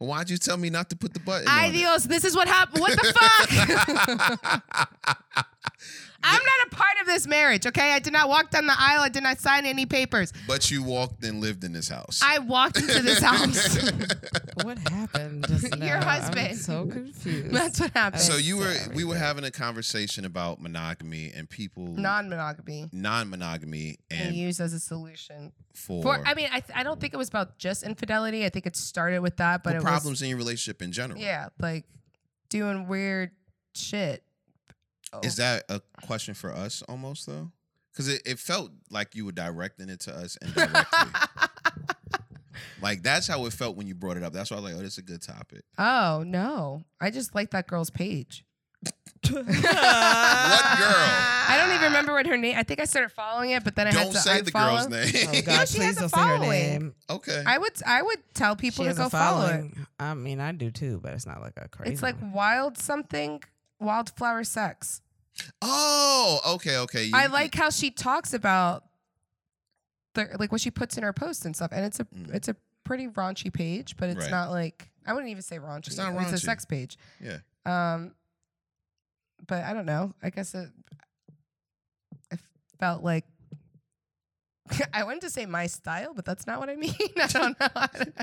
Speaker 2: Well, why'd you tell me not to put the button? on it?
Speaker 3: Ideals. This is what happened. What the fuck? I'm not a part of this marriage. Okay, I did not walk down the aisle. I did not sign any papers.
Speaker 2: But you walked and lived in this house.
Speaker 3: I walked into this house.
Speaker 1: What happened? Just
Speaker 3: Your
Speaker 1: now? I'm
Speaker 3: husband.
Speaker 1: so confused.
Speaker 3: That's what happened.
Speaker 2: so you were
Speaker 1: Sorry.
Speaker 2: we were having a conversation about monogamy and people
Speaker 3: Non-monogamy.
Speaker 2: non-monogamy
Speaker 3: and
Speaker 2: and
Speaker 3: used as a solution
Speaker 2: for,
Speaker 3: for. I mean, I, th- I don't think it was about just infidelity. I think it started with that, but
Speaker 2: for
Speaker 3: it
Speaker 2: problems in your relationship in general.
Speaker 3: was yeah, like doing weird shit.
Speaker 2: Is that a question for us almost though? Because it, it felt like you were directing it to us indirectly. like that's how it felt when you brought it up. That's why I was like, oh, this is a good topic.
Speaker 3: oh no, I just like that girl's page.
Speaker 2: What girl?
Speaker 3: I don't even remember what her name. I think I started following it, but then I
Speaker 2: Don't
Speaker 3: had to
Speaker 2: say
Speaker 3: unfollow.
Speaker 2: the girl's name.
Speaker 1: Oh God!
Speaker 3: No, she has
Speaker 1: please
Speaker 3: a
Speaker 1: don't say her
Speaker 3: following.
Speaker 1: name.
Speaker 2: okay.
Speaker 3: I would I would tell people to
Speaker 1: she has
Speaker 3: go
Speaker 1: a
Speaker 3: follow it.
Speaker 1: following. I mean, I do too, but it's not like a crazy.
Speaker 3: It's like
Speaker 1: one.
Speaker 3: wild something, wildflower sex.
Speaker 2: oh, okay, okay. You-
Speaker 3: I like how she talks about the like what she puts in her posts and stuff, and it's a
Speaker 2: Mm.
Speaker 3: it's a pretty raunchy page, but it's
Speaker 2: Right.
Speaker 3: not like I wouldn't even say raunchy.
Speaker 2: It's not
Speaker 3: a
Speaker 2: raunchy.
Speaker 3: sex page.
Speaker 2: Yeah.
Speaker 3: Um, but I don't know. I guess it. I felt like. I wanted to say my style, but that's not what I mean. I don't know.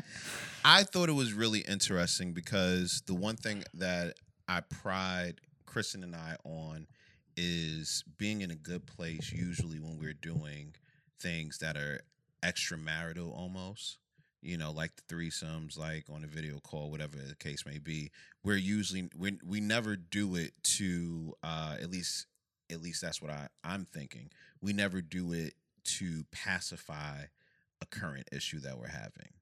Speaker 2: I thought it was really interesting because the one thing that I pride Kristen and I on is being in a good place usually when we're doing things that are extramarital almost. You know, like the threesomes, like on a video call, whatever the case may be. We're usually we we never do it to uh at least at least that's what I, I'm thinking. We never do it to pacify a current issue that we're having.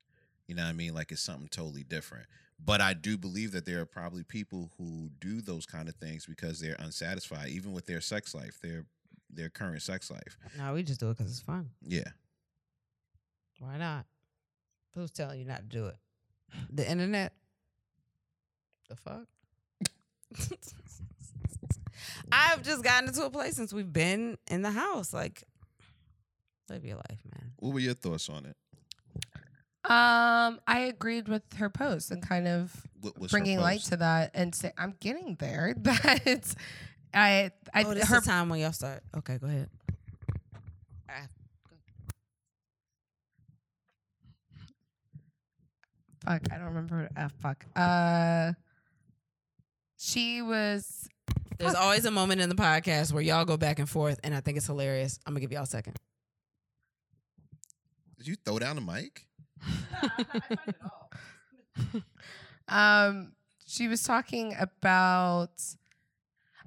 Speaker 2: You know what I mean? Like it's something totally different. But I do believe that there are probably people who do those kind of things because they're unsatisfied, even with their sex life, their their current sex life.
Speaker 1: no, we just do it because it's fun.
Speaker 2: Yeah.
Speaker 1: Why not? Who's telling you not to do it? The internet. The fuck. I've just gotten into a place since we've been in the house. Like, live your life, man.
Speaker 2: What were your thoughts on it?
Speaker 3: um, I agreed with her post and kind of
Speaker 2: What was her
Speaker 3: bringing light
Speaker 2: post?
Speaker 3: to that and say I'm getting there. That's I I
Speaker 1: oh, this
Speaker 3: her
Speaker 1: is time when y'all start. Okay, go ahead.
Speaker 3: fuck I don't remember ah fuck uh she was
Speaker 1: There's always a moment in the podcast where y'all go back and forth, and I think it's hilarious. I'm gonna give y'all a second.
Speaker 2: Did you throw down the mic?
Speaker 3: um she was talking about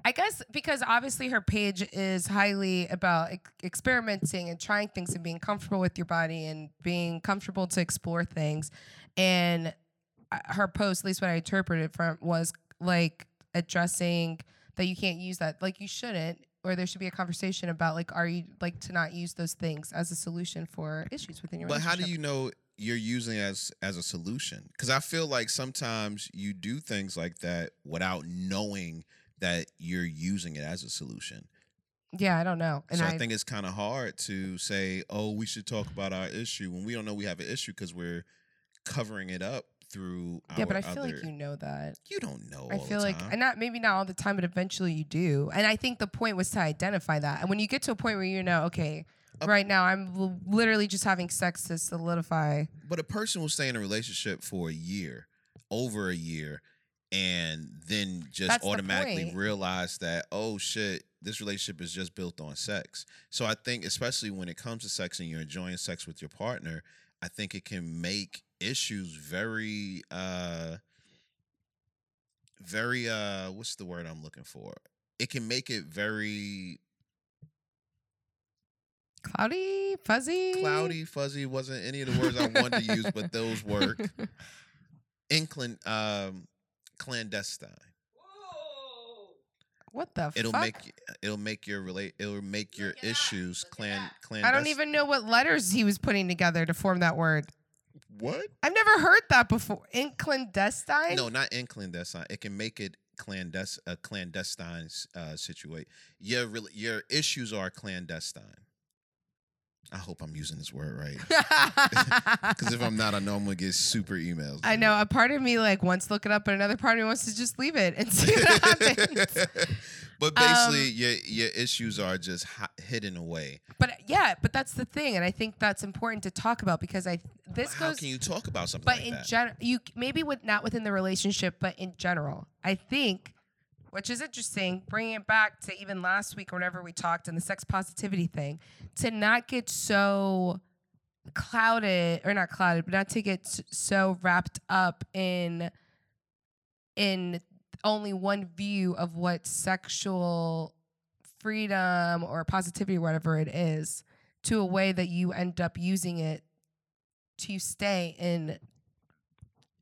Speaker 3: I guess because obviously her page is highly about ex- experimenting and trying things and being comfortable with your body and being comfortable to explore things. And uh, her post, at least what I interpreted from, was like addressing that you can't use that, like you shouldn't, or there should be a conversation about like, are you like to not use those things as a solution for issues within your
Speaker 2: But how do
Speaker 3: relationship?
Speaker 2: you know you're using it as as a solution? Because I feel like sometimes you do things like that without knowing that you're using it as a solution.
Speaker 3: Yeah, I don't know. And
Speaker 2: so I,
Speaker 3: I,
Speaker 2: think it's kind of hard to say, "Oh, we should talk about our issue" when we don't know we have an issue because we're covering it up through.
Speaker 3: yeah, but
Speaker 2: our
Speaker 3: I feel like
Speaker 2: other-
Speaker 3: you know that.
Speaker 2: You don't know.
Speaker 3: I
Speaker 2: all the
Speaker 3: feel like,
Speaker 2: time.
Speaker 3: and not maybe not all the time, but eventually you do. And I think the point was to identify that. And when you get to a point where you know, okay,
Speaker 2: Uh,
Speaker 3: right now I'm l- literally just having sex to solidify.
Speaker 2: but a person will stay in a relationship for a year, over a year, and then just
Speaker 3: That's the
Speaker 2: automatically
Speaker 3: point.
Speaker 2: realize that, oh shit, this relationship is just built on sex. So I think, especially when it comes to sex and you're enjoying sex with your partner, I think it can make issues very, uh, very, uh, what's the word I'm looking for? It can make it very
Speaker 3: Cloudy, fuzzy,
Speaker 2: cloudy, fuzzy. Wasn't any of the words I wanted to use, but those work. inclin um clandestine.
Speaker 3: What the
Speaker 2: It'll
Speaker 3: fuck?
Speaker 2: make it'll make your relate it'll make your issues clan clandestine.
Speaker 3: I don't even know what letters he was putting together to form that word.
Speaker 2: What?
Speaker 3: I've never heard that before. In clandestine?
Speaker 2: No, not in clandestine. It can make it clandestine, a clandestine uh, situation. Your rel- your issues are clandestine. I hope I'm using this word right, because if I'm not, I know I'm gonna get super emails.
Speaker 3: I know a part of me like wants to look it up, but another part of me wants to just leave it and see what happens. Um
Speaker 2: but basically, your your issues are just hi- hidden away.
Speaker 3: But yeah, but that's the thing, and I think that's important to talk about because I this
Speaker 2: How
Speaker 3: goes.
Speaker 2: can you talk about something
Speaker 3: but
Speaker 2: like
Speaker 3: in
Speaker 2: that?
Speaker 3: general, you maybe with not within the relationship, but in general, I think, which is interesting, bringing it back to even last week, whenever we talked and the sex positivity thing, to not get so clouded or not clouded, but not to get s- so wrapped up in in only one view of what sexual freedom or positivity, whatever it is, to a way that you end up using it to stay in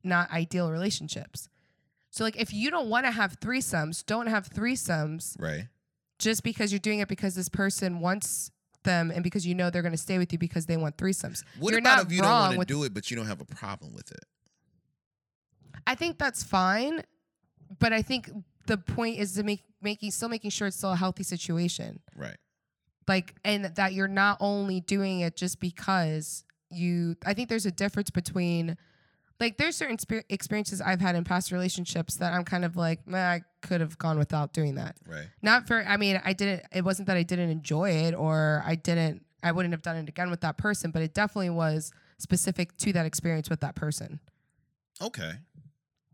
Speaker 3: not ideal relationships. So, like, if you don't want to have threesomes, don't have threesomes
Speaker 2: right.
Speaker 3: just because you're doing it because this person wants them and because you know they're going to stay with you because they want threesomes.
Speaker 2: What
Speaker 3: you're
Speaker 2: about
Speaker 3: not
Speaker 2: if you
Speaker 3: wrong
Speaker 2: don't want
Speaker 3: with-
Speaker 2: to do it, but you don't have a problem with it?
Speaker 3: I think that's fine, but I think the point is to make making still making sure it's still a healthy situation.
Speaker 2: Right.
Speaker 3: like and that you're not only doing it just because you i think there's a difference between like there's certain spe- experiences i've had in past relationships that i'm kind of like man i could have gone without doing that
Speaker 2: Right.
Speaker 3: not for i mean i didn't it wasn't that i didn't enjoy it or i didn't i wouldn't have done it again with that person but it definitely was specific to that experience with that person
Speaker 2: Okay.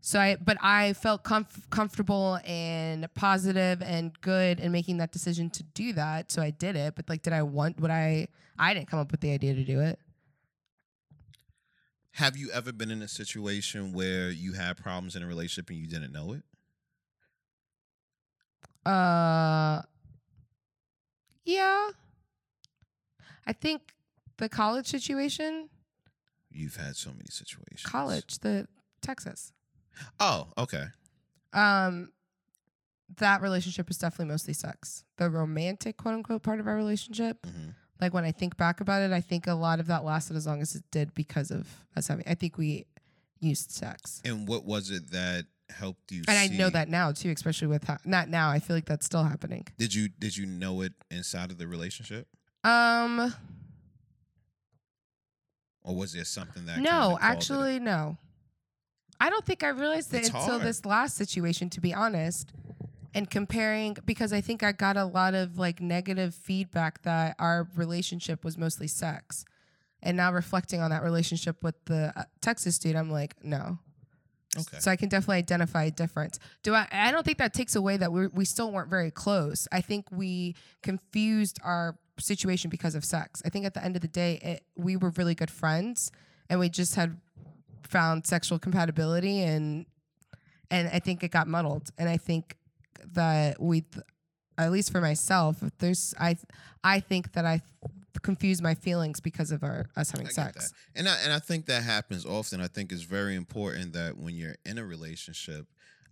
Speaker 3: so I, but I felt comf- comfortable and positive and good in making that decision to do that. So I did it. But like, did I want? Would I? I didn't come up with the idea to do it.
Speaker 2: Have you ever been in a situation where you had problems in a relationship and you didn't know it?
Speaker 3: Uh, yeah. I think the college situation,
Speaker 2: You've had so many situations.
Speaker 3: college, the Texas.
Speaker 2: Oh, okay.
Speaker 3: Um, that relationship is definitely mostly sex. The romantic, quote unquote, part of our relationship.
Speaker 2: hmm
Speaker 3: like when I think back about it, I think a lot of that lasted as long as it did because of us having. I think we used sex,
Speaker 2: And what was it that helped you?
Speaker 3: and I know
Speaker 2: see-
Speaker 3: that now too, especially with how, not now. I feel like that's still happening.
Speaker 2: Did you did you know it inside of the relationship,
Speaker 3: Um,
Speaker 2: or was there something that kinda
Speaker 3: no,
Speaker 2: called it a-
Speaker 3: actually, no. I don't think I realized it
Speaker 2: It's
Speaker 3: until
Speaker 2: hard.
Speaker 3: this last situation, to be honest. And comparing because I think I got a lot of like negative feedback that our relationship was mostly sex, and now reflecting on that relationship with the uh, Texas dude, I'm like, no,
Speaker 2: Okay.
Speaker 3: So I can definitely identify a difference. Do I? I don't think that takes away that we we still weren't very close. I think we confused our situation because of sex. I think at the end of the day, it, we were really good friends, and we just had found sexual compatibility, and and I think it got muddled. And I think that we, th- at least for myself, there's I I think that I confused my feelings because of our us having
Speaker 2: I get
Speaker 3: sex.
Speaker 2: that. And I and I think that happens often. I think it's very important that when you're in a relationship,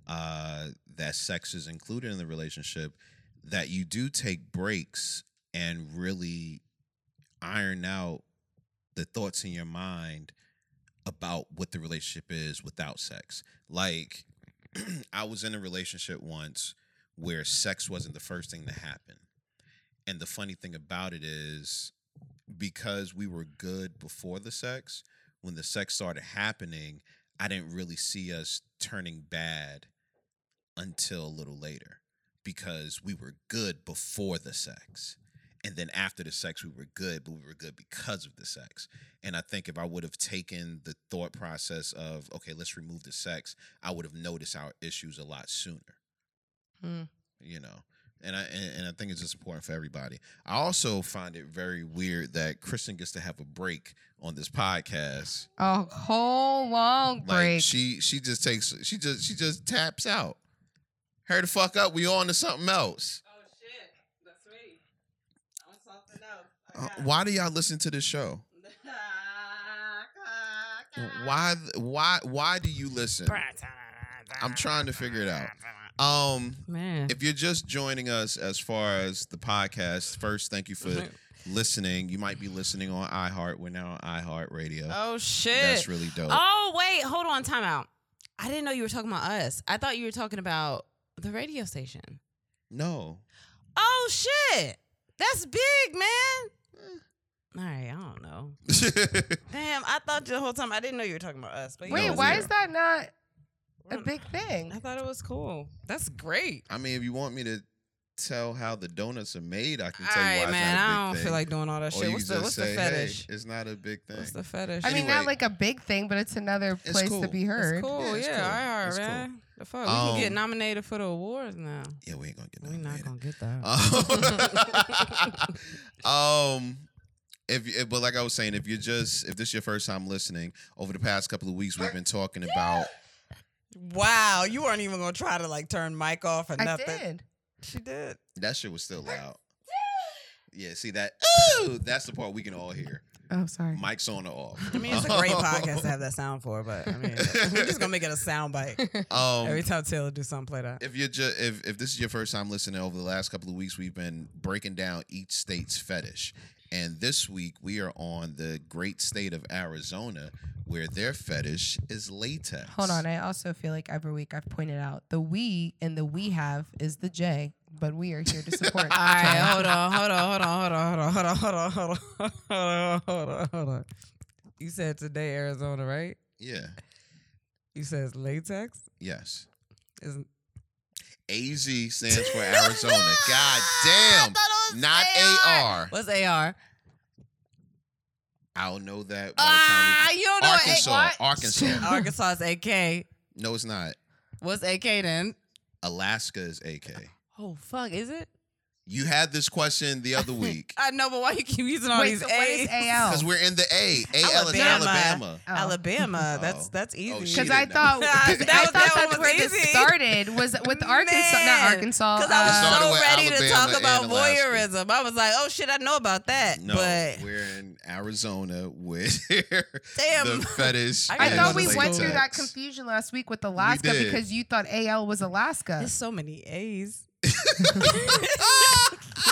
Speaker 2: uh, that sex is included in the relationship, that you do take breaks and really iron out the thoughts in your mind about what the relationship is without sex. Like I was in a relationship once where sex wasn't the first thing to happen. And the funny thing about it is because we were good before the sex, when the sex started happening, I didn't really see us turning bad until a little later because we were good before the sex. And then after the sex, we were good, but we were good because of the sex. And I think if I would have taken the thought process of, okay, let's remove the sex, I would have noticed our issues a lot sooner
Speaker 3: Hmm.
Speaker 2: you know and i and, and i think it's just important for everybody i also find it very weird that kristen gets to have a break on this podcast
Speaker 3: A whole long
Speaker 2: like
Speaker 3: break.
Speaker 2: she she just takes she just she just taps out her the fuck up we on to something else
Speaker 1: Oh shit, that's me. I'm something
Speaker 2: Uh,
Speaker 1: else.
Speaker 2: why do y'all listen to this show Uh, why th- why why do you listen I'm trying to figure it out. um
Speaker 1: Man. Mm-hmm.
Speaker 2: if you're just joining us as far as the podcast first thank you for listening, you might be listening on iHeart. We're now on iHeart Radio.
Speaker 1: Oh shit.
Speaker 2: That's really dope.
Speaker 1: Oh wait, hold on, time out. I didn't know you were talking about us. I thought you were talking about the radio station.
Speaker 2: No.
Speaker 1: Oh shit. That's big,
Speaker 2: Eh.
Speaker 1: man. All right, I don't know. Damn, I thought the whole time I didn't know you were talking about us. But
Speaker 3: Wait,
Speaker 2: No,
Speaker 3: why
Speaker 2: we
Speaker 3: is that not a
Speaker 1: We're-
Speaker 3: big thing?
Speaker 1: I thought it was cool. That's great.
Speaker 2: I mean, if you want me to tell how the donuts are made, I can
Speaker 1: All
Speaker 2: tell you
Speaker 1: right,
Speaker 2: why
Speaker 1: man.
Speaker 2: it's not a
Speaker 1: I
Speaker 2: big
Speaker 1: don't
Speaker 2: thing.
Speaker 1: feel like doing all that
Speaker 2: Or
Speaker 1: shit.
Speaker 2: you
Speaker 1: What's the
Speaker 2: just
Speaker 1: what's
Speaker 2: say,
Speaker 1: the fetish?
Speaker 2: Hey, it's not a big thing.
Speaker 1: what's the fetish?
Speaker 3: I mean, not
Speaker 2: Anyway.
Speaker 3: like a big thing, but it's another
Speaker 2: It's
Speaker 3: place
Speaker 2: cool.
Speaker 3: to be heard.
Speaker 1: It's cool. Yeah,
Speaker 2: Yeah, it's cool.
Speaker 1: all right,
Speaker 2: It's cool.
Speaker 1: man. The fuck, we can get
Speaker 2: Um,
Speaker 1: nominated for the awards now.
Speaker 2: yeah, we ain't gonna get
Speaker 1: We're not
Speaker 2: nominated.
Speaker 1: gonna get that.
Speaker 2: um, if, if but like I was saying, if you're just if this is your first time listening, over the past couple of weeks we've been talking about
Speaker 1: wow, you weren't even gonna try to like turn mic off or
Speaker 3: I
Speaker 1: nothing.
Speaker 3: did.
Speaker 1: She did.
Speaker 2: that shit was still loud. Yeah, see that? Ooh, that's the part we can all hear.
Speaker 3: Oh, sorry.
Speaker 2: Mike's on or off.
Speaker 1: I mean, it's a great podcast to have that sound for, but I mean, we're just gonna make it a sound bite
Speaker 2: Um,
Speaker 1: every time Taylor do something. Play that.
Speaker 2: if you're just if, if this is your first time listening over the last couple of weeks we've been breaking down each state's fetish and this week we are on the great state of arizona where their fetish is latex
Speaker 3: Hold on. I also feel like every week I've pointed out the we and the we have is the J, but we are here to support.
Speaker 1: All right, hold on, hold on, hold on, hold on, hold on, hold on, hold on, hold on, hold on, hold on. You said today Arizona, right?
Speaker 2: yeah
Speaker 1: You said it's latex.
Speaker 2: yes
Speaker 1: Isn't
Speaker 2: az stands for arizona god damn not ar
Speaker 1: What's AR?
Speaker 2: i'll know that by the
Speaker 1: Ah,
Speaker 2: time
Speaker 1: you don't
Speaker 2: we,
Speaker 1: know what
Speaker 2: arkansas
Speaker 1: what?
Speaker 2: arkansas
Speaker 1: Arkansas is AK.
Speaker 2: no it's not
Speaker 1: What's AK then?
Speaker 2: alaska is ak
Speaker 1: Oh fuck, is it?
Speaker 2: you had this question the other week
Speaker 1: I know, but why you keep using all
Speaker 3: Wait,
Speaker 1: these
Speaker 3: so what
Speaker 1: A's?
Speaker 3: is AL?
Speaker 2: because we're in the a al is
Speaker 1: Alabama.
Speaker 2: alabama
Speaker 1: Alabama.
Speaker 2: Oh.
Speaker 1: That's that's easy.
Speaker 3: Because
Speaker 2: shit. She
Speaker 3: I
Speaker 2: didn't know.
Speaker 3: thought
Speaker 1: That
Speaker 3: I
Speaker 1: was-
Speaker 3: thought
Speaker 1: that one
Speaker 3: that's
Speaker 1: was
Speaker 3: where
Speaker 1: easy.
Speaker 3: this started was with Arkansas,
Speaker 1: Man.
Speaker 3: not Arkansas. uh,
Speaker 1: Because I was
Speaker 2: It started
Speaker 1: so
Speaker 2: with
Speaker 1: ready to
Speaker 2: Alabama
Speaker 1: talk about
Speaker 2: and Alaska.
Speaker 1: voyeurism. I was like, oh shit, I know about that.
Speaker 2: No,
Speaker 1: but
Speaker 2: we're in Arizona with
Speaker 1: damn.
Speaker 2: the fetish.
Speaker 1: I
Speaker 3: I
Speaker 2: is
Speaker 1: Yeah,
Speaker 3: thought we
Speaker 1: it's
Speaker 3: went
Speaker 1: like
Speaker 3: through that
Speaker 2: latex.
Speaker 3: confusion last week with Alaska
Speaker 2: did.
Speaker 3: because you thought AL was Alaska.
Speaker 1: There's so many A's. like,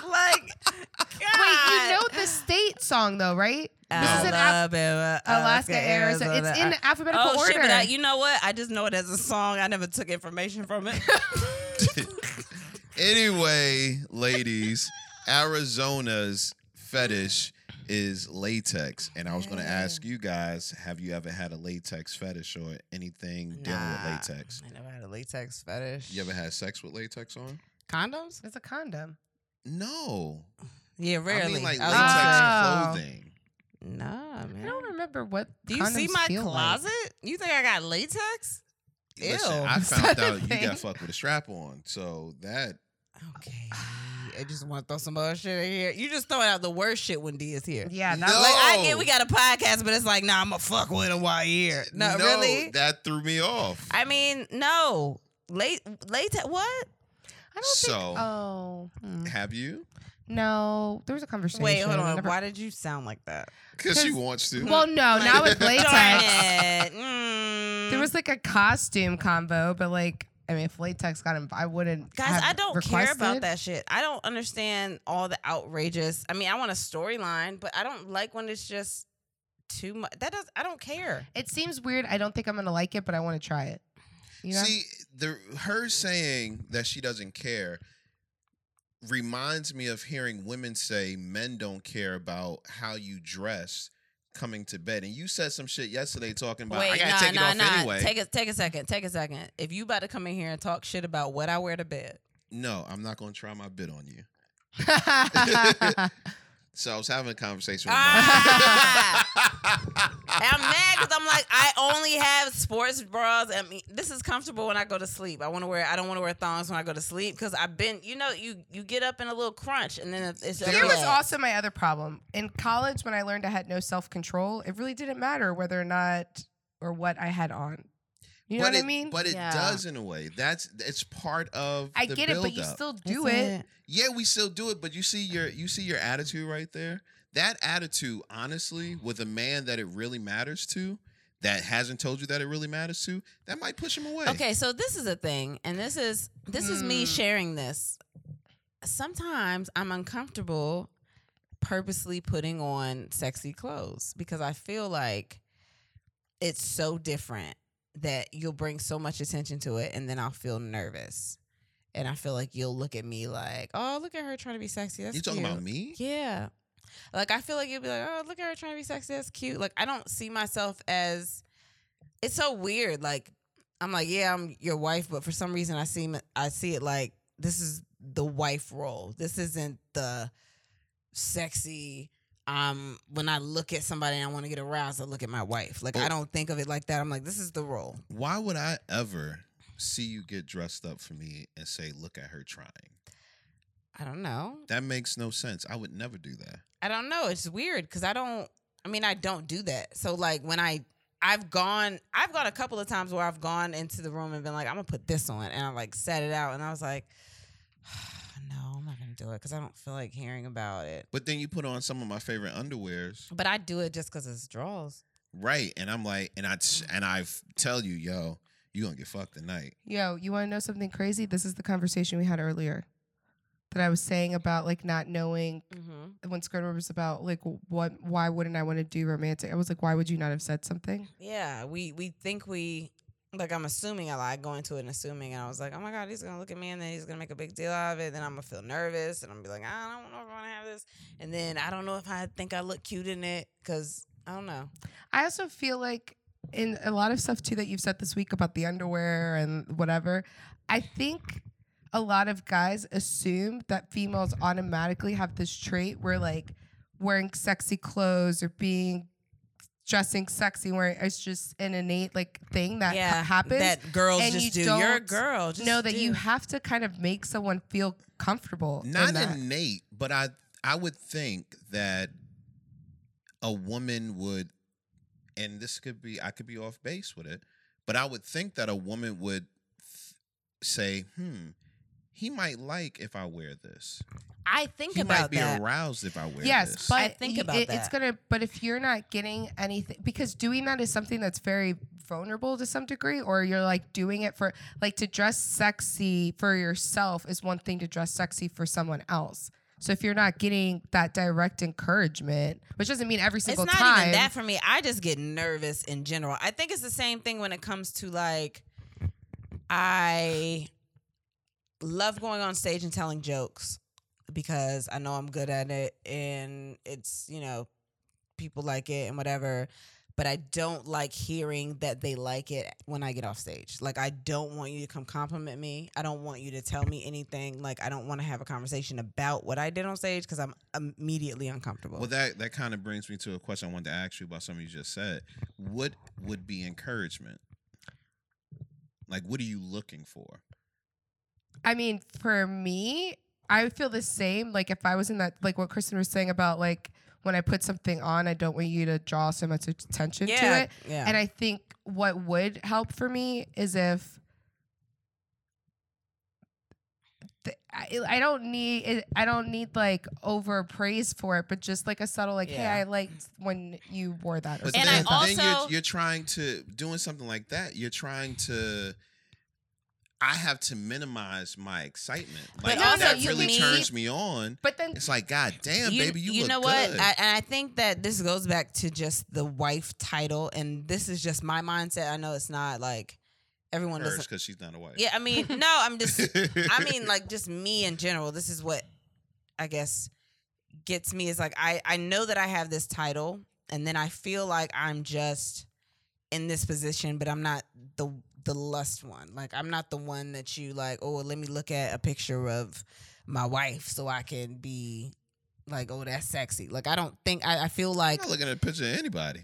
Speaker 3: Wait, you
Speaker 1: God.
Speaker 3: know the state song though, right? This is an Af-
Speaker 1: Alabama,
Speaker 3: Alaska, Arizona. It's in the alphabetical
Speaker 1: oh
Speaker 3: order.
Speaker 1: shit! But I, you know what? I just know it as a song. I never took information from it.
Speaker 2: anyway, ladies, Arizona's fetish is latex, and I was going to ask you guys: Have you ever had a latex fetish or anything dealing with
Speaker 1: Nah.
Speaker 2: latex?
Speaker 1: I never had a latex fetish.
Speaker 2: You ever had sex with latex on?
Speaker 1: condoms?
Speaker 3: it's a condom.
Speaker 2: No,
Speaker 1: Yeah, rarely.
Speaker 2: I mean like
Speaker 1: I was
Speaker 2: latex
Speaker 1: gonna say-
Speaker 3: Oh.
Speaker 2: clothing.
Speaker 1: Nah,
Speaker 3: I
Speaker 1: Oh, man.
Speaker 3: don't remember what.
Speaker 1: Do you see
Speaker 3: condoms
Speaker 1: my
Speaker 3: feel like.
Speaker 1: closet? You think I got latex?
Speaker 2: Listen,
Speaker 1: Ew.
Speaker 2: I
Speaker 3: Is that
Speaker 2: found
Speaker 3: a
Speaker 2: out you
Speaker 3: thing?
Speaker 2: got fucked with a strap on, so that
Speaker 1: Okay. I just want to throw some other shit in here. You just throwing out the worst shit when D is here.
Speaker 3: Yeah, that
Speaker 2: No.
Speaker 1: Like I get
Speaker 2: Oh.
Speaker 1: we got a podcast, but it's like, nah, I'm going to fuck with him while he here. No, really?
Speaker 2: that threw me off.
Speaker 1: I mean, no. Late late what?
Speaker 3: I don't
Speaker 2: So-
Speaker 3: think. Oh hmm.
Speaker 2: Have you?
Speaker 3: no, there was a conversation.
Speaker 1: Wait, hold on.
Speaker 3: Never-
Speaker 1: Why did you sound like that?
Speaker 2: Because she wants to.
Speaker 3: well, no,
Speaker 1: Like-
Speaker 3: not with
Speaker 1: Darn
Speaker 3: latex.
Speaker 1: it. Mm.
Speaker 3: there was like a costume combo, but like, I mean, if latex got him, I wouldn't.
Speaker 1: Guys,
Speaker 3: have
Speaker 1: I don't care about
Speaker 3: requested.
Speaker 1: that shit. I don't understand all the outrageous. I mean, I want a storyline, but I don't like when it's just too much. That does. I don't care.
Speaker 3: It seems weird. I don't think I'm gonna like it, but I want to try it. You know?
Speaker 2: See, the her saying that she doesn't care reminds me of hearing women say men don't care about how you dress coming to bed. And you said some shit yesterday talking about I gotta take it off anyway.
Speaker 1: Take a take a second. Take a second. If you about to come in here and talk shit about what I wear to bed,
Speaker 2: no, I'm not gonna try my bit on you. So I was having a conversation with
Speaker 1: And
Speaker 3: Ah.
Speaker 2: my
Speaker 1: I'm mad because I'm like, I only have sports bras. I mean, this is comfortable when I go to sleep. I want to wear. I don't want to wear thongs when I go to sleep because I've been. You know, you you get up in a little crunch and then it's. a
Speaker 3: Here was
Speaker 1: little-
Speaker 3: also my other problem. In college, when I learned I had no self control, it really didn't matter whether or not or what I had on. You know
Speaker 2: but
Speaker 3: what
Speaker 2: it,
Speaker 3: I mean?
Speaker 2: But it
Speaker 1: Yeah.
Speaker 2: does in a way. That's it's part of
Speaker 3: I
Speaker 2: the
Speaker 3: get it, but you
Speaker 2: buildup.
Speaker 3: still do it.
Speaker 2: Yeah, we still do it, but you see your you see your attitude right there. That attitude, honestly, with a man that it really matters to, that hasn't told you that it really matters to, that might push him away.
Speaker 1: Okay, so this is a thing, and this is this is me
Speaker 3: Hmm.
Speaker 1: sharing this. Sometimes I'm uncomfortable purposely putting on sexy clothes because I feel like it's so different that you'll bring so much attention to it and then I'll feel nervous. And I feel like you'll look at me like, oh, look at her trying to be sexy. That's
Speaker 2: You talking
Speaker 1: cute."
Speaker 2: about me?
Speaker 1: Yeah. Like I feel like you'd be like, oh, look at her trying to be sexy. That's cute. Like I don't see myself as. It's so weird. Like I'm like, yeah, I'm your wife, but for some reason I see I see it like this is the wife role. This isn't the sexy. Um, when I look at somebody and I want to get aroused, I look at my wife. Like I don't think of it like that. I'm like, this is the role.
Speaker 2: Why would I ever see you get dressed up for me and say, "Look at her trying"?
Speaker 1: I don't know.
Speaker 2: That makes no sense. I would never do that.
Speaker 1: I don't know. It's weird because I don't. I mean, I don't do that. So like when I I've gone, I've gone a couple of times where I've gone into the room and been like, I'm gonna put this on, and I like set it out, and I was like, no, I'm not gonna do it because I don't feel like hearing about it.
Speaker 2: But then you put on some of my favorite underwears,
Speaker 1: But I do it just because it's draws.
Speaker 2: right? And I'm like, and I and I tell you, yo, you gonna get fucked tonight.
Speaker 3: Yo, you want to know something crazy? This is the conversation we had earlier that I was saying about like not knowing
Speaker 1: Mm-hmm.
Speaker 3: when Squidward was about like what why wouldn't I want to do romantic? I was like, why would you not have said something?
Speaker 1: Yeah, we we think we like I'm assuming a lot, going to it and assuming, and I was like, oh my god, he's gonna look at me, and then he's gonna make a big deal out of it. Then I'm gonna feel nervous, and I'm gonna be like, I don't know if I want to have this, and then I don't know if I think I look cute in it, cause I don't know.
Speaker 3: I also feel like in a lot of stuff too that you've said this week about the underwear and whatever, I think a lot of guys assume that females automatically have this trait where like wearing sexy clothes or being dressing sexy wearing it's just an innate like thing that ha- happens
Speaker 1: That girls
Speaker 3: and
Speaker 1: just
Speaker 3: you
Speaker 1: do. You're a
Speaker 3: don't
Speaker 1: girl. Just
Speaker 3: know that
Speaker 1: do.
Speaker 3: you have to kind of make someone feel comfortable in
Speaker 2: Not
Speaker 3: that.
Speaker 2: innate, but I I would think that a woman would, and this could be I could be off base with it, but I would think that a woman would th- say, hmm. He might like if I wear this.
Speaker 1: I think
Speaker 2: he might
Speaker 1: about
Speaker 2: be
Speaker 1: that.
Speaker 2: aroused if I wear
Speaker 3: yes,
Speaker 2: this.
Speaker 3: but
Speaker 1: I think
Speaker 3: y-
Speaker 1: about
Speaker 3: it- It's
Speaker 1: that.
Speaker 3: gonna, but if you're not getting anything, because doing that is something that's very vulnerable to some degree, or you're like doing it for like to dress sexy for yourself is one thing to dress sexy for someone else. So if you're not getting that direct encouragement, which doesn't mean every
Speaker 1: It's
Speaker 3: single
Speaker 1: not
Speaker 3: time,
Speaker 1: even that for me. I just get nervous in general. I think it's the same thing when it comes to like I love going on stage and telling jokes because I know I'm good at it and it's, you know, people like it and whatever. But I don't like hearing that they like it when I get off stage. Like I don't want you to come compliment me. I don't want you to tell me anything. Like I don't want to have a conversation about what I did on stage because I'm immediately uncomfortable.
Speaker 2: Well, that that kind of brings me to a question I wanted to ask you about something you just said. What would be encouragement? Like, what are you looking for?
Speaker 3: I mean, for me, I would feel the same. Like if I was in that, like what Kristen was saying about like when I put something on, I don't want you to draw so much attention to it.
Speaker 1: yeah.
Speaker 3: And I think what would help for me is if th- I, I don't need it, I don't need like over praise for it, but just like a subtle like,
Speaker 1: Yeah.
Speaker 3: hey, I liked when you wore that. Or
Speaker 2: But
Speaker 1: And
Speaker 3: something
Speaker 1: I
Speaker 2: then,
Speaker 3: like that.
Speaker 2: then you're,
Speaker 1: also-
Speaker 2: you're trying to doing something like that. You're trying to. I have to minimize my excitement.
Speaker 1: But
Speaker 2: Like if
Speaker 1: also
Speaker 2: that
Speaker 1: you
Speaker 2: really
Speaker 1: need-
Speaker 2: turns me on.
Speaker 3: But then
Speaker 2: It's like, God damn, baby, you, look
Speaker 1: know what?
Speaker 2: good.
Speaker 1: I, and I think that this goes back to just the wife title, and this is just my mindset. I know it's not like everyone doesn't.
Speaker 2: because she's not a wife.
Speaker 1: Yeah, I mean, no, I'm just. I mean, like just me in general. This is what I guess gets me is like I I know that I have this title, and then I feel like I'm just in this position, but I'm not the the lust one. Like I'm not the one that you like. Oh, let me look at a picture of my wife so I can be like, oh, that's sexy. Like I don't think I, I feel
Speaker 2: I'm
Speaker 1: like
Speaker 2: not looking at a picture of anybody.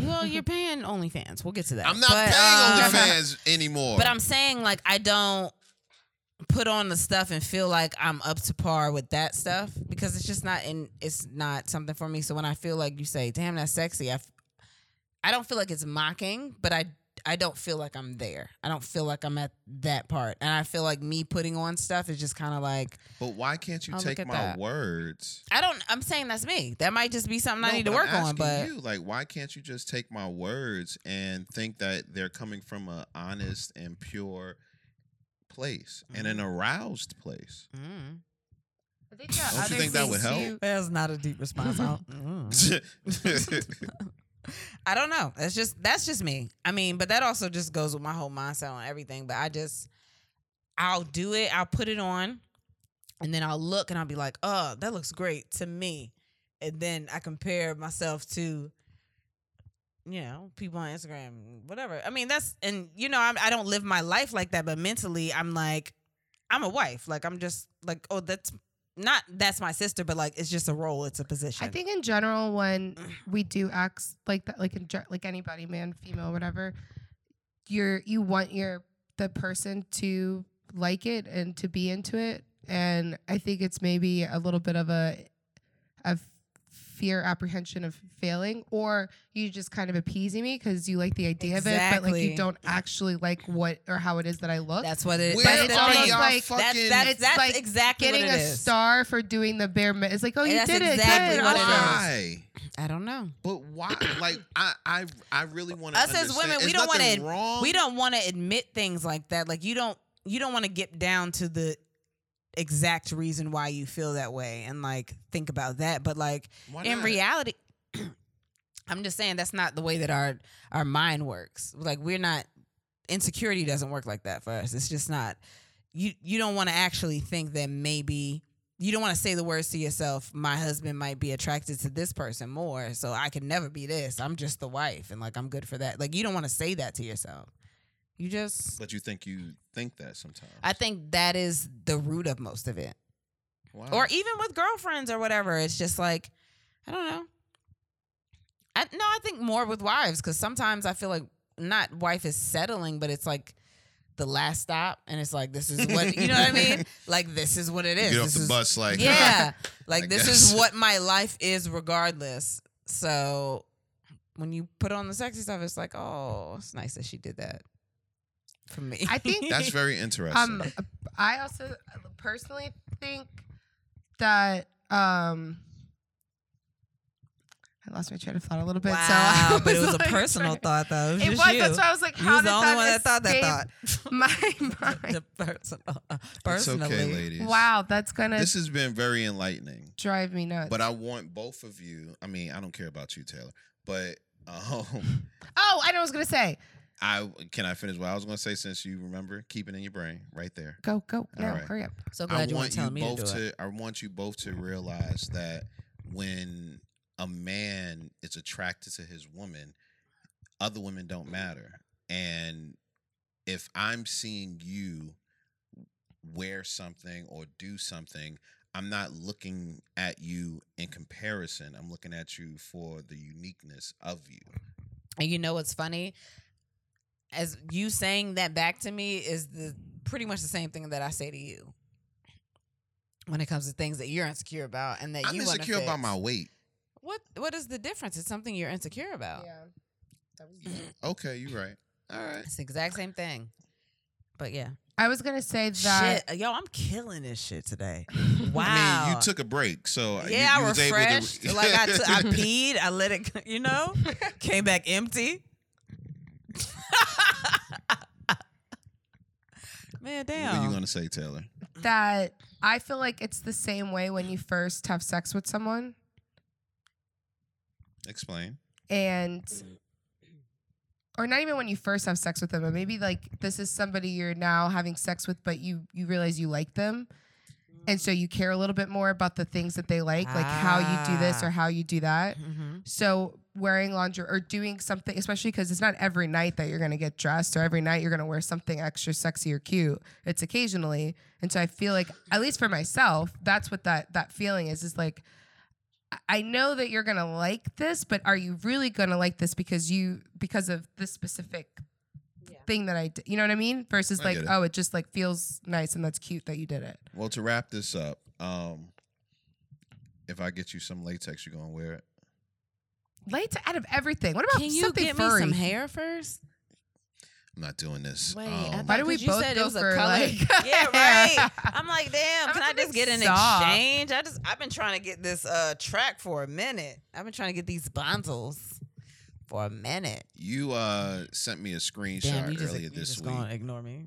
Speaker 1: well, you're paying OnlyFans. We'll get to that.
Speaker 2: I'm not
Speaker 1: But, um,
Speaker 2: paying OnlyFans anymore.
Speaker 1: But I'm saying like I don't put on the stuff and feel like I'm up to par with that stuff because it's just not in it's not something for me. So when I feel like you say, "Damn, that's sexy," I f- I don't feel like it's mocking, but I I don't feel like I'm there. I don't feel like I'm at that part, and I feel like me putting on stuff is just kind of like
Speaker 2: But why can't you
Speaker 1: I'll look
Speaker 2: take
Speaker 1: at
Speaker 2: my
Speaker 1: that.
Speaker 2: words?
Speaker 1: I don't. I'm saying that's me. That might just be something I
Speaker 2: No,
Speaker 1: need to
Speaker 2: but
Speaker 1: work on,
Speaker 2: I'm asking
Speaker 1: but.
Speaker 2: you, like, why can't you just take my words and think that they're coming from a honest and pure place and an aroused place?
Speaker 1: Mm.
Speaker 3: I think there are
Speaker 2: Don't you
Speaker 3: other
Speaker 2: think that
Speaker 3: things
Speaker 2: would help?
Speaker 3: too.
Speaker 1: That's not a deep response. Mm. I don't, I don't know. That's just that's just me. I mean, but that also just goes with my whole mindset on everything. But I just I'll do it. I'll put it on, and then I'll look and I'll be like, oh, that looks great to me. And then I compare myself to you know people on Instagram, whatever. I mean, that's and you know I'm, I don't live my life like that, but mentally I'm like I'm a wife. Like I'm just like oh that's not that's my sister, but like it's just a role. It's a position.
Speaker 3: I think in general, when we do acts like that, like in, gen- like anybody, man, female, whatever, you're you want your the person to like it and to be into it, and I think it's maybe a little bit of a of fear apprehension of failing or you just kind of appeasing me because you like the idea of it but like
Speaker 1: Exactly.
Speaker 3: you don't actually like what or how it is that i look
Speaker 1: that's what it is.
Speaker 2: Where
Speaker 3: But it's
Speaker 2: are
Speaker 3: almost
Speaker 2: y'all
Speaker 3: like-
Speaker 2: fucking?
Speaker 1: that's,
Speaker 3: It's
Speaker 1: that's, that's
Speaker 3: like
Speaker 1: exactly
Speaker 3: getting
Speaker 1: what
Speaker 3: a
Speaker 1: it is.
Speaker 3: star for doing the bare minimum it's like oh you
Speaker 1: That's
Speaker 3: did it
Speaker 1: exactly
Speaker 3: good,
Speaker 1: what it is.
Speaker 3: awesome.
Speaker 2: why?
Speaker 1: I don't know.
Speaker 2: But why? Like I, I, I really want to.
Speaker 1: Us as women, we don't wanna-
Speaker 2: wrong.
Speaker 1: We don't want to admit things like that. Like you don't you don't want to get down to the exact reason why you feel that way and like think about that. But like
Speaker 2: Why
Speaker 1: in
Speaker 2: not?
Speaker 1: reality, I'm just saying that's not the way that our our mind works. Like we're not insecurity doesn't work like that for us. It's just not. You you don't want to actually think that maybe you don't want to say the words to yourself. My husband might be attracted to this person more, so I can never be this. I'm just the wife, and like I'm good for that. Like you don't want to say that to yourself. You just.
Speaker 2: But you think you think that sometimes.
Speaker 1: I think that is the root of most of it
Speaker 2: Wow.
Speaker 1: or even with girlfriends or whatever. It's just like, I don't know. I, no, I think more with wives because sometimes I feel like not wife is settling, but it's like the last stop, and it's like this is what you know what I mean. Like this is what it is.
Speaker 2: get off
Speaker 1: This
Speaker 2: the
Speaker 1: is-
Speaker 2: bus like
Speaker 1: yeah,
Speaker 2: I
Speaker 1: like this is
Speaker 2: guess.
Speaker 1: what my life is regardless. So when you put on the sexy stuff, it's like, oh, it's nice that she did that for me.
Speaker 3: I think-
Speaker 2: That's very interesting.
Speaker 3: Um, I also uh, personally think that um, I lost my train of thought a little bit. so I
Speaker 1: wow, but it was a
Speaker 3: like
Speaker 1: personal
Speaker 3: trying-
Speaker 1: thought though. It was
Speaker 3: It
Speaker 1: just
Speaker 3: was.
Speaker 1: you.
Speaker 3: That's why I was like,
Speaker 1: You
Speaker 3: how
Speaker 1: was
Speaker 3: did
Speaker 1: the only
Speaker 3: that
Speaker 1: one that thought that
Speaker 3: escape
Speaker 1: thought.
Speaker 3: My mind.
Speaker 1: the personal,
Speaker 2: it's
Speaker 1: personally.
Speaker 2: okay, ladies.
Speaker 3: Wow, that's gonna
Speaker 2: This has been very enlightening.
Speaker 3: drive me nuts.
Speaker 2: But I want both of you. I mean, I don't care about you, Taylor. But um,
Speaker 3: oh, I know what I was gonna say.
Speaker 2: I can I finish what I was going to say since you remember, keep it in your brain right there.
Speaker 3: Go, go, now,
Speaker 2: right.
Speaker 3: hurry up.
Speaker 1: So
Speaker 2: I
Speaker 1: glad you weren't
Speaker 2: want you,
Speaker 1: telling me to do
Speaker 2: both
Speaker 1: it.
Speaker 2: I want you both to realize that when a man is attracted to his woman, other women don't matter. And if I'm seeing you wear something or do something, I'm not looking at you in comparison. I'm looking at you for the uniqueness of you.
Speaker 1: And you know what's funny? As you saying that back to me is the pretty much the same thing that I say to you when it comes to things that you're insecure about and that
Speaker 2: I'm
Speaker 1: you wanna
Speaker 2: insecure about
Speaker 1: fix.
Speaker 2: my weight.
Speaker 1: What What is the difference? It's something you're insecure about.
Speaker 3: Yeah. That
Speaker 1: Mm.
Speaker 3: was-
Speaker 2: Okay, you're right. All right.
Speaker 1: It's the exact same thing. But yeah,
Speaker 3: I was gonna say that.
Speaker 1: shit, yo, I'm killing this shit today. Wow,
Speaker 2: I mean, you took a break, so uh, you-
Speaker 1: Yeah,
Speaker 2: you
Speaker 1: I
Speaker 2: was able to-
Speaker 1: refreshed. like I, t- I peed. I let it, you know, came back empty. Man,
Speaker 2: What are
Speaker 1: damn.
Speaker 2: you gonna say, Taylor?
Speaker 3: that I feel like it's the same way when you first have sex with someone.
Speaker 2: Explain.
Speaker 3: and or not even when you first have sex with them but maybe like this is somebody you're now having sex with but you you realize you like them and so you care a little bit more about the things that they like like how you do this
Speaker 1: Ah.
Speaker 3: or how you do that
Speaker 1: Mhm.
Speaker 3: so wearing lingerie or doing something especially because it's not every night that you're going to get dressed or every night you're going to wear something extra sexy or cute it's occasionally and so i feel like at least for myself that's what that that feeling is is like I- i know that you're going to like this but are you really going to like this because you because of this specific thing that i did you know what i mean versus
Speaker 2: I
Speaker 3: like
Speaker 2: get it.
Speaker 3: oh it just like feels nice and that's cute that you did it
Speaker 2: Well, to wrap this up, um, if I get you some latex, you gonna wear it.
Speaker 3: latex out of everything what about
Speaker 1: Can you
Speaker 3: something
Speaker 1: get
Speaker 3: furry?
Speaker 1: me some hair first?
Speaker 2: I'm not doing this.
Speaker 1: Wait, I
Speaker 2: um,
Speaker 1: thought-
Speaker 3: Why do we
Speaker 1: 'cause you
Speaker 3: both
Speaker 1: said it
Speaker 3: go
Speaker 1: was a
Speaker 3: for
Speaker 1: color.
Speaker 3: like?
Speaker 1: Yeah, right. I'm like, damn.
Speaker 3: I'm
Speaker 1: Can I
Speaker 3: gonna
Speaker 1: just get an
Speaker 3: sob.
Speaker 1: exchange? I just I've been trying to get this uh track for a minute. I've been trying to get these bundles for a minute.
Speaker 2: you uh, sent me a screenshot
Speaker 1: you just,
Speaker 2: earlier
Speaker 1: you
Speaker 2: this
Speaker 1: just
Speaker 2: week
Speaker 1: gonna ignore me.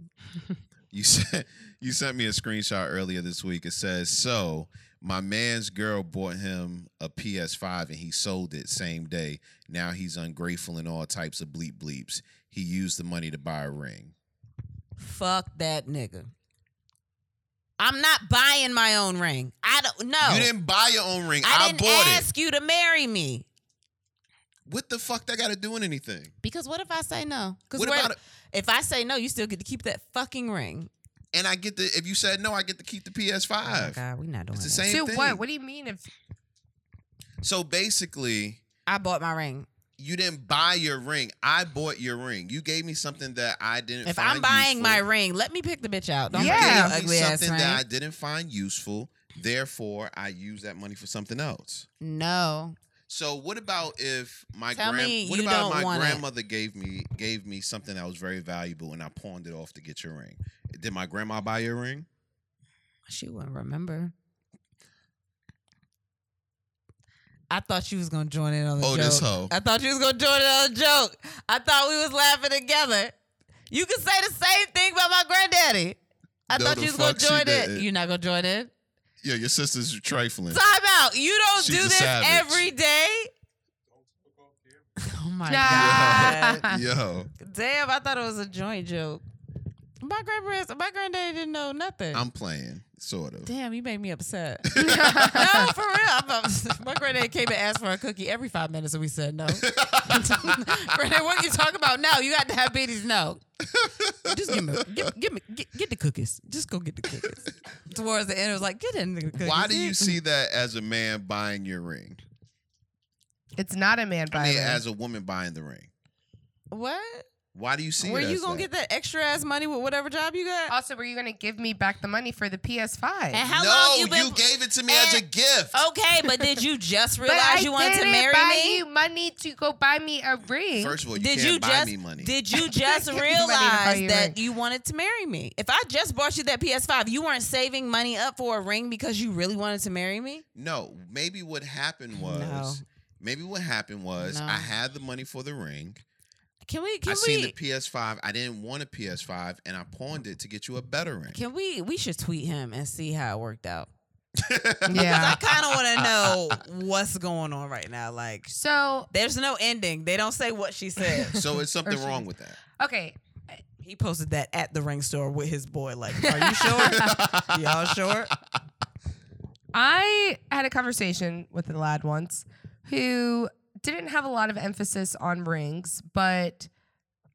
Speaker 2: You sent you sent me a screenshot earlier this week. It says, "So my man's girl bought him a PS5 and he sold it same day. Now he's ungrateful and all types of bleep bleeps. He used the money to buy a ring.
Speaker 1: Fuck that nigga. I'm not buying my own ring. I don't know.
Speaker 2: You didn't buy your own ring.
Speaker 1: Oh. I
Speaker 2: I,
Speaker 1: didn't
Speaker 2: bought it.
Speaker 1: ask you to marry me.
Speaker 2: What the fuck that got to do with anything?
Speaker 1: Because what if I say no? Because
Speaker 2: What about it?
Speaker 1: if I say no, you still get to keep that fucking ring.
Speaker 2: And I get the if you said no, I get to keep the
Speaker 1: Oh my
Speaker 2: PS5.
Speaker 1: God, we not doing
Speaker 2: it's the
Speaker 1: that.
Speaker 2: same
Speaker 3: To
Speaker 2: thing.
Speaker 3: what? What do you mean if
Speaker 2: So basically,
Speaker 1: I bought my ring.
Speaker 2: you didn't buy your ring. I bought your ring. You gave me something that I didn't.
Speaker 1: If
Speaker 2: find
Speaker 1: I'm buying
Speaker 2: useful.
Speaker 1: my ring, let me pick the bitch out. Don't
Speaker 2: You
Speaker 1: yeah.
Speaker 3: Yeah.
Speaker 1: give me ugly
Speaker 2: gave me
Speaker 1: ass
Speaker 2: something
Speaker 1: ring.
Speaker 2: that I didn't find useful. Therefore, I use that money for something else.
Speaker 1: no.
Speaker 2: So what about if my
Speaker 1: Tell
Speaker 2: grand
Speaker 1: me
Speaker 2: what
Speaker 1: you
Speaker 2: about
Speaker 1: don't
Speaker 2: my
Speaker 1: want it.
Speaker 2: grandmother gave me gave me something that was very valuable and I pawned it off to get your ring? Did my grandma buy your ring?
Speaker 1: She wouldn't remember. I thought she was gonna join in on the
Speaker 2: Oh,
Speaker 1: joke.
Speaker 2: this hoe.
Speaker 1: I thought she was gonna join in on the joke. I thought we was laughing together. You could say the same thing about my granddaddy. I
Speaker 2: No,
Speaker 1: thought
Speaker 2: the
Speaker 1: you was gonna
Speaker 2: fuck she
Speaker 1: join in.
Speaker 2: didn't.
Speaker 1: You're not gonna join in.
Speaker 2: Yeah, your sister's trifling.
Speaker 1: Time out. You don't
Speaker 2: She's
Speaker 1: do
Speaker 2: a
Speaker 1: this
Speaker 2: savage.
Speaker 1: every day. Oh my
Speaker 3: Nah.
Speaker 1: god.
Speaker 2: Yo,
Speaker 1: Damn, I thought it was a joint joke. My grandparents, my granddaddy didn't know nothing.
Speaker 2: I'm playing, sort of.
Speaker 1: Damn, you made me upset. no, for real. I'm up- my granddaddy came and asked for a cookie every five minutes, and we said no. granddaddy, what are you talking about? No, you got diabetes. No, just give me, give, give me, get, get the cookies. Just go get the cookies. Towards the end, it was like, get in the cookies.
Speaker 2: Why do you see that as a man buying your ring?
Speaker 3: it's not a man
Speaker 2: I
Speaker 3: buying?
Speaker 2: mean, as a woman buying the ring.
Speaker 1: what?
Speaker 2: Why do you see?
Speaker 1: Where
Speaker 2: it
Speaker 1: you
Speaker 2: as
Speaker 1: gonna
Speaker 2: that?
Speaker 1: get that extra ass money with whatever job you got?
Speaker 3: also, were you gonna give me back the money for the PS5?
Speaker 1: And how
Speaker 2: no,
Speaker 1: long you been?
Speaker 2: gave it to me as a
Speaker 1: and-
Speaker 2: gift.
Speaker 1: okay, but did you just
Speaker 3: But
Speaker 1: realize
Speaker 3: I
Speaker 1: you wanted to
Speaker 3: didn't
Speaker 1: marry
Speaker 3: buy
Speaker 1: me?
Speaker 3: You money to go buy me a ring.
Speaker 2: First of all, you
Speaker 1: did
Speaker 2: can't
Speaker 1: you
Speaker 2: buy
Speaker 1: just
Speaker 2: me money.
Speaker 1: did you just
Speaker 3: Give me money to buy
Speaker 1: realize
Speaker 3: you a
Speaker 1: that
Speaker 3: ring.
Speaker 1: you wanted to marry me? If I just bought you that PS5, you weren't saving money up for a ring because you really wanted to marry me?
Speaker 2: no, maybe what happened
Speaker 1: No.
Speaker 2: was maybe what happened was
Speaker 1: No.
Speaker 2: I had the money for the ring.
Speaker 1: Can we can
Speaker 2: I
Speaker 1: we
Speaker 2: seen the PS5. I didn't want a PS5, and I pawned it to get you a better ring.
Speaker 1: can we we should tweet him and see how it worked out? Because I
Speaker 3: yeah.
Speaker 1: kind of want to know what's going on right now. Like
Speaker 3: So
Speaker 1: there's no ending. They don't say what she said.
Speaker 2: so it's something
Speaker 3: Or
Speaker 2: wrong
Speaker 3: she-
Speaker 2: with that.
Speaker 3: okay,
Speaker 1: He posted that at the ring store with his boy. Like, are you sure? Y'all sure?
Speaker 3: I had a conversation with a lad once who didn't have a lot of emphasis on rings, but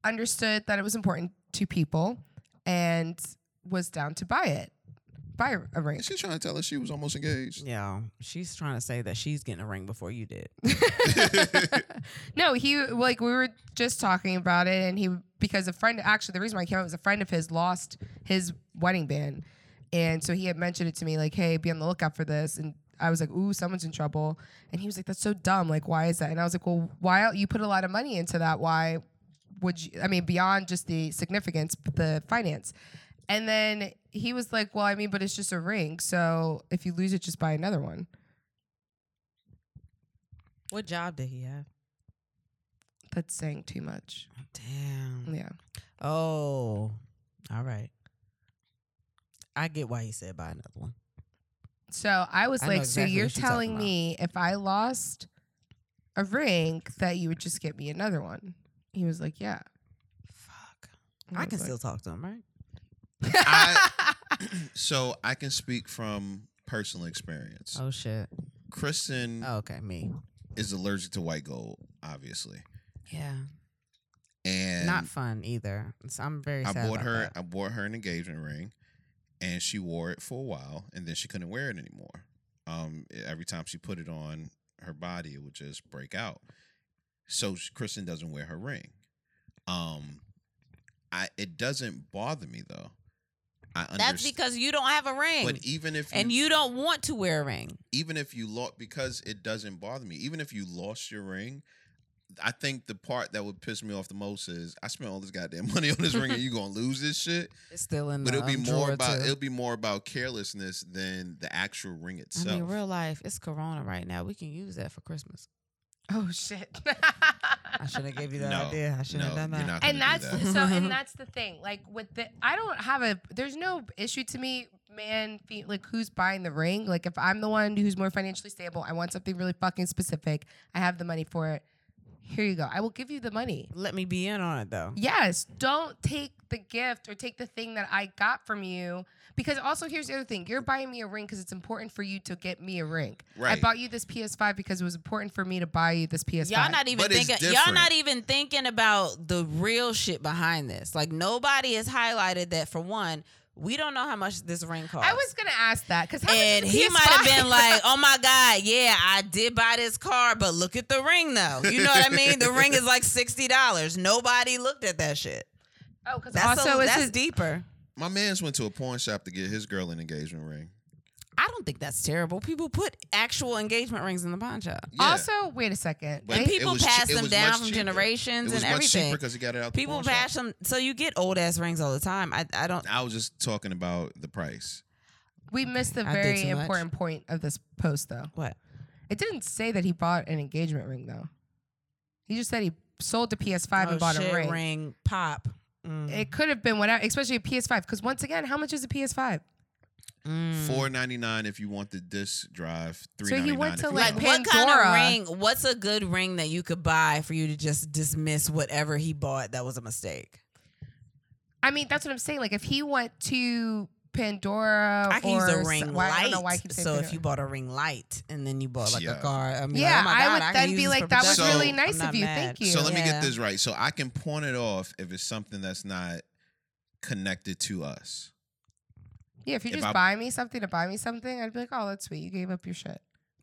Speaker 3: understood that it was important to people and was down to buy it, buy a ring.
Speaker 2: She's trying to tell us she was almost engaged.
Speaker 1: Yeah, she's trying to say that she's getting a ring before you did.
Speaker 3: no, he like we were just talking about it, and he because a friend actually the reason why I came out was a friend of his lost his wedding band, and so he had mentioned it to me like, hey, be on the lookout for this, and I was like, ooh, someone's in trouble, and he was like, that's so dumb, like why is that? And I was like, well, why you put a lot of money into that? Why would you? I mean, beyond just the significance, but the finance. And then he was like, well, I mean, but it's just a ring, so if you lose it, just buy another one.
Speaker 1: What job did he have?
Speaker 3: That's saying too much.
Speaker 1: Damn.
Speaker 3: Yeah.
Speaker 1: Oh, all right. I get why he said buy another one.
Speaker 3: So I was
Speaker 1: I know
Speaker 3: like,
Speaker 1: exactly
Speaker 3: so you're
Speaker 1: what you're talking
Speaker 3: telling
Speaker 1: about."
Speaker 3: me if I lost a ring that you would just get me another one? He was like, yeah.
Speaker 1: Fuck.
Speaker 3: And
Speaker 1: I
Speaker 3: was
Speaker 1: can
Speaker 3: like-
Speaker 1: still talk to him, right?
Speaker 2: I- so I can speak from personal experience.
Speaker 1: Oh shit.
Speaker 2: Kristen
Speaker 1: Oh, okay, me.
Speaker 2: is allergic to white gold, obviously,
Speaker 1: Yeah.
Speaker 2: and
Speaker 1: Not fun either. So I'm very.
Speaker 2: I
Speaker 1: Sad
Speaker 2: bought
Speaker 1: about
Speaker 2: her
Speaker 1: that.
Speaker 2: I bought her an engagement ring and she wore it for a while and then she couldn't wear it anymore. Um every time she put it on her body it would just break out. So sh- Kristen doesn't wear her ring. Um I it doesn't bother me though. I understand.
Speaker 1: That's because you don't have a ring,
Speaker 2: but even if
Speaker 1: and you don't want to wear a ring.
Speaker 2: even if you lost because it doesn't bother me even if you lost your ring i think the part that would piss me off the most is i spent all this goddamn money on this ring and you gonna lose this shit
Speaker 1: It's still in.
Speaker 2: but
Speaker 1: the,
Speaker 2: it'll be
Speaker 1: um,
Speaker 2: more
Speaker 1: drawer,
Speaker 2: about
Speaker 1: too.
Speaker 2: it'll be more about carelessness than the actual ring
Speaker 1: I
Speaker 2: itself
Speaker 1: mean, real life. It's Corona right now. We can use that for Christmas.
Speaker 3: oh shit.
Speaker 1: I shouldn't have gave you that
Speaker 2: No,
Speaker 1: idea. I shouldn't
Speaker 2: no,
Speaker 1: have done
Speaker 2: you're
Speaker 1: that.
Speaker 2: not
Speaker 3: and
Speaker 2: gonna do
Speaker 3: that's
Speaker 2: that.
Speaker 1: that.
Speaker 3: so and that's the thing like with the i don't have a there's no issue to me man fe- like who's buying the ring like if i'm the one who's more financially stable i want something really fucking specific i have the money for it here you go i will give you the money
Speaker 1: Let me be in on it though.
Speaker 3: yes don't take the gift or take the thing that i got from you because also here's the other thing you're buying me a ring because it's important for you to get me a ring
Speaker 2: right.
Speaker 3: i bought you this ps5 because it was important for me to buy you this ps5
Speaker 1: Y'all not even
Speaker 2: But it's
Speaker 1: thinking. Y'all
Speaker 2: different.
Speaker 1: not even thinking about the real shit behind this. Like nobody has highlighted that. For one, we don't know how much this ring costs.
Speaker 3: I was gonna ask that because
Speaker 1: and he might have been like, "Oh my god, yeah, I did buy this car, but look at the ring though. You know what I mean? The ring is like sixty dollars. Nobody looked at that shit.
Speaker 3: "Oh, because
Speaker 1: That's
Speaker 3: also
Speaker 1: a,
Speaker 3: it's
Speaker 1: that's
Speaker 3: his-
Speaker 1: deeper.
Speaker 2: My man's went to a pawn shop to get his girl an engagement ring.
Speaker 1: I don't think that's terrible. People put actual engagement rings in the pawn shop.
Speaker 2: Yeah.
Speaker 3: Also, wait a second.
Speaker 2: But
Speaker 1: and
Speaker 2: it
Speaker 3: They-
Speaker 1: people
Speaker 2: was che-
Speaker 1: pass
Speaker 2: it
Speaker 1: them
Speaker 2: was
Speaker 1: down
Speaker 2: much
Speaker 1: from
Speaker 2: cheaper.
Speaker 1: generations
Speaker 2: it was
Speaker 1: and
Speaker 2: much cheaper
Speaker 1: everything.
Speaker 2: because he got it out. The
Speaker 1: People
Speaker 2: pawn shop.
Speaker 1: pass them, so you get old ass rings all the time. I, I don't.
Speaker 2: I was just talking about the price.
Speaker 3: we missed the
Speaker 1: I did
Speaker 3: very
Speaker 1: too much.
Speaker 3: important point of this post, though.
Speaker 1: What?
Speaker 3: It didn't say that he bought an engagement ring, though. He just said he sold the PS5
Speaker 1: Oh,
Speaker 3: and bought
Speaker 1: shit,
Speaker 3: a ring.
Speaker 1: ring pop. Mm.
Speaker 3: It could have been whatever, especially a PS5. Because once again, how much is a PS5?
Speaker 1: Mm.
Speaker 2: Four ninety nine if you want the disc drive. Three
Speaker 3: So
Speaker 2: ninety nine.
Speaker 3: you went to,
Speaker 1: Like
Speaker 3: like,
Speaker 1: what kind of
Speaker 3: Pandora.
Speaker 1: ring? What's a good ring that you could buy for you to just dismiss whatever he bought that was a mistake?
Speaker 3: I mean, that's what I'm saying. Like, if he went to Pandora,
Speaker 1: I can
Speaker 3: Oh, or
Speaker 1: use a
Speaker 3: s-
Speaker 1: ring
Speaker 3: why-
Speaker 1: light.
Speaker 3: I don't know why I keep saying
Speaker 1: so if
Speaker 3: Pandora.
Speaker 1: you bought a ring light and then you bought like
Speaker 2: Yeah.
Speaker 1: a car, I mean,
Speaker 3: Yeah,
Speaker 1: oh my
Speaker 3: I
Speaker 1: God,
Speaker 3: would
Speaker 1: can
Speaker 3: then
Speaker 1: use
Speaker 3: be
Speaker 1: this
Speaker 3: like,
Speaker 1: for
Speaker 3: "That
Speaker 2: was
Speaker 1: production."
Speaker 2: really
Speaker 1: I'm
Speaker 3: nice
Speaker 1: not
Speaker 3: of you.
Speaker 1: mad.
Speaker 3: Thank you.
Speaker 2: So let me
Speaker 1: Yeah.
Speaker 2: get this right. So I can pawn it off if it's something that's not connected to us.
Speaker 3: yeah, if you
Speaker 2: if
Speaker 3: just
Speaker 2: I-
Speaker 3: buy me something to buy me something, I'd be like, oh, that's sweet. You gave up your shit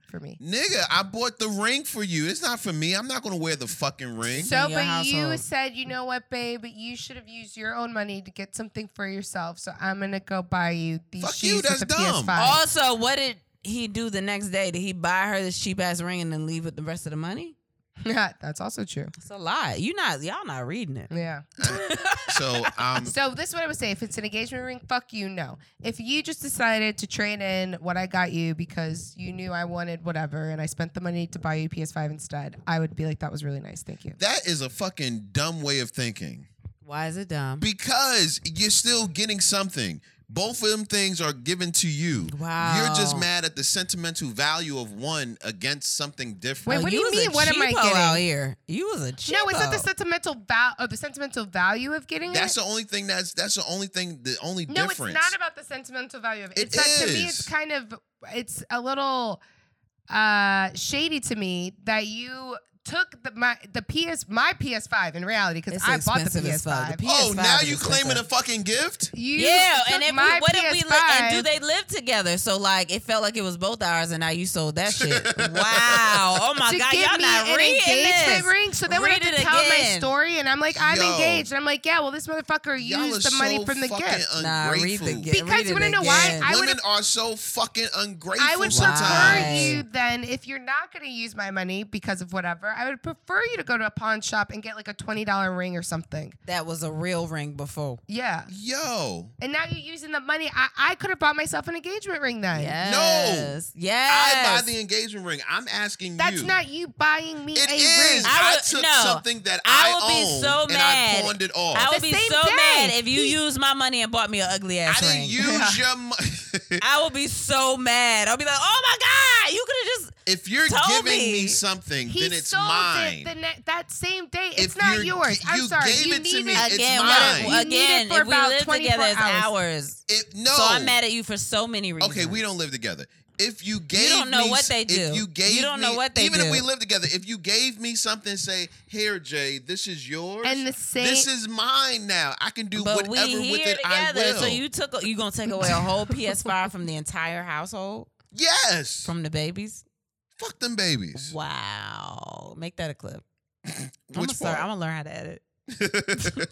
Speaker 3: for me.
Speaker 2: Nigga, I bought the ring for you. It's not for me. I'm not gonna wear the fucking ring.
Speaker 3: So,
Speaker 1: in your
Speaker 3: but you
Speaker 1: household.
Speaker 3: said, you know what, babe, you should have used your own money to get something for yourself. So I'm gonna go buy you these
Speaker 2: Fuck
Speaker 3: shoes
Speaker 2: you, that's
Speaker 3: with the
Speaker 2: dumb.
Speaker 3: PS5.
Speaker 1: Also, what did he do the next day? Did he buy her this cheap ass ring and then leave with the rest of the money?
Speaker 3: yeah, that's also true.
Speaker 1: It's a lot. You not y'all not reading it.
Speaker 3: Yeah.
Speaker 2: So um
Speaker 3: So this is what I would say: if it's an engagement ring, fuck you, no. If you just decided to trade in what I got you because you knew I wanted whatever, and I spent the money to buy you PS5 instead, I would be like, that was really nice, thank you.
Speaker 2: that is a fucking dumb way of thinking.
Speaker 1: Why is it dumb?
Speaker 2: Because you're still getting something. Both of them things are given to you.
Speaker 1: Wow.
Speaker 2: You're just mad at the sentimental value of one against something different.
Speaker 3: Wait, what do you
Speaker 1: Oh, was a
Speaker 3: mean, what am I
Speaker 1: cheapo
Speaker 3: getting?
Speaker 1: out here? You was a cheapo.
Speaker 3: No, it's not the sentimental val or the sentimental value of getting
Speaker 2: That's
Speaker 3: it.
Speaker 2: the only thing that's that's the only thing the only
Speaker 3: No,
Speaker 2: difference.
Speaker 3: it's not about the sentimental value of it.
Speaker 2: It
Speaker 3: It's that to me,
Speaker 2: is.
Speaker 3: it's kind of it's a little uh shady to me that you took the my the PS my PS5 in reality because
Speaker 1: It's
Speaker 3: I bought the
Speaker 1: expensive as fuck.
Speaker 3: PS5.
Speaker 1: The
Speaker 2: oh,
Speaker 1: PS5
Speaker 2: now
Speaker 1: is
Speaker 2: you claiming a
Speaker 1: expensive.
Speaker 2: fucking gift?
Speaker 3: you
Speaker 1: yeah,
Speaker 3: took
Speaker 1: and if we,
Speaker 3: my
Speaker 1: what if we li- and do
Speaker 3: PS5
Speaker 1: they live together? So like it felt like it was both ours, and now you sold that shit. wow! Oh my
Speaker 3: to
Speaker 1: god,
Speaker 3: give
Speaker 1: y'all
Speaker 3: me
Speaker 1: not
Speaker 3: an
Speaker 1: reading
Speaker 3: engagement
Speaker 1: this.
Speaker 3: ring, so they would have
Speaker 1: Read
Speaker 3: to
Speaker 1: it
Speaker 3: tell my
Speaker 1: again.
Speaker 3: story, and I'm like, I'm
Speaker 2: Yo.
Speaker 3: engaged, and I'm like, yeah, well, this motherfucker
Speaker 2: Y'all
Speaker 3: used
Speaker 2: are
Speaker 3: the money
Speaker 2: so
Speaker 3: from the
Speaker 2: fucking
Speaker 3: gift.
Speaker 1: Nah, read
Speaker 2: Ungrateful.
Speaker 1: the gift.
Speaker 3: Because
Speaker 1: read
Speaker 3: you
Speaker 1: it
Speaker 3: wanna know why?
Speaker 1: again.
Speaker 3: I would've-
Speaker 2: Women are so fucking ungrateful.
Speaker 3: I would
Speaker 1: Wow.
Speaker 3: prefer
Speaker 2: sometimes.
Speaker 3: you then if you're not going to use my money because of whatever. I would prefer you to go to a pawn shop and get like a twenty dollar ring or something.
Speaker 1: that was a real ring before.
Speaker 3: Yeah,
Speaker 2: Yo,
Speaker 3: and now you're using the money. I, I could have bought myself an engagement ring then.
Speaker 1: Yes. Yes.
Speaker 2: I buy the engagement ring. I'm asking
Speaker 3: That's
Speaker 2: you.
Speaker 3: not you buying me
Speaker 2: It
Speaker 3: a
Speaker 2: is.
Speaker 3: ring.
Speaker 1: I
Speaker 2: I,
Speaker 1: would-
Speaker 2: took
Speaker 1: no.
Speaker 2: something that I,
Speaker 1: I would be
Speaker 2: own
Speaker 1: so
Speaker 2: and I
Speaker 1: mad.
Speaker 2: pawned it off.
Speaker 1: I
Speaker 2: I,
Speaker 1: would
Speaker 3: The
Speaker 1: be
Speaker 3: same
Speaker 1: so
Speaker 3: day.
Speaker 1: mad if you
Speaker 3: He-
Speaker 1: used my money and bought me an ugly ass ring.
Speaker 2: didn't use your money.
Speaker 1: I will be so mad. I'll be like, oh my God, you could have just.
Speaker 2: if you're
Speaker 1: Told
Speaker 2: giving me,
Speaker 1: me.
Speaker 2: something,
Speaker 3: he
Speaker 2: then it's
Speaker 3: sold
Speaker 2: mine.
Speaker 3: it the ne- that same day. It's
Speaker 2: If
Speaker 3: not
Speaker 2: you're-
Speaker 3: yours. I'm
Speaker 2: you
Speaker 3: sorry.
Speaker 2: gave
Speaker 3: you
Speaker 2: it to
Speaker 3: needed
Speaker 2: me. It's
Speaker 1: Again,
Speaker 2: mine.
Speaker 1: what if,
Speaker 3: You need it
Speaker 1: again
Speaker 3: for
Speaker 1: if we
Speaker 3: about
Speaker 1: live
Speaker 3: 24
Speaker 1: together, it's
Speaker 3: hours.
Speaker 1: ours.
Speaker 2: It- no.
Speaker 1: So I'm mad at you for so many reasons.
Speaker 2: Okay, we don't live together. If you gave
Speaker 1: don't know
Speaker 2: me,
Speaker 1: what they
Speaker 2: If
Speaker 1: do.
Speaker 2: you
Speaker 1: You
Speaker 2: gave
Speaker 1: don't know
Speaker 2: me-
Speaker 1: what they
Speaker 2: even if
Speaker 1: do.
Speaker 2: we live together, if you gave me something, say, "Here, Jay, this is yours.
Speaker 3: And the same.
Speaker 2: this is mine now. I can do
Speaker 1: But we
Speaker 2: whatever with
Speaker 1: here
Speaker 2: it. I
Speaker 1: together.
Speaker 2: will."
Speaker 1: So you took you gonna take away a whole PS5 from the entire household
Speaker 2: yes,
Speaker 1: from the babies?
Speaker 2: fuck them babies.
Speaker 1: Wow, make that a clip. I'm gonna
Speaker 2: Which
Speaker 1: start, I'm
Speaker 2: part?
Speaker 1: gonna learn how to edit.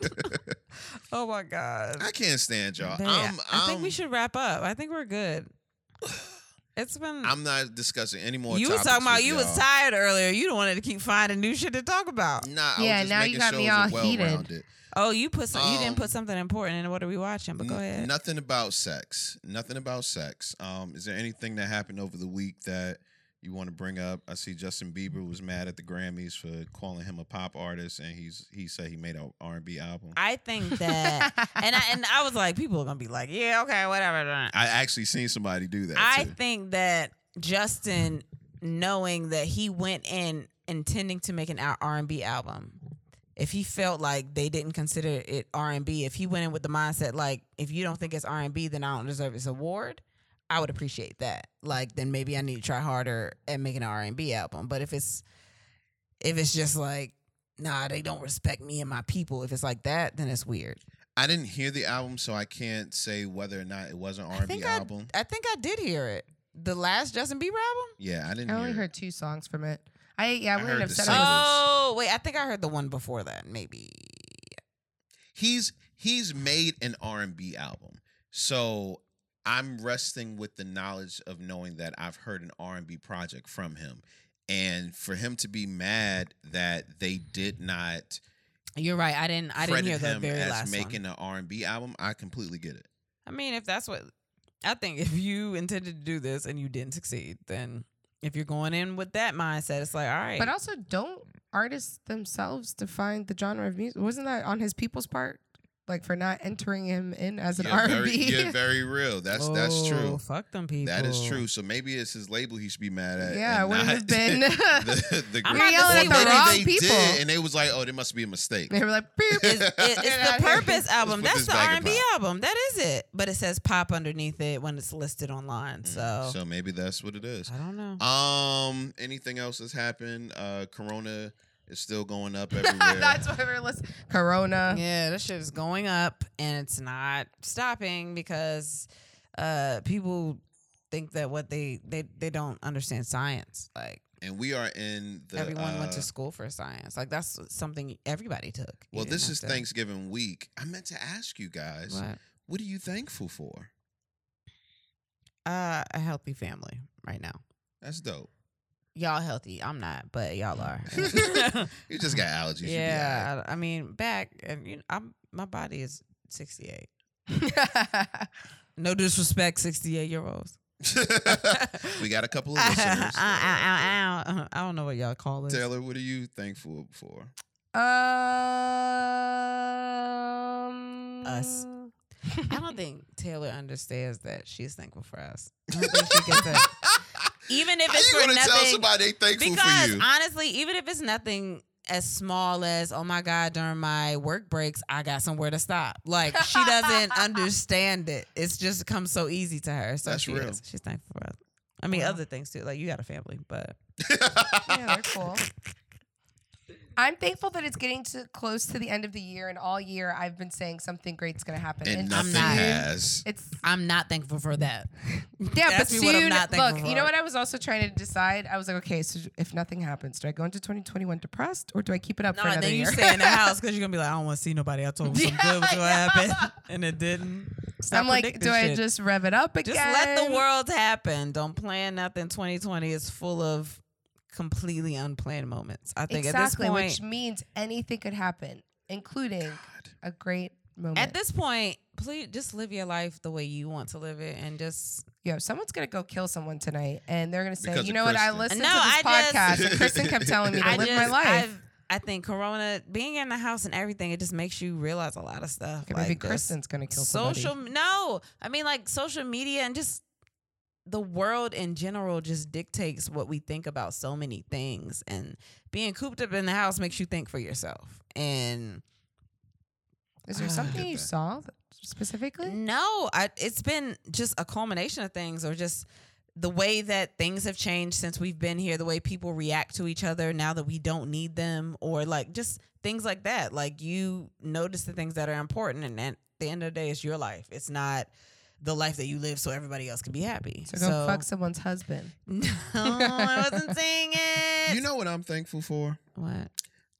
Speaker 1: Oh my god.
Speaker 2: I can't stand y'all.
Speaker 1: Babe,
Speaker 2: I'm, I'm,
Speaker 1: I think we should wrap up. I think we're good. It's been.
Speaker 2: I'm not discussing any more.
Speaker 1: you was
Speaker 2: topics
Speaker 1: talking about
Speaker 2: with
Speaker 1: you
Speaker 2: y'all.
Speaker 1: was tired earlier. You don't wanted to keep finding new shit to talk about.
Speaker 2: Nah, I
Speaker 3: Yeah,
Speaker 2: was just
Speaker 3: now you
Speaker 2: making
Speaker 3: got me
Speaker 2: shows are
Speaker 3: all heated.
Speaker 2: well-rounded.
Speaker 1: Oh, you put some, you
Speaker 2: Um,
Speaker 1: didn't put something important in. What are we watching? But go
Speaker 2: N-
Speaker 1: ahead.
Speaker 2: Nothing about sex. Nothing about sex. Um, is there anything that happened over the week that you want to bring up. I see Justin Bieber was mad at the Grammys for calling him a pop artist, and he's he said he made an R and B album. I,
Speaker 1: I think that, and I, and I was like, people are gonna be like, yeah, okay, whatever. blah, blah."
Speaker 2: actually seen somebody do that.
Speaker 1: I
Speaker 2: too.
Speaker 1: think that Justin, knowing that he went in intending to make an R and B album, if he felt like they didn't consider it R and B, if he went in with the mindset like, if you don't think it's R and B, then I don't deserve this award. I would appreciate that. Like, then maybe I need to try harder at making an R and B album. But if it's if it's just like, nah, they don't respect me and my people. If it's like that, then it's weird.
Speaker 2: I didn't hear the album, so I can't say whether or not it was an R and B
Speaker 1: think
Speaker 2: album.
Speaker 1: I think I did hear it. The last Justin Bieber album.
Speaker 2: yeah, I didn't.
Speaker 3: I
Speaker 2: hear
Speaker 3: only
Speaker 2: it.
Speaker 3: heard two songs from it. I yeah,
Speaker 2: I
Speaker 3: I wasn't
Speaker 2: heard the
Speaker 3: upset.
Speaker 2: singles.
Speaker 3: I was-
Speaker 1: Oh wait, I think I heard the one before that. Maybe
Speaker 2: he's he's made an R&B album. So I'm resting with the knowledge of knowing that I've heard an R&B project from him. And for him to be mad that they did not
Speaker 1: you're right. I didn't. I didn't
Speaker 2: credit
Speaker 1: hear the
Speaker 2: him
Speaker 1: very
Speaker 2: as
Speaker 1: last
Speaker 2: making
Speaker 1: one.
Speaker 2: an R&B album, I completely get it.
Speaker 1: I mean, if that's what I think, if you intended to do this and you didn't succeed, then if you're going in with that mindset, it's like all right.
Speaker 3: But also, don't artists themselves define the genre of music? Wasn't that on his people's part, like for not entering him in as an
Speaker 2: You're
Speaker 3: R
Speaker 2: very-
Speaker 3: and
Speaker 2: you're
Speaker 3: B?
Speaker 2: very real. That's that's
Speaker 1: Oh,
Speaker 2: true.
Speaker 1: Fuck them people.
Speaker 2: That is true. So maybe it's his label he should be mad at.
Speaker 3: Yeah,
Speaker 2: and
Speaker 3: it would
Speaker 2: not
Speaker 3: have been.
Speaker 2: the, the
Speaker 1: I'm
Speaker 2: group.
Speaker 1: about to
Speaker 2: Well,
Speaker 1: say what-
Speaker 2: maybe
Speaker 3: Wrong
Speaker 2: they
Speaker 3: people.
Speaker 2: did, and they was like, "Oh, there must be a mistake."
Speaker 3: They were like, beep.
Speaker 1: It's, it- it's the purpose album.
Speaker 2: put
Speaker 1: That's
Speaker 2: this
Speaker 1: the
Speaker 2: back
Speaker 1: R
Speaker 2: in
Speaker 1: and B
Speaker 2: pop.
Speaker 1: album. That is it. But it says pop underneath it when it's listed online. So,
Speaker 2: Mm, Mm-hmm. so maybe that's what it is.
Speaker 1: I don't know.
Speaker 2: Um, anything else that's happened? Uh, Corona is still going up everywhere.
Speaker 3: That's why we're listening. Corona.
Speaker 1: Yeah, this shit is going up and it's not stopping because uh people think that what they they, they don't understand science. Like
Speaker 2: and we are in the.
Speaker 1: everyone went
Speaker 2: uh,
Speaker 1: to school for science. Like that's something everybody took. You
Speaker 2: Well,
Speaker 1: didn't
Speaker 2: this
Speaker 1: have
Speaker 2: is
Speaker 1: to-
Speaker 2: Thanksgiving week. I meant to ask you guys, what,
Speaker 1: What?
Speaker 2: are you thankful for?
Speaker 1: Uh a healthy family right now.
Speaker 2: That's dope.
Speaker 1: Y'all healthy. I'm not, but y'all are.
Speaker 2: You just got allergies. Yeah.
Speaker 1: yeah, I, I mean back and you know, I'm my body is 68. No disrespect 68 year olds.
Speaker 2: we got a couple of
Speaker 1: Ow,
Speaker 2: listeners.
Speaker 1: uh, ow, ow, ow. I don't know what y'all call it.
Speaker 2: Taylor, what are you thankful for?
Speaker 3: um.
Speaker 1: Us. I don't think Taylor understands that she's thankful for us. I don't think she gets it. Even if
Speaker 2: How
Speaker 1: it's
Speaker 2: you
Speaker 1: for
Speaker 2: gonna tell
Speaker 1: nothing,
Speaker 2: somebody they thankful
Speaker 1: because
Speaker 2: for you?
Speaker 1: honestly, even if it's nothing as small as oh my god, during my work breaks, I got somewhere to stop. Like she doesn't understand it. It's just come so easy to her. So
Speaker 2: That's
Speaker 1: she
Speaker 2: real.
Speaker 1: is. She's thankful for us. I mean,
Speaker 3: Wow.
Speaker 1: other things too. Like you got a family, but
Speaker 3: Yeah, they're cool. I'm thankful that it's getting to close to the end of the year, and all year I've been saying something great's gonna happen.
Speaker 2: and nothing
Speaker 1: not.
Speaker 2: has.
Speaker 3: It's
Speaker 1: I'm not thankful for that.
Speaker 3: yeah, but
Speaker 1: Ask me what I'm
Speaker 3: soon.
Speaker 1: not thankful
Speaker 3: Look, you
Speaker 1: for.
Speaker 3: know what? I was also trying to decide. I was like, okay, so if nothing happens, do I go into 2021 depressed, or do I keep it up
Speaker 1: No,
Speaker 3: for
Speaker 1: and
Speaker 3: another
Speaker 1: then you
Speaker 3: year?
Speaker 1: stay in the house because you're gonna be like, I don't want to see nobody. I told them something good was gonna
Speaker 3: Yeah, I know.
Speaker 1: happen, and it didn't. Stop
Speaker 3: I'm like,
Speaker 1: predicting
Speaker 3: do I
Speaker 1: shit.
Speaker 3: just rev it up again?
Speaker 1: Just let the world happen. Don't plan nothing. 2020 is full of completely unplanned moments. I think at this
Speaker 3: exactly,
Speaker 1: point,
Speaker 3: which means anything could happen, including a great moment.
Speaker 1: at this point, please just live your life the way you want to live it, and just
Speaker 3: yo, someone's gonna go kill someone tonight, and they're gonna say,
Speaker 2: Because
Speaker 3: you
Speaker 2: of
Speaker 3: know what? I
Speaker 2: Kristen.
Speaker 3: listened
Speaker 1: No,
Speaker 3: to this
Speaker 1: I
Speaker 3: podcast,
Speaker 1: just-
Speaker 3: and Kristen kept telling me to
Speaker 2: I
Speaker 3: live my life.
Speaker 1: I've- I think Corona, being in the house and everything, it just makes you realize a lot of stuff.
Speaker 3: Okay, maybe
Speaker 1: this.
Speaker 3: Kristen's gonna kill somebody.
Speaker 1: social no i mean like social media and just the world in general just dictates what we think about so many things and being cooped up in the house makes you think for yourself and
Speaker 3: Is there
Speaker 1: Ah.
Speaker 3: something
Speaker 2: Get
Speaker 3: you
Speaker 2: that.
Speaker 3: saw that- specifically?
Speaker 1: no I, it's been just a culmination of things or just the way that things have changed since we've been here the way people react to each other now that we don't need them or like just things like that like you notice the things that are important and at the end of the day it's your life it's not the life that you live so everybody else can be happy
Speaker 3: So go fuck someone's husband.
Speaker 1: No, I wasn't saying it.
Speaker 2: You know what I'm thankful for?
Speaker 1: what?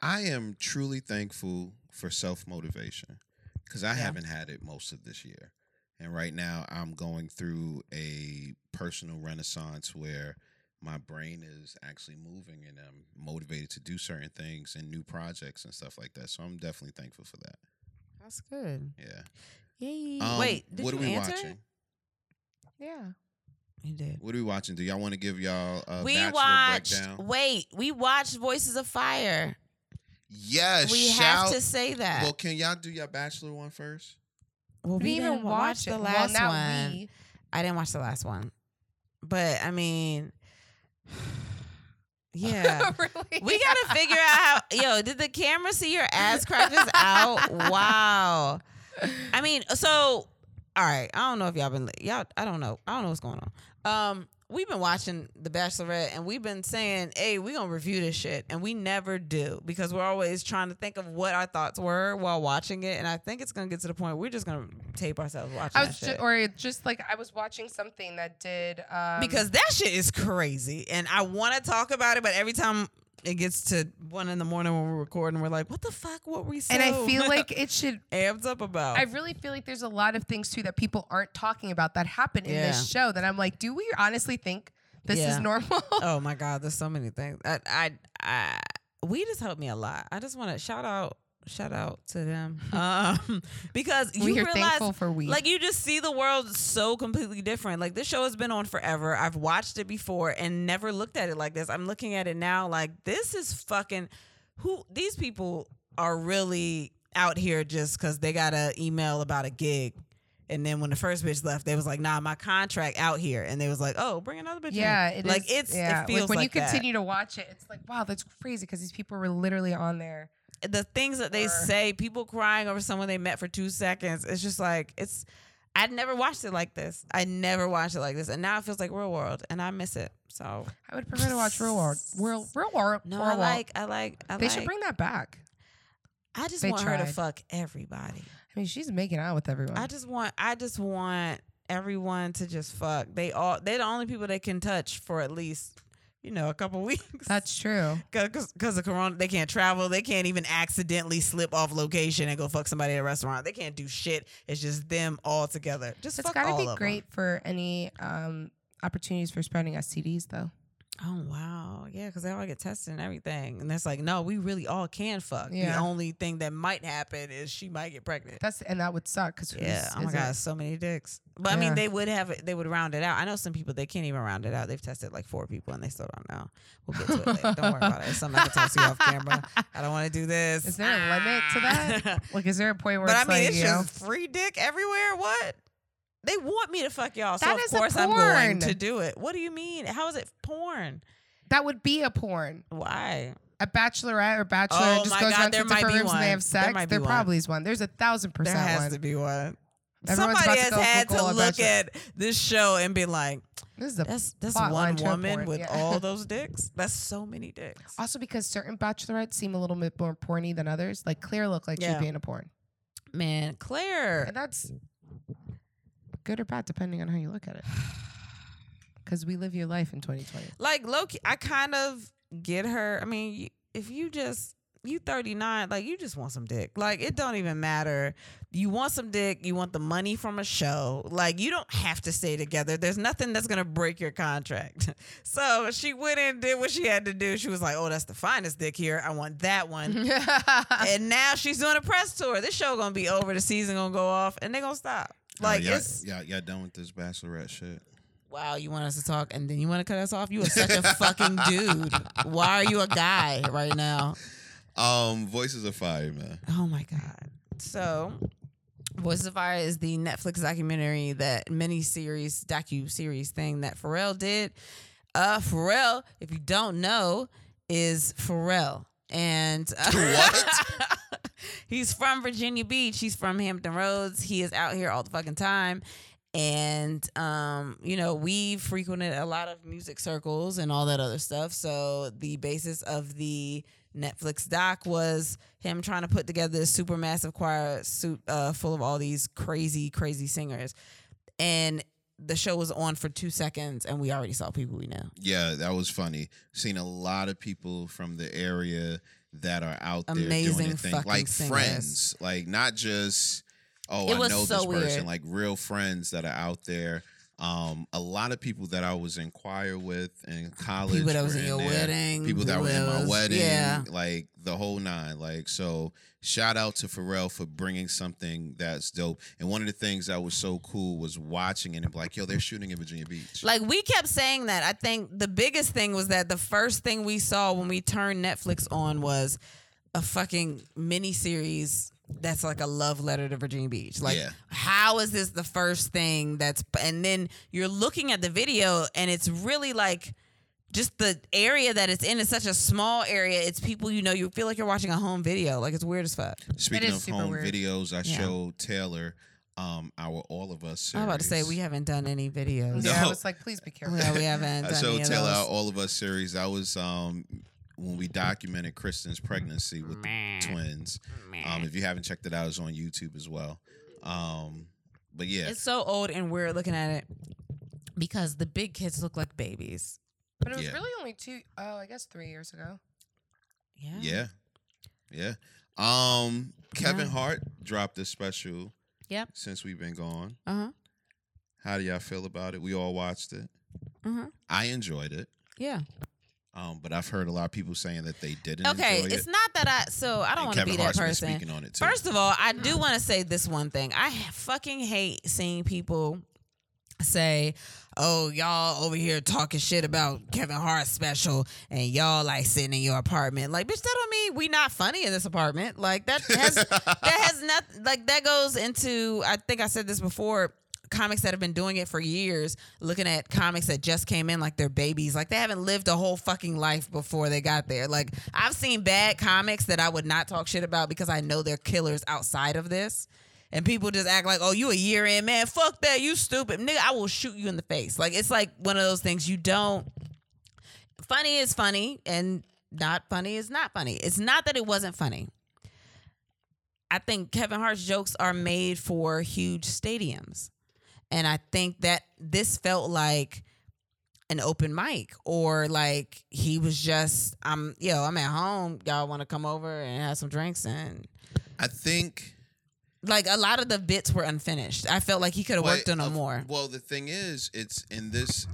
Speaker 2: I am truly thankful for self motivation because I haven't had it most of this year. And right now, I'm going through a personal renaissance where my brain is actually moving and I'm motivated to do certain things and new projects and stuff like that. So I'm definitely thankful for that.
Speaker 1: That's good.
Speaker 2: Yeah.
Speaker 1: Yay!
Speaker 2: Um,
Speaker 1: Wait, did
Speaker 2: what
Speaker 1: you
Speaker 2: are we
Speaker 1: answer?
Speaker 2: watching?
Speaker 1: it?
Speaker 3: Yeah.
Speaker 1: He did.
Speaker 2: What are we watching? Do y'all want to give y'all a
Speaker 1: we
Speaker 2: Bachelor
Speaker 1: watched.
Speaker 2: breakdown?
Speaker 1: Wait, we watched Voices of Fire.
Speaker 2: Yes.
Speaker 1: we
Speaker 2: shout.
Speaker 1: have to say that.
Speaker 2: Well, can y'all do your Bachelor one first?
Speaker 1: Well,
Speaker 3: We didn't even watch
Speaker 1: the
Speaker 3: it.
Speaker 1: last
Speaker 3: well, not
Speaker 1: one.
Speaker 3: we.
Speaker 1: I didn't watch the last one, but I mean, yeah.
Speaker 3: Really?
Speaker 1: We gotta figure out how. Yo, did the camera see your ass crack just out? Wow. I mean, so all right. I don't know if y'all been y'all. I don't know. I don't know what's going on. Um, we've been watching The Bachelorette, and we've been saying, "Hey, we gonna review this shit," and we never do because we're always trying to think of what our thoughts were while watching it. And I think it's gonna get to the point we're just gonna tape ourselves watching
Speaker 3: I
Speaker 1: that
Speaker 3: was
Speaker 1: shit.
Speaker 3: just, or just like I was watching something that did um,
Speaker 1: because that shit is crazy, and I want to talk about it, but every time. It gets to one in the morning when we're recording. We're like, "What the fuck? What we so
Speaker 3: and I feel like it should.
Speaker 1: amped up about?"
Speaker 3: I really feel like there's a lot of things too that people aren't talking about that happen in this show that I'm like, do we honestly think this
Speaker 1: Yeah.
Speaker 3: is normal?
Speaker 1: oh my god there's so many things i i, I weed has helped me a lot i just want to shout out shout out to them um because you
Speaker 3: we are
Speaker 1: realize
Speaker 3: thankful for weed.
Speaker 1: like you just see the world so completely different like this show has been on forever i've watched it before and never looked at it like this i'm looking at it now like this is fucking who these people are really out here just because they got an email about a gig and then when the first bitch left, they was like, "Nah, my contract out here," and they was like, "Oh, bring another bitch."
Speaker 3: yeah,
Speaker 1: in.
Speaker 3: it
Speaker 1: like
Speaker 3: is-
Speaker 1: it's
Speaker 3: yeah.
Speaker 1: it feels
Speaker 3: like when
Speaker 1: like
Speaker 3: you
Speaker 1: that.
Speaker 3: continue to watch it, it's like, wow, that's crazy because these people were literally on there.
Speaker 1: the things that they
Speaker 3: Or-
Speaker 1: say, people crying over someone they met for two seconds. It's just like it's. I'd never watched it like this. I never watched it like this, and now it feels like real world, and I miss it. So
Speaker 3: I would prefer to watch Real World, Real, Real World.
Speaker 1: no,
Speaker 3: Real
Speaker 1: I
Speaker 3: World.
Speaker 1: like, I like, I
Speaker 3: They
Speaker 1: like.
Speaker 3: should bring that back.
Speaker 1: I just
Speaker 3: they
Speaker 1: want her to
Speaker 3: tried.
Speaker 1: fuck everybody.
Speaker 3: I mean, she's making out with everyone.
Speaker 1: I just want, I just want everyone to just fuck. They all, they're the only people they can touch for at least, you know, a couple weeks.
Speaker 3: that's true.
Speaker 1: because of corona they can't travel they can't even accidentally slip off location and go fuck somebody at a restaurant they can't do shit it's just them all together just
Speaker 3: It's
Speaker 1: fuck
Speaker 3: got to
Speaker 1: all
Speaker 3: be
Speaker 1: of 'em.
Speaker 3: great for any um, opportunities for spreading STDs, though.
Speaker 1: oh wow yeah because they all get tested and everything and that's like no we really all can fuck
Speaker 3: Yeah.
Speaker 1: the only thing that might happen is she might get pregnant
Speaker 3: That's and that would suck because
Speaker 1: yeah oh my god so many dicks but i mean
Speaker 3: Yeah.
Speaker 1: they would have it they would round it out i know some people they can't even round it out they've tested like four people and they still don't know we'll get to it later. don't worry about it it's something i can talk to you off camera i don't want to do this
Speaker 3: Is there a limit to that? Like, is there a point where
Speaker 1: But I
Speaker 3: it's
Speaker 1: mean,
Speaker 3: like,
Speaker 1: it's
Speaker 3: you know,
Speaker 1: just free dick everywhere. What? They want me to fuck y'all, so
Speaker 3: That
Speaker 1: of
Speaker 3: isn't
Speaker 1: course I'm going
Speaker 3: porn.
Speaker 1: to do it. What do you mean? How is it porn?
Speaker 3: that would be a porn.
Speaker 1: Why?
Speaker 3: A bachelorette or bachelor
Speaker 1: Oh
Speaker 3: just
Speaker 1: my
Speaker 3: goes
Speaker 1: God,
Speaker 3: around
Speaker 1: there
Speaker 3: to
Speaker 1: might
Speaker 3: different
Speaker 1: be
Speaker 3: rooms and
Speaker 1: one.
Speaker 3: they have
Speaker 1: There
Speaker 3: sex.
Speaker 1: might be
Speaker 3: There
Speaker 1: one.
Speaker 3: probably is one. There's a thousand
Speaker 1: There
Speaker 3: percent
Speaker 1: has
Speaker 3: one.
Speaker 1: to be one.
Speaker 3: Everyone's about
Speaker 1: Somebody
Speaker 3: to
Speaker 1: has
Speaker 3: go
Speaker 1: had
Speaker 3: Google
Speaker 1: to
Speaker 3: a
Speaker 1: look
Speaker 3: bachelor-
Speaker 1: at this show and be like,
Speaker 3: This is a
Speaker 1: "That's that's
Speaker 3: Plot
Speaker 1: one
Speaker 3: line to a
Speaker 1: woman
Speaker 3: porn,
Speaker 1: with
Speaker 3: yeah.
Speaker 1: all those dicks. That's so many dicks."
Speaker 3: also because certain bachelorettes seem a little bit more porny than others. Like Claire looked like
Speaker 1: Yeah.
Speaker 3: she'd be in a porn,
Speaker 1: Man, Claire.
Speaker 3: and that's good or bad depending on how you look at it. Because we live your life in 2020.
Speaker 1: like Loki, I kind of get her. I mean, y- if you just you 39, like you just want some dick. Like it don't even matter. You want some dick, you want the money from a show. Like you don't have to stay together. There's nothing that's going to break your contract. so, she went and did what she had to do. She was like, "Oh, that's the finest dick here. I want that
Speaker 3: Mm-hmm.
Speaker 1: one." and now she's doing a press tour. This show going to be over. The season going to go off and they going to stop. Like
Speaker 2: oh, y'all,
Speaker 1: it's
Speaker 2: y'all, y'all done with this Bachelorette shit.
Speaker 1: Wow, you want us to talk and then you want to cut us off? You are such a fucking dude. Why are you a guy right now?
Speaker 2: Um, Voices of Fire, man.
Speaker 1: Oh my God. So, Voices of Fire is the Netflix documentary that mini series, docu series thing that Pharrell did. Uh, Pharrell, if you don't know, is Pharrell. And uh, what? he's from Virginia Beach. He's from Hampton Roads. He is out here all the fucking time. And um, you know, we frequented a lot of music circles and all that other stuff. So the basis of the Netflix doc was him trying to put together this super massive choir suit uh, full of all these crazy, crazy singers. And the show was on for two seconds, and we already saw people we know.
Speaker 2: Yeah, that was funny. Seen a lot of people from the area that are out there doing
Speaker 1: Amazing
Speaker 2: their thing,
Speaker 1: fucking
Speaker 2: like
Speaker 1: singers.
Speaker 2: friends, like not just oh
Speaker 1: It
Speaker 2: I
Speaker 1: was
Speaker 2: know
Speaker 1: so
Speaker 2: this person,
Speaker 1: weird.
Speaker 2: like real friends that are out there Um, a lot of people that I was in choir with in college,
Speaker 1: People that was
Speaker 2: were
Speaker 1: in your
Speaker 2: there.
Speaker 1: wedding.
Speaker 2: people that were in my
Speaker 1: was-
Speaker 2: wedding,
Speaker 1: Yeah.
Speaker 2: like the whole nine. Like so, shout out to Pharrell for bringing something that's dope. And one of the things that was so cool was watching it and be like, yo, they're shooting in Virginia Beach.
Speaker 1: Like we kept saying that. I think the biggest thing was that the first thing we saw when we turned Netflix on was a fucking mini series that's like a love letter to Virginia Beach. Like
Speaker 2: Yeah.
Speaker 1: how is this the first thing that's and then you're looking at the video and it's really like just the area that it's in is such a small area. It's people you know. You feel like you're watching a home video. Like it's weird as fuck.
Speaker 2: Speaking
Speaker 3: is
Speaker 2: of
Speaker 3: super
Speaker 2: home
Speaker 3: weird.
Speaker 2: videos, I
Speaker 1: Yeah.
Speaker 2: showed Taylor um, our All of Us. Series.
Speaker 1: I was about to say we haven't done any videos.
Speaker 3: Yeah,
Speaker 2: No.
Speaker 3: I was like, please be careful.
Speaker 1: Yeah, we haven't.
Speaker 2: I
Speaker 1: done
Speaker 2: showed
Speaker 1: any of
Speaker 2: Taylor
Speaker 1: those.
Speaker 2: our All of Us series. That was um, when we documented Kristen's pregnancy with the twins. Um, if you haven't checked it out, it's on YouTube as well. Um, but yeah,
Speaker 1: It's so old and weird looking at it because the big kids look like babies.
Speaker 3: But it was
Speaker 2: Yeah.
Speaker 3: really only two, oh, I guess three years ago.
Speaker 1: Yeah.
Speaker 2: yeah, yeah. Um, Kevin
Speaker 1: Yeah.
Speaker 2: Hart dropped a special.
Speaker 1: Yep.
Speaker 2: Since we've been gone,
Speaker 1: Uh huh.
Speaker 2: how do y'all feel about it? We all watched it.
Speaker 1: Mhm.
Speaker 2: I enjoyed it.
Speaker 1: Yeah.
Speaker 2: Um, but I've heard a lot of people saying that they didn't.
Speaker 1: Okay.
Speaker 2: enjoy
Speaker 1: It's
Speaker 2: it.
Speaker 1: not that I. So I don't
Speaker 2: And
Speaker 1: want to
Speaker 2: Kevin
Speaker 1: be that
Speaker 2: Hart's been
Speaker 1: person.
Speaker 2: speaking on it too.
Speaker 1: First of all, I do want to say this one thing. I ha- fucking hate seeing people say, "Oh, y'all over here talking shit about Kevin Hart special, and y'all like sitting in your apartment." Like, bitch, that don't mean we not funny in this apartment. Like that has that has nothing. Like that goes into. I think I said this before. Comics that have been doing it for years, looking at comics that just came in like they're babies, like they haven't lived a whole fucking life before they got there. Like I've seen bad comics that I would not talk shit about because I know they're killers outside of this. And people just act like, oh, you a year in, man. Fuck that. You stupid. Nigga, I will shoot you in the face. Like, it's like one of those things you don't. Funny is funny, and not funny is not funny. It's not that it wasn't funny. I think Kevin Hart's jokes are made for huge stadiums. And I think that this felt like an open mic or like he was just, I'm, yo, I'm at home. Y'all want to come over and have some drinks and
Speaker 2: I think
Speaker 1: like a lot of the bits were unfinished. I felt like he could have worked
Speaker 2: Well,
Speaker 1: on them
Speaker 2: of-
Speaker 1: more.
Speaker 2: Well, the thing is, it's in this.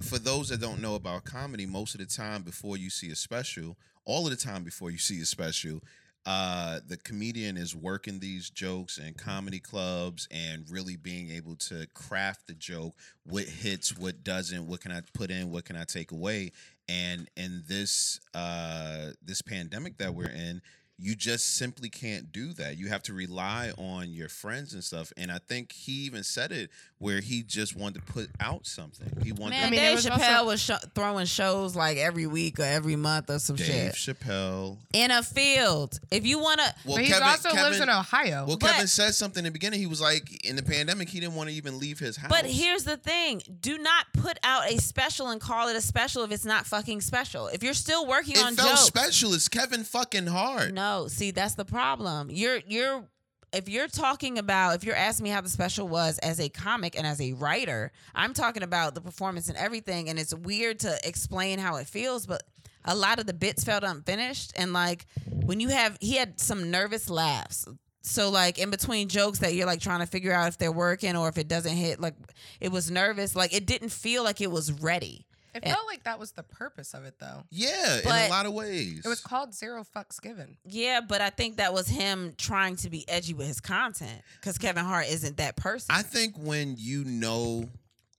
Speaker 2: For those that don't know about comedy, most of the time before you see a special, all of the time before you see a special, uh, the comedian is working these jokes in comedy clubs and really being able to craft the joke. What hits, what doesn't, what can I put in, what can I take away? And in this uh, this pandemic that we're in, you just simply can't do that. You have to rely on your friends and stuff. And I think he even said it where he just wanted to put out something. He wanted
Speaker 1: Man,
Speaker 3: I mean, there
Speaker 1: Dave
Speaker 3: was
Speaker 1: Chappelle
Speaker 3: also-
Speaker 1: was sho- throwing shows like every week or every month or some
Speaker 2: Dave
Speaker 1: shit
Speaker 2: Chappelle.
Speaker 1: in a field. If you want to,
Speaker 2: Well,
Speaker 3: but he also lives in Ohio.
Speaker 2: Well,
Speaker 1: But-
Speaker 2: Kevin said something in the beginning. He was like, in the pandemic, he didn't want to even leave his house.
Speaker 1: but here's the thing: do not put out a special and call it a special if it's not fucking special. If you're still working
Speaker 2: it
Speaker 1: on
Speaker 2: felt
Speaker 1: jokes,
Speaker 2: special. It's Kevin fucking hard.
Speaker 1: No, see, that's the problem. You're you're if you're talking about if you're asking me how the special was as a comic and as a writer, I'm talking about the performance and everything, and it's weird to explain how it feels, but a lot of the bits felt unfinished, and like when you have he had some nervous laughs. So like in between jokes that you're like trying to figure out if they're working or if it doesn't hit, like it was nervous. Like it didn't feel like it was ready.
Speaker 3: it felt like that was the purpose of it, though.
Speaker 2: Yeah, in a
Speaker 1: But-
Speaker 2: lot of ways.
Speaker 3: It was called Zero Fucks Given.
Speaker 1: Yeah, but I think that was him trying to be edgy with his content because Kevin Hart isn't that person.
Speaker 2: I think when you know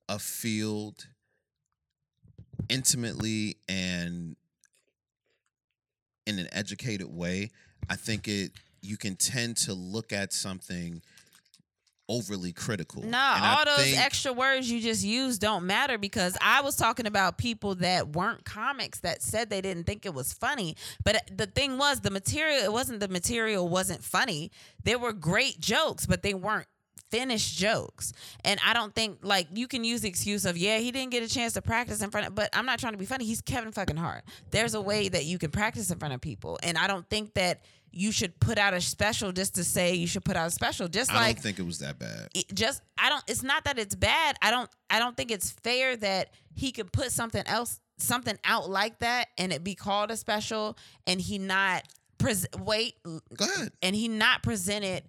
Speaker 2: a field intimately and in an educated way, I think it you can tend to look at something overly critical.
Speaker 1: no,
Speaker 2: And I
Speaker 1: all those
Speaker 2: think-
Speaker 1: extra words you just used don't matter because I was talking about people that weren't comics that said they didn't think it was funny. But the thing was, the material, it wasn't the material wasn't funny. There were great jokes, but they weren't finished jokes. And I don't think, like, you can use the excuse of, yeah, he didn't get a chance to practice in front of, but I'm not trying to be funny. He's Kevin fucking Hart. There's a way that you can practice in front of people. And I don't think that you should put out a special just to say you should put out a special. Just
Speaker 2: I
Speaker 1: like,
Speaker 2: don't think it was that bad.
Speaker 1: it just I don't it's not that it's bad. I don't I don't think it's fair that he could put something else something out like that and it be called a special and he not pres- wait
Speaker 2: Go ahead.
Speaker 1: and he not present it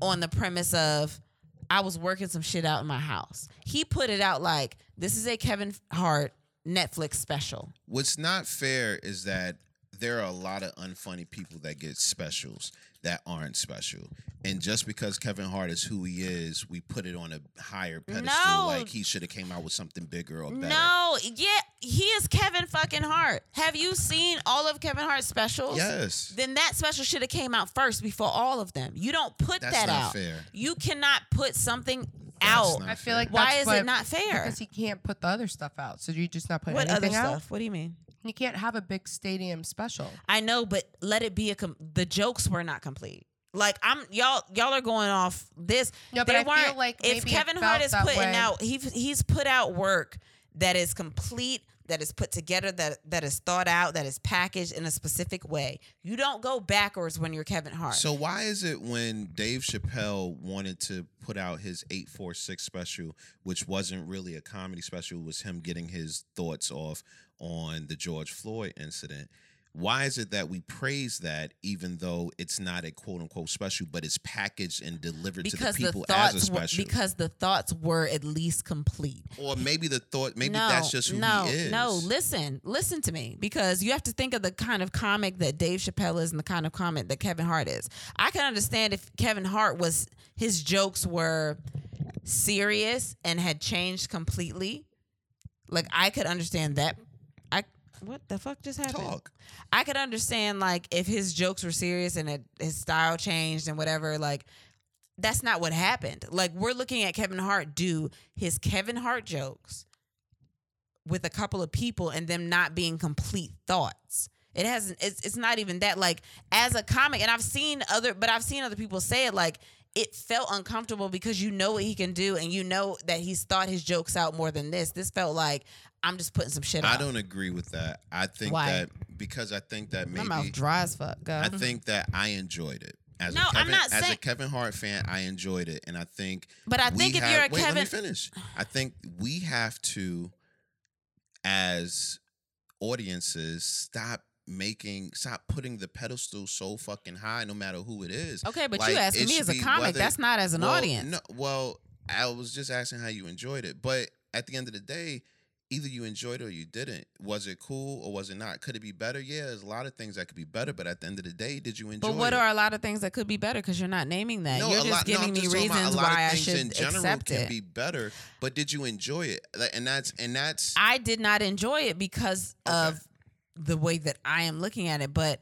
Speaker 1: on the premise of I was working some shit out in my house. He put it out like, this is a Kevin Hart Netflix special.
Speaker 2: What's not fair is that there are a lot of unfunny people that get specials that aren't special. And just because Kevin Hart is who he is, we put it on a higher pedestal
Speaker 1: No.
Speaker 2: like he should have came out with something bigger or better.
Speaker 1: No, yeah, he is Kevin fucking Hart. Have you seen all of Kevin Hart's specials?
Speaker 2: Yes.
Speaker 1: Then that special should have came out first before all of them. You don't put
Speaker 2: That's
Speaker 1: that
Speaker 2: not
Speaker 1: out.
Speaker 2: fair.
Speaker 1: You cannot put something
Speaker 2: That's
Speaker 1: out.
Speaker 2: not
Speaker 3: I feel like
Speaker 1: Why
Speaker 3: that's
Speaker 1: is
Speaker 3: what-
Speaker 1: it not fair?
Speaker 3: Because he can't put the other stuff out, so you're just not putting
Speaker 1: What other
Speaker 3: anything out.
Speaker 1: stuff? What do you mean?
Speaker 3: You can't have a big stadium special.
Speaker 1: I know, but let it be a com- the jokes were not complete. Like I'm y'all y'all are going off this.
Speaker 3: No, but
Speaker 1: They
Speaker 3: I feel
Speaker 1: weren't-
Speaker 3: like
Speaker 1: if
Speaker 3: maybe it
Speaker 1: Kevin
Speaker 3: felt
Speaker 1: Hart is
Speaker 3: that
Speaker 1: putting
Speaker 3: way.
Speaker 1: out he he's put out work that is complete, that is put together, that that is thought out, that is packaged in a specific way. You don't go backwards when you're Kevin Hart.
Speaker 2: So why is it when Dave Chappelle wanted to put out his 846 special, which wasn't really a comedy special, was him getting his thoughts off on the George Floyd incident? Why is it that we praise that even though it's not a quote unquote special, but it's packaged and delivered
Speaker 1: because
Speaker 2: to the
Speaker 1: the,
Speaker 2: people as a
Speaker 1: thoughts were,
Speaker 2: special?
Speaker 1: because the thoughts were at least complete.
Speaker 2: or maybe the thought, maybe
Speaker 1: no,
Speaker 2: that's just who
Speaker 1: no,
Speaker 2: he is.
Speaker 1: No, listen, listen to me because you have to think of the kind of comic that Dave Chappelle is and the kind of comic that Kevin Hart is. I can understand if Kevin Hart was his jokes were serious and had changed completely. Like I could understand that. I what the fuck just happened?
Speaker 2: Talk.
Speaker 1: I could understand like if his jokes were serious and it, his style changed and whatever. Like that's not what happened. Like we're looking at Kevin Hart do his Kevin Hart jokes with a couple of people and them not being complete thoughts. It hasn't. It's it's not even that. Like as a comic, and I've seen other, but I've seen other people say it like. It felt uncomfortable because you know what he can do, and you know that he's thought his jokes out more than this. This felt like I'm just putting some shit.
Speaker 2: I
Speaker 1: out.
Speaker 2: don't agree with that. I think
Speaker 1: Why?
Speaker 2: that because I think that
Speaker 1: My
Speaker 2: maybe
Speaker 1: mouth dry as fuck. Go.
Speaker 2: I think that I enjoyed it. As
Speaker 1: Uh-huh. No,
Speaker 2: a
Speaker 1: I'm
Speaker 2: Kevin,
Speaker 1: not
Speaker 2: as a
Speaker 1: saying-
Speaker 2: Kevin Hart fan, I enjoyed it, and I think.
Speaker 1: But I
Speaker 2: we
Speaker 1: think if
Speaker 2: have-
Speaker 1: you're a
Speaker 2: wait,
Speaker 1: Kevin,
Speaker 2: let me finish. I think we have to, as audiences, stop making, stop putting the pedestal so fucking high, no matter who it is.
Speaker 1: okay, but
Speaker 2: Like,
Speaker 1: you asking
Speaker 2: it
Speaker 1: me
Speaker 2: should
Speaker 1: as a
Speaker 2: be
Speaker 1: comic,
Speaker 2: whether-
Speaker 1: that's not as an
Speaker 2: well,
Speaker 1: audience.
Speaker 2: No, well, I was just asking how you enjoyed it, but at the end of the day, either you enjoyed it or you didn't. Was it cool or was it not? Could it be better? Yeah, there's a lot of things that could be better, but at the end of the day, did you enjoy?
Speaker 1: But what
Speaker 2: it?
Speaker 1: are a lot of things that could be better? Because you're not naming that.
Speaker 2: No,
Speaker 1: you're
Speaker 2: a
Speaker 1: just
Speaker 2: lot, no,
Speaker 1: giving
Speaker 2: I'm
Speaker 1: me
Speaker 2: just talking about
Speaker 1: reasons
Speaker 2: a lot
Speaker 1: why
Speaker 2: of
Speaker 1: I
Speaker 2: things
Speaker 1: should
Speaker 2: in general
Speaker 1: accept
Speaker 2: can
Speaker 1: it.
Speaker 2: be better. But did you enjoy it? Like, and that's and that's
Speaker 1: I did not enjoy it because
Speaker 2: Okay.
Speaker 1: of the way that I am looking at it, but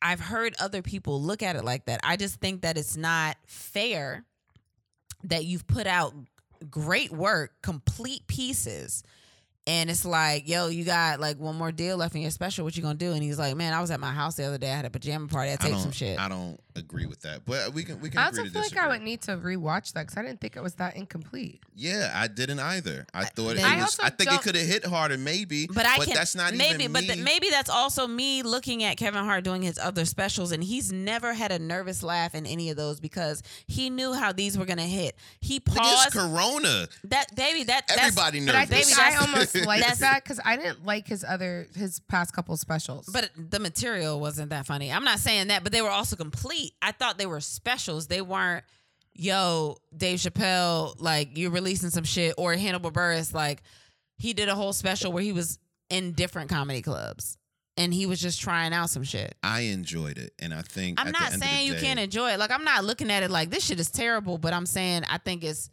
Speaker 1: I've heard other people look at it like that. I just think that it's not fair that you've put out great work, complete pieces. And it's like, yo, you got like one more deal left in your special. What you gonna do? And he's like, man, I was at my house the other day. I had a pajama party. I
Speaker 2: I
Speaker 1: taped
Speaker 2: don't
Speaker 1: some shit.
Speaker 2: I don't agree with that. But we can we can
Speaker 3: I
Speaker 2: agree
Speaker 3: also
Speaker 2: to
Speaker 3: feel
Speaker 2: disagree.
Speaker 3: like I would need to rewatch that because I didn't think it was that incomplete.
Speaker 2: yeah, I didn't either. I thought it
Speaker 1: I
Speaker 2: was,
Speaker 3: also
Speaker 2: I think it
Speaker 3: don't-
Speaker 2: could have hit harder, maybe.
Speaker 1: But I can
Speaker 2: that's not
Speaker 1: maybe.
Speaker 2: even
Speaker 1: but
Speaker 2: me.
Speaker 1: th- maybe that's also me looking at Kevin Hart doing his other specials, and he's never had a nervous laugh in any of those because he knew how these were gonna hit. He
Speaker 2: Nigga, it's
Speaker 1: paused.
Speaker 2: Corona.
Speaker 1: that baby, that that's,
Speaker 2: Everybody
Speaker 3: But I
Speaker 2: nervous.
Speaker 3: think
Speaker 1: Baby,
Speaker 3: I
Speaker 1: that's-
Speaker 3: almost
Speaker 1: that's-
Speaker 3: liked that because I didn't like his other his past couple specials.
Speaker 1: But the material wasn't that funny. I'm not saying that, but they were also complete. I thought they were specials. They weren't. Yo, Dave Chappelle, like you're releasing some shit, or Hannibal Burris, like he did a whole special where he was in different comedy clubs and he was just trying out some shit.
Speaker 2: I enjoyed it, and I think
Speaker 1: I'm
Speaker 2: at
Speaker 1: not
Speaker 2: the end
Speaker 1: saying
Speaker 2: of
Speaker 1: you
Speaker 2: the day,
Speaker 1: can't enjoy it. Like I'm not looking at it like this shit is terrible, but I'm saying I think it's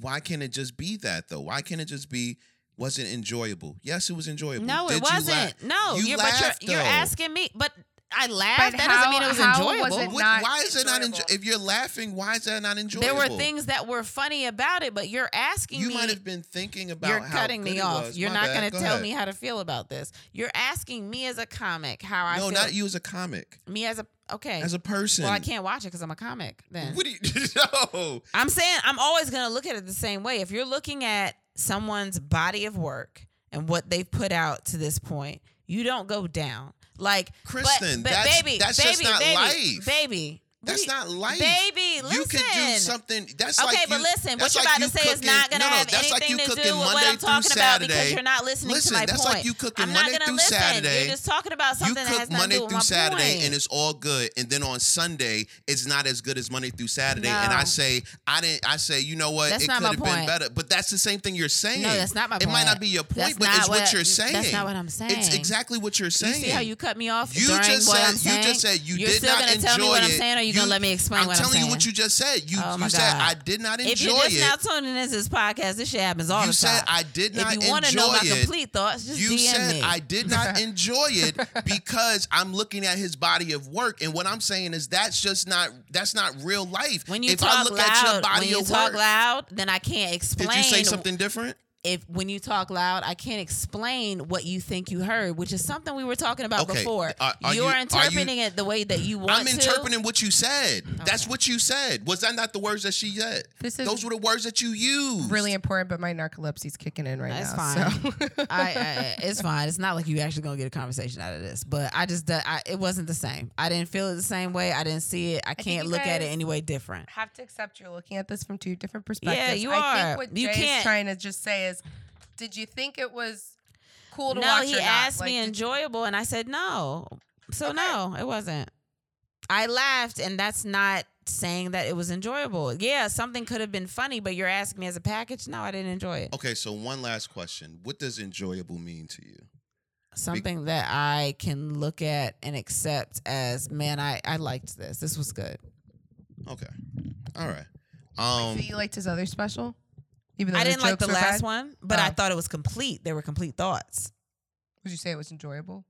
Speaker 2: Why can't it just be that though? Why can't it just be? Was it enjoyable? Yes, it was enjoyable.
Speaker 1: no,
Speaker 2: Did
Speaker 1: it
Speaker 2: you
Speaker 1: wasn't.
Speaker 2: laugh?
Speaker 1: No,
Speaker 2: you
Speaker 1: are
Speaker 2: laughed,
Speaker 1: but you're, you're
Speaker 2: though.
Speaker 1: asking me, but I laughed.
Speaker 3: But
Speaker 1: that
Speaker 3: how-
Speaker 1: doesn't mean it was
Speaker 3: how was
Speaker 1: enjoyable.
Speaker 3: it
Speaker 2: What-
Speaker 3: not
Speaker 2: why is it not enjoy-
Speaker 3: enjoyable.
Speaker 2: if you're laughing? Why is that not
Speaker 1: there
Speaker 2: enjoyable?
Speaker 1: were things that were funny about it, but you're asking
Speaker 2: you
Speaker 1: me.
Speaker 2: might have been thinking about.
Speaker 1: you're
Speaker 2: how
Speaker 1: cutting
Speaker 2: good
Speaker 1: me
Speaker 2: it
Speaker 1: off.
Speaker 2: was.
Speaker 1: You're
Speaker 2: My
Speaker 1: not
Speaker 2: bad.
Speaker 1: gonna
Speaker 2: Go
Speaker 1: tell
Speaker 2: ahead.
Speaker 1: me how to feel about this. You're asking me as a comic how I
Speaker 2: No,
Speaker 1: feel.
Speaker 2: not you as a comic,
Speaker 1: Me as a okay.
Speaker 2: as a person.
Speaker 1: well, I can't watch it because I'm a comic. Then
Speaker 2: What do you? No.
Speaker 1: I'm saying I'm always going to look at it the same way. If you're looking at someone's body of work and what they've put out to this point, you don't go down. Like, but-
Speaker 2: Kristen,
Speaker 1: but,
Speaker 2: that's-
Speaker 1: baby,
Speaker 2: that's
Speaker 1: baby,
Speaker 2: just not
Speaker 1: baby,
Speaker 2: life.
Speaker 1: Baby,
Speaker 2: That's not life.
Speaker 1: Baby, listen.
Speaker 2: You can do something. That's
Speaker 1: okay,
Speaker 2: like
Speaker 1: but
Speaker 2: you-
Speaker 1: listen, what
Speaker 2: that's
Speaker 1: you're
Speaker 2: like
Speaker 1: about to say is
Speaker 2: cooking-
Speaker 1: not going to
Speaker 2: no, no,
Speaker 1: have
Speaker 2: that's like
Speaker 1: anything
Speaker 2: you
Speaker 1: to
Speaker 2: cooking
Speaker 1: do with
Speaker 2: Monday
Speaker 1: what I'm
Speaker 2: through
Speaker 1: talking about because
Speaker 2: Saturday.
Speaker 1: you're not listening
Speaker 2: Listen,
Speaker 1: to my
Speaker 2: that's
Speaker 1: point.
Speaker 2: like you cooking
Speaker 1: I'm not
Speaker 2: Monday
Speaker 1: gonna
Speaker 2: through
Speaker 1: listen.
Speaker 2: Saturday.
Speaker 1: You're just talking about
Speaker 2: You
Speaker 1: something that
Speaker 2: cook
Speaker 1: has nothing to
Speaker 2: Monday
Speaker 1: do with
Speaker 2: through
Speaker 1: my
Speaker 2: Saturday
Speaker 1: point.
Speaker 2: and it's all good, and then on Sunday it's not as good as Monday through Saturday. And
Speaker 1: No.
Speaker 2: I say, I didn't. I say, you know what?
Speaker 1: That's
Speaker 2: it
Speaker 1: not
Speaker 2: could
Speaker 1: my
Speaker 2: have been
Speaker 1: point.
Speaker 2: better, but that's the same thing you're saying.
Speaker 1: No, that's not my
Speaker 2: It might
Speaker 1: point.
Speaker 2: not be your point,
Speaker 1: That's
Speaker 2: but
Speaker 1: not
Speaker 2: it's what,
Speaker 1: what-
Speaker 2: you're
Speaker 1: that's
Speaker 2: saying.
Speaker 1: not what I'm
Speaker 2: It's
Speaker 1: saying.
Speaker 2: exactly what you're saying.
Speaker 1: You see how you cut me off
Speaker 2: You
Speaker 1: during
Speaker 2: just
Speaker 1: what
Speaker 2: said
Speaker 1: I'm saying?
Speaker 2: you just said you
Speaker 1: You're
Speaker 2: did
Speaker 1: still
Speaker 2: not
Speaker 1: gonna
Speaker 2: enjoy
Speaker 1: tell me what I'm
Speaker 2: it.
Speaker 1: saying, or you gonna let me explain
Speaker 2: I'm
Speaker 1: what I'm
Speaker 2: telling you what
Speaker 1: saying?
Speaker 2: you just said. You
Speaker 1: Oh, my
Speaker 2: you said
Speaker 1: God.
Speaker 2: I did not enjoy
Speaker 1: If you're just
Speaker 2: it.
Speaker 1: now tuning into this podcast, this shit happens all
Speaker 2: you
Speaker 1: the
Speaker 2: said
Speaker 1: time.
Speaker 2: I did not
Speaker 1: if you
Speaker 2: enjoy
Speaker 1: want to know my
Speaker 2: it.
Speaker 1: complete thoughts, just
Speaker 2: you
Speaker 1: DM
Speaker 2: said
Speaker 1: me.
Speaker 2: I did not enjoy it because I'm looking at his body of work, and what I'm saying is that's just not that's not real life.
Speaker 1: when you
Speaker 2: if
Speaker 1: talk
Speaker 2: I look
Speaker 1: loud,
Speaker 2: at your body
Speaker 1: when you
Speaker 2: of
Speaker 1: talk
Speaker 2: work,
Speaker 1: loud, then I can't explain.
Speaker 2: did you say something different?
Speaker 1: If when you talk loud, I can't explain what you think you heard, which is something we were talking about
Speaker 2: Okay,
Speaker 1: before.
Speaker 2: are- are you-
Speaker 1: You're
Speaker 2: are you-
Speaker 1: interpreting it the way that you want
Speaker 2: I'm
Speaker 1: to.
Speaker 2: interpreting what you said. That's what you said. Was that not the words that she said?
Speaker 3: This is
Speaker 2: Those were the words that you used.
Speaker 3: really important, but my narcolepsy's kicking in right
Speaker 1: That's
Speaker 3: now. So.
Speaker 1: I, I it's fine. It's not like you actually gonna get a conversation out of this, but I just I, it wasn't the same. I didn't feel it the same way. I didn't see it. I
Speaker 3: think
Speaker 1: can't
Speaker 3: you
Speaker 1: look at it
Speaker 3: guys-
Speaker 1: any way different.
Speaker 3: have to accept you're looking at this from two different perspectives.
Speaker 1: you
Speaker 3: I
Speaker 1: are.
Speaker 3: think what
Speaker 1: You
Speaker 3: Jay
Speaker 1: can't-
Speaker 3: is trying to just say is, did you think it was cool to
Speaker 1: no,
Speaker 3: watch?
Speaker 1: he
Speaker 3: or not?
Speaker 1: asked
Speaker 3: Like,
Speaker 1: me
Speaker 3: did-
Speaker 1: enjoyable, and I said no. So
Speaker 3: Okay.
Speaker 1: no, it wasn't. I laughed, and that's not saying that it was enjoyable. Yeah, something could have been funny, but you're asking me as a package. No, I didn't enjoy it.
Speaker 2: Okay, so one last question: What does enjoyable mean to you?
Speaker 1: Something that I can look at and accept as, man, I I liked this. This was good.
Speaker 2: Okay, all right.
Speaker 3: Wait,
Speaker 2: Um,
Speaker 3: so you liked his other special? Even though
Speaker 1: I didn't like the
Speaker 3: jokes were
Speaker 1: last
Speaker 3: bad?
Speaker 1: one, but I
Speaker 3: Oh.
Speaker 1: thought it was complete. There were complete thoughts.
Speaker 3: Would you say it was enjoyable?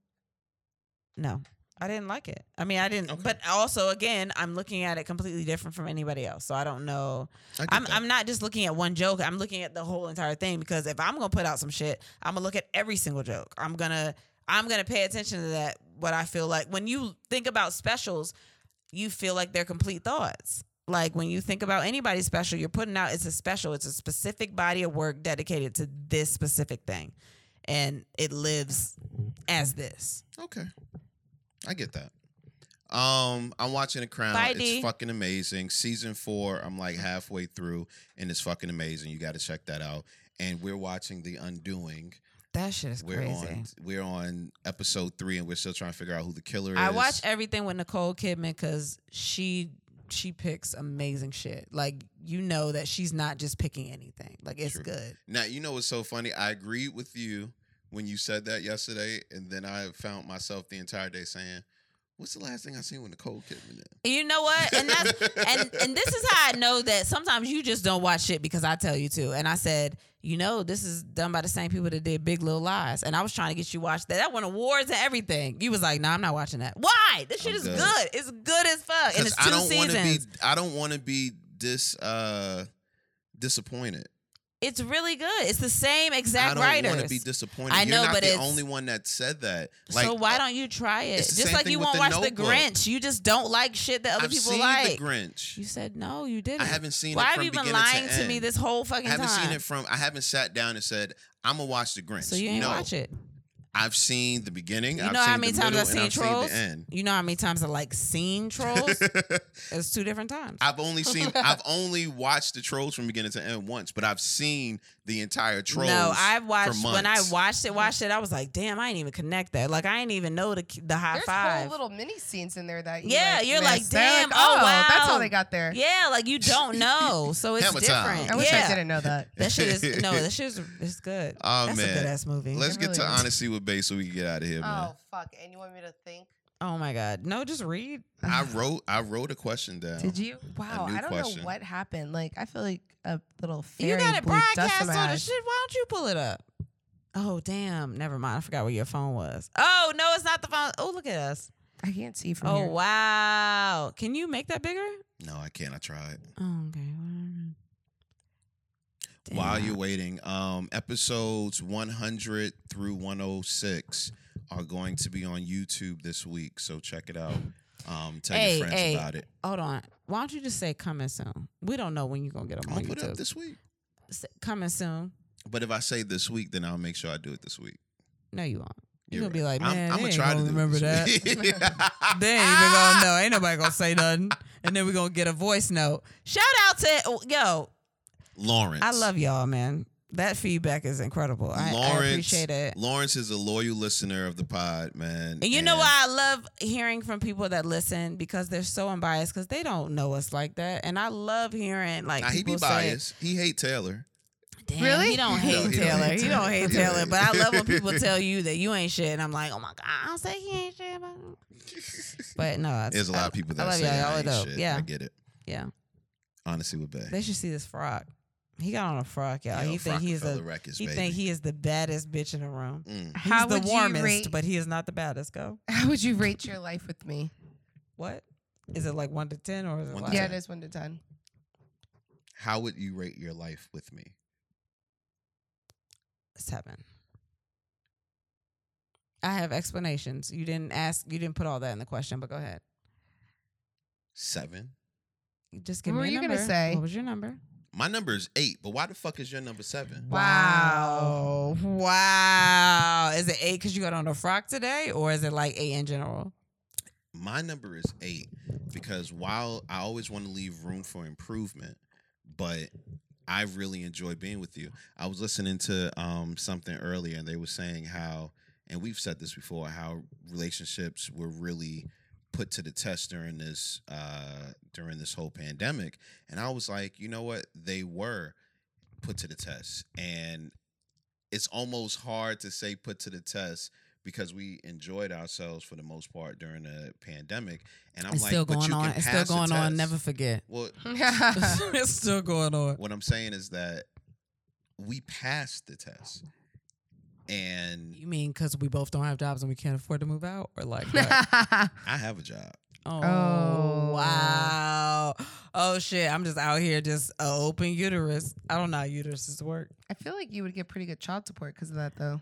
Speaker 1: No, I didn't like it. I mean, I didn't.
Speaker 2: Okay.
Speaker 1: But also, again, I'm looking at it completely different from anybody else. So I don't know.
Speaker 2: I get
Speaker 1: I'm,
Speaker 2: that.
Speaker 1: I'm not just looking at one joke. I'm looking at the whole entire thing because if I'm gonna put out some shit, I'm gonna look at every single joke. I'm gonna I'm gonna pay attention to that. What I feel like when you think about specials, you feel like they're complete thoughts. Like when you think about anybody's special, you're putting out it's a special. It's a specific body of work dedicated to this specific thing, and it lives as this.
Speaker 2: Okay. I get that. Um, I'm watching The Crown.
Speaker 1: Bye,
Speaker 2: it's
Speaker 1: D.
Speaker 2: fucking amazing. Season four, I'm like halfway through, and it's fucking amazing. You got to check that out. And we're watching The Undoing.
Speaker 1: That shit is
Speaker 2: We're
Speaker 1: crazy.
Speaker 2: on we're on episode three, and we're still trying to figure out who the killer is.
Speaker 1: I watch e everything with Nicole Kidman because she she picks amazing shit. Like you know that she's not just picking anything. Like it's
Speaker 2: True.
Speaker 1: good.
Speaker 2: Now you know what's so funny. I agreed with you when you said that yesterday, and then I found myself the entire day saying, "What's the last thing I seen with Nicole Kidman?" in?"
Speaker 1: And you know what? And that's and and this is how I know that sometimes you just don't watch shit because I tell you to. And I said, you know, this is done by the same people that did Big Little Lies. And I was trying to get you watched that. That won awards and everything. You was like, no, nah, I'm not watching that. Why? This shit
Speaker 2: I'm
Speaker 1: is
Speaker 2: good.
Speaker 1: good. It's good as fuck. Uh, And it's
Speaker 2: Because
Speaker 1: two
Speaker 2: I don't want to be
Speaker 1: seasons.
Speaker 2: I don't want to be dis uh disappointed.
Speaker 1: It's really good. It's the same exact
Speaker 2: I don't
Speaker 1: writers.
Speaker 2: want to be disappointed.
Speaker 1: I know,
Speaker 2: You're not
Speaker 1: but
Speaker 2: the
Speaker 1: it's-
Speaker 2: only one that said that.
Speaker 1: so why don't you try it?
Speaker 2: uh, it's the
Speaker 1: Just
Speaker 2: same
Speaker 1: like
Speaker 2: thing
Speaker 1: you
Speaker 2: with
Speaker 1: won't
Speaker 2: The
Speaker 1: watch The
Speaker 2: Notebook.
Speaker 1: Grinch. You just don't like shit that other
Speaker 2: I've
Speaker 1: people
Speaker 2: seen
Speaker 1: like.
Speaker 2: the Grinch?
Speaker 1: You said no, you didn't.
Speaker 2: I haven't seen
Speaker 1: Why
Speaker 2: it
Speaker 1: have
Speaker 2: from
Speaker 1: you been
Speaker 2: beginning
Speaker 1: lying
Speaker 2: to,
Speaker 1: to,
Speaker 2: end.
Speaker 1: me this whole fucking
Speaker 2: I haven't
Speaker 1: time?
Speaker 2: seen it from. I haven't sat down and said I'm gonna watch the Grinch.
Speaker 1: so you ain't
Speaker 2: no,
Speaker 1: watch it.
Speaker 2: I've seen the beginning.
Speaker 1: You
Speaker 2: I've
Speaker 1: know
Speaker 2: seen
Speaker 1: how many
Speaker 2: the
Speaker 1: times
Speaker 2: middle,
Speaker 1: I've
Speaker 2: and
Speaker 1: seen trolls?
Speaker 2: the end.
Speaker 1: You know how many times I like seen trolls? it's two different times.
Speaker 2: I've only seen. I've only watched the trolls from beginning to end once, but I've seen the entire trolls.
Speaker 1: no,
Speaker 2: for
Speaker 1: I've watched when I
Speaker 2: months.
Speaker 1: watched it, watched it. I was like, damn, I didn't even connect that. Like I didn't even know the the high
Speaker 3: There's
Speaker 1: Ah, five.
Speaker 3: whole little mini scenes in there that you
Speaker 1: Yeah,
Speaker 3: like,
Speaker 1: you're like,
Speaker 3: missed. They're
Speaker 1: damn, oh,
Speaker 3: that's
Speaker 1: wow.
Speaker 3: how they got there.
Speaker 1: yeah, like you don't know, so it's
Speaker 2: Hammer time.
Speaker 1: different.
Speaker 3: I wish
Speaker 1: yeah.
Speaker 3: I didn't know that.
Speaker 1: That shit is no, that shit is it's good.
Speaker 2: Oh,
Speaker 1: That's
Speaker 2: man.
Speaker 1: a good ass movie.
Speaker 2: Let's
Speaker 3: It
Speaker 2: get to
Speaker 3: really is.
Speaker 2: honesty with Bay so we can get out of here, man.
Speaker 3: Oh fuck! And you want me to think?
Speaker 1: Oh my god. No, just read.
Speaker 2: I wrote. I wrote a question down.
Speaker 3: Did you? Wow,
Speaker 2: new
Speaker 3: I don't
Speaker 2: question.
Speaker 3: know what happened. Like I feel like a little fairy
Speaker 1: you got it
Speaker 3: blew dust
Speaker 1: broadcast
Speaker 3: in my
Speaker 1: on the
Speaker 3: eyes.
Speaker 1: shit. Why don't you pull it up? Oh damn. Never mind. I forgot where your phone was. Oh no, it's not the phone. Oh look at us.
Speaker 3: I can't see from
Speaker 1: Oh
Speaker 3: here.
Speaker 1: wow. Can you make that bigger?
Speaker 2: No, I can't. I tried.
Speaker 1: Oh, okay.
Speaker 2: While
Speaker 1: Damn.
Speaker 2: you're waiting, um, episodes 100 through 106 are going to be on YouTube this week, so check it out. Um, tell
Speaker 1: Hey,
Speaker 2: your friends
Speaker 1: hey,
Speaker 2: about it.
Speaker 1: Hold on. Why don't you just say coming soon? We don't know when you're gonna get them
Speaker 2: I'm
Speaker 1: on
Speaker 2: gonna put it up
Speaker 1: YouTube.
Speaker 2: this week.
Speaker 1: S- coming soon.
Speaker 2: But if I say this week, then I'll make sure I do it this week.
Speaker 1: No, you won't. You're
Speaker 2: You're
Speaker 1: gonna be like, man,
Speaker 2: I'ma
Speaker 1: they ain't gonna remember that.
Speaker 2: this. Ah!
Speaker 1: They ain't even gonna know. Ain't nobody gonna say nothing. And then we're gonna get a voice note. Shout out to yo,
Speaker 2: Lawrence.
Speaker 1: I love y'all, man. That feedback is incredible. I, I appreciate it.
Speaker 2: Lawrence is a loyal listener of the pod, man.
Speaker 1: And you know why I love hearing from people that listen because they're so unbiased because they don't know us like that. And I love hearing like
Speaker 2: Nah, he
Speaker 1: people
Speaker 2: be
Speaker 1: say,
Speaker 2: biased. He hate Taylor.
Speaker 1: Damn,
Speaker 3: Really?
Speaker 1: He don't
Speaker 2: He
Speaker 1: hate
Speaker 2: don't- he don't
Speaker 1: Taylor.
Speaker 2: hate
Speaker 1: he don't hate
Speaker 2: Taylor.
Speaker 1: Taylor. But I love when people tell you that you ain't shit, and I'm like, oh my god, I don't say he ain't shit. But, but no, it's-
Speaker 2: There's a lot of people
Speaker 1: I
Speaker 2: that
Speaker 1: love
Speaker 2: say
Speaker 1: y'all.
Speaker 2: I
Speaker 1: Y'all are
Speaker 2: ain't
Speaker 1: dope.
Speaker 2: shit.
Speaker 1: Yeah.
Speaker 2: I get it.
Speaker 1: yeah.
Speaker 2: Honestly, with Bay.
Speaker 1: They should see this frog. He got on a frog, y'all.
Speaker 2: Yo,
Speaker 1: he think he is
Speaker 2: Rockefeller
Speaker 1: the
Speaker 2: Records,
Speaker 1: he
Speaker 2: baby.
Speaker 1: think he is the baddest bitch in the room.
Speaker 2: Mm.
Speaker 1: He's
Speaker 3: How
Speaker 1: the
Speaker 3: would you
Speaker 1: warmest,
Speaker 3: rate-
Speaker 1: but he is not the baddest. Go.
Speaker 3: How would you rate your life with me?
Speaker 1: What? Is it like one to ten or is it
Speaker 2: One to
Speaker 1: like
Speaker 3: Yeah, it is one to ten.
Speaker 2: How would you rate your life with me?
Speaker 1: seven? I have explanations. You didn't ask. You didn't put all that in the question, but go ahead.
Speaker 2: Seven.
Speaker 1: Just give
Speaker 3: What
Speaker 1: me
Speaker 3: were
Speaker 1: a
Speaker 3: you gonna
Speaker 1: number.
Speaker 3: say?
Speaker 1: What was your number?
Speaker 2: My number is eight, but why the fuck is your number seven?
Speaker 1: Wow. Wow. Is it eight because you got on a frock today, or is it like eight in general?
Speaker 2: My number is eight because while I always want to leave room for improvement, but I really enjoy being with you. I was listening to um, something earlier and they were saying how, and we've said this before, how relationships were really put to the test during this uh, during this whole pandemic. And I was like, you know what? They were put to the test, and it's almost hard to say put to the test because we enjoyed ourselves for the most part during the pandemic. And I'm
Speaker 1: it's
Speaker 2: like,
Speaker 1: still
Speaker 2: but
Speaker 1: going
Speaker 2: you
Speaker 1: on.
Speaker 2: can
Speaker 1: It's still
Speaker 2: pass the
Speaker 1: going on.
Speaker 2: test.
Speaker 1: Never forget.
Speaker 2: Well,
Speaker 1: it's still going on.
Speaker 2: what I'm saying is that we passed the test, and
Speaker 1: You mean because we both don't have jobs and we can't afford to move out, or like? what?
Speaker 2: I have a job.
Speaker 1: Oh,
Speaker 3: Oh.
Speaker 1: wow. Oh shit. I'm just out here just a open uterus. I don't know how uteruses work.
Speaker 3: I feel like you would get pretty good child support because of that, though.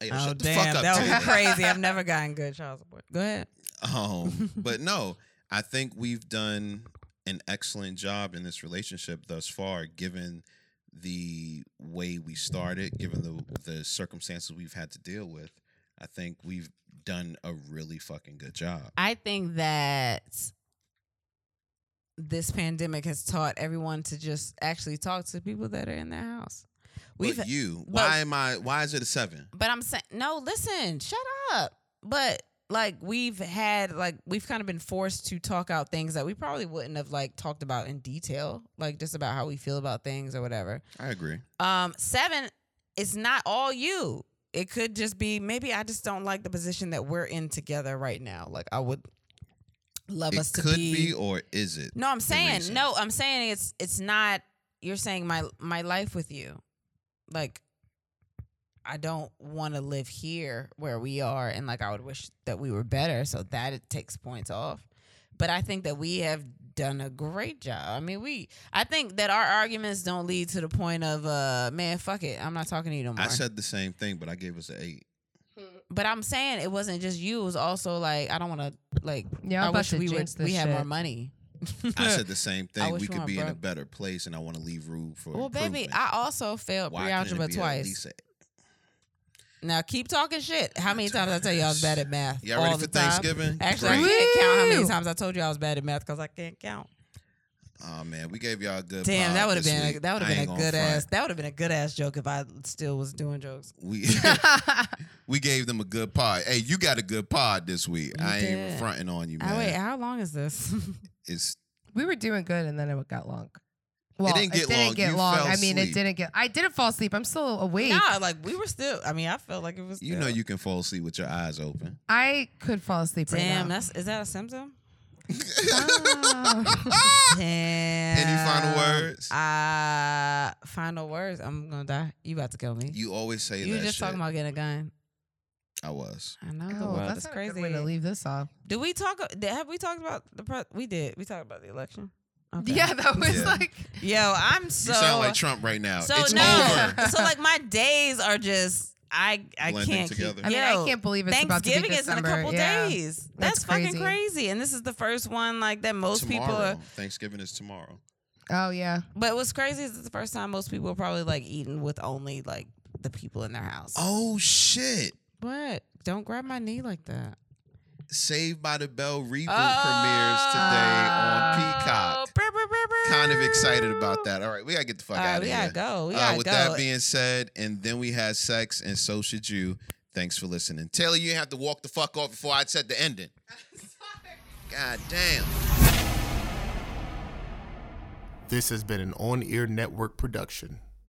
Speaker 2: Hey,
Speaker 1: oh
Speaker 2: shut the
Speaker 1: damn.
Speaker 2: fuck up,
Speaker 1: that
Speaker 2: Taylor.
Speaker 1: was crazy. I've never gotten good child support. Go ahead.
Speaker 2: Um, but no, I think we've done an excellent job in this relationship thus far, given the way we started, given the the circumstances we've had to deal with. I think we've done a really fucking good job.
Speaker 1: I think that this pandemic has taught everyone to just actually talk to people that are in their house. We've
Speaker 2: but you,
Speaker 1: but-
Speaker 2: why am I? Why is it a seven?
Speaker 1: But I'm saying, no, listen, shut up. But like we've had, like we've kind of been forced to talk out things that we probably wouldn't have like talked about in detail, like just about how we feel about things or whatever.
Speaker 2: I agree.
Speaker 1: Um, seven, it's not all you. It could just be maybe I just don't like the position that we're in together right now. Like I would love
Speaker 2: It
Speaker 1: us to
Speaker 2: could be or is it?
Speaker 1: no, I'm saying
Speaker 2: reason.
Speaker 1: no. I'm saying it's it's not. You're saying my my life with you, like I don't want to live here where we are, and like I would wish that we were better. So that it takes points off. But I think that we have done a great job. I mean, we. I think that our arguments don't lead to the point of, uh, man, fuck it, I'm not talking to you no more.
Speaker 2: I said the same thing, but I gave us an eight.
Speaker 1: but I'm saying it wasn't just you. It was also like I don't want to like.
Speaker 3: Yeah, I'm
Speaker 1: I
Speaker 3: about
Speaker 1: wish
Speaker 3: to
Speaker 1: we
Speaker 3: jinx
Speaker 1: would.
Speaker 3: this
Speaker 1: We had more
Speaker 3: shit.
Speaker 1: money.
Speaker 2: I said the same
Speaker 1: I
Speaker 2: thing.
Speaker 1: wish
Speaker 2: We
Speaker 1: we
Speaker 2: could
Speaker 1: weren't
Speaker 2: be in a
Speaker 1: broke.
Speaker 2: better place, and I want to leave room for.
Speaker 1: Well, baby,
Speaker 2: improvement.
Speaker 1: I also failed
Speaker 2: Why couldn't it
Speaker 1: pre-algebra
Speaker 2: be at
Speaker 1: twice.
Speaker 2: least a-
Speaker 1: Now keep talking shit. How many
Speaker 2: That's all
Speaker 1: times I tell you I was
Speaker 2: right.
Speaker 1: bad at math?
Speaker 2: Y'all ready
Speaker 1: all
Speaker 2: for
Speaker 1: the time.
Speaker 2: Thanksgiving?
Speaker 1: Actually,
Speaker 2: Great.
Speaker 1: I can't count how many
Speaker 3: Woo!
Speaker 1: times I told you I was bad at math because I can't count.
Speaker 2: Oh man, we gave y'all a good.
Speaker 1: Damn,
Speaker 2: pod
Speaker 1: that would have
Speaker 2: this
Speaker 1: been a,
Speaker 2: week.
Speaker 1: that would
Speaker 2: I
Speaker 1: have
Speaker 2: ain't
Speaker 1: been a
Speaker 2: gonna
Speaker 1: good
Speaker 2: front.
Speaker 1: ass that would have been a good ass joke if I still was doing jokes.
Speaker 2: We we gave them a good pod. Hey, you got a good pod this week.
Speaker 1: You
Speaker 2: I ain't
Speaker 1: did.
Speaker 2: fronting on you, man.
Speaker 1: Oh wait, how long is this?
Speaker 2: it's
Speaker 3: we were doing good, and then it got long. Well,
Speaker 2: didn't get long. You fell
Speaker 3: I mean,
Speaker 2: asleep.
Speaker 3: it didn't get. I didn't fall asleep. I'm still awake.
Speaker 1: nah, like we were still. I mean, I felt like it was.
Speaker 2: you know
Speaker 1: still-
Speaker 2: you can fall asleep with your eyes open.
Speaker 3: I could fall asleep
Speaker 1: Damn,
Speaker 3: right
Speaker 1: that's is that a symptom?
Speaker 3: now. Damn.
Speaker 1: Damn. Any
Speaker 2: final words?
Speaker 1: Uh, final words. I'm gonna die. You about to kill me.
Speaker 2: You always say
Speaker 1: You
Speaker 2: that.
Speaker 1: were just
Speaker 2: shit.
Speaker 1: talking about getting a gun.
Speaker 2: I was.
Speaker 1: I know the
Speaker 3: Oh,
Speaker 1: world
Speaker 3: that's
Speaker 1: is
Speaker 3: not
Speaker 1: crazy.
Speaker 3: a good way to leave this off.
Speaker 1: Do we talk? Have we talked about the? Pre- we did. We talked about the election. Okay.
Speaker 3: Yeah, that was
Speaker 2: Yeah.
Speaker 3: like.
Speaker 1: Yo, I'm so.
Speaker 2: you sound like Trump right now.
Speaker 1: so
Speaker 2: it's
Speaker 1: no.
Speaker 2: over.
Speaker 1: so like my days are just. I I
Speaker 2: Blending
Speaker 1: can't.
Speaker 2: together.
Speaker 1: Keep,
Speaker 3: I mean,
Speaker 1: yo,
Speaker 3: I can't believe it's about to be
Speaker 1: Thanksgiving is in a
Speaker 3: December.
Speaker 1: couple
Speaker 3: Yeah.
Speaker 1: days. That's,
Speaker 3: That's
Speaker 1: fucking
Speaker 3: crazy.
Speaker 1: crazy. And this is the first one like that most people
Speaker 2: Tomorrow.
Speaker 1: are.
Speaker 2: Thanksgiving is tomorrow.
Speaker 3: Oh yeah.
Speaker 1: But what's crazy is it's the first time most people are probably like eating with only like the people in their house.
Speaker 2: Oh shit.
Speaker 1: What? Don't grab my knee like that.
Speaker 2: Saved by the Bell reboot
Speaker 1: Oh.
Speaker 2: premieres today on Peacock. Kind of excited about that. All right, we gotta get the fuck
Speaker 1: All right,
Speaker 2: out of
Speaker 1: we
Speaker 2: here.
Speaker 1: gotta go. We
Speaker 2: Uh,
Speaker 1: gotta
Speaker 2: with
Speaker 1: go.
Speaker 2: that being said, and then we had sex, and so should you. Thanks for listening, Taylor. You have to walk the fuck off before I said the ending. God damn.
Speaker 4: This has been an on air network production.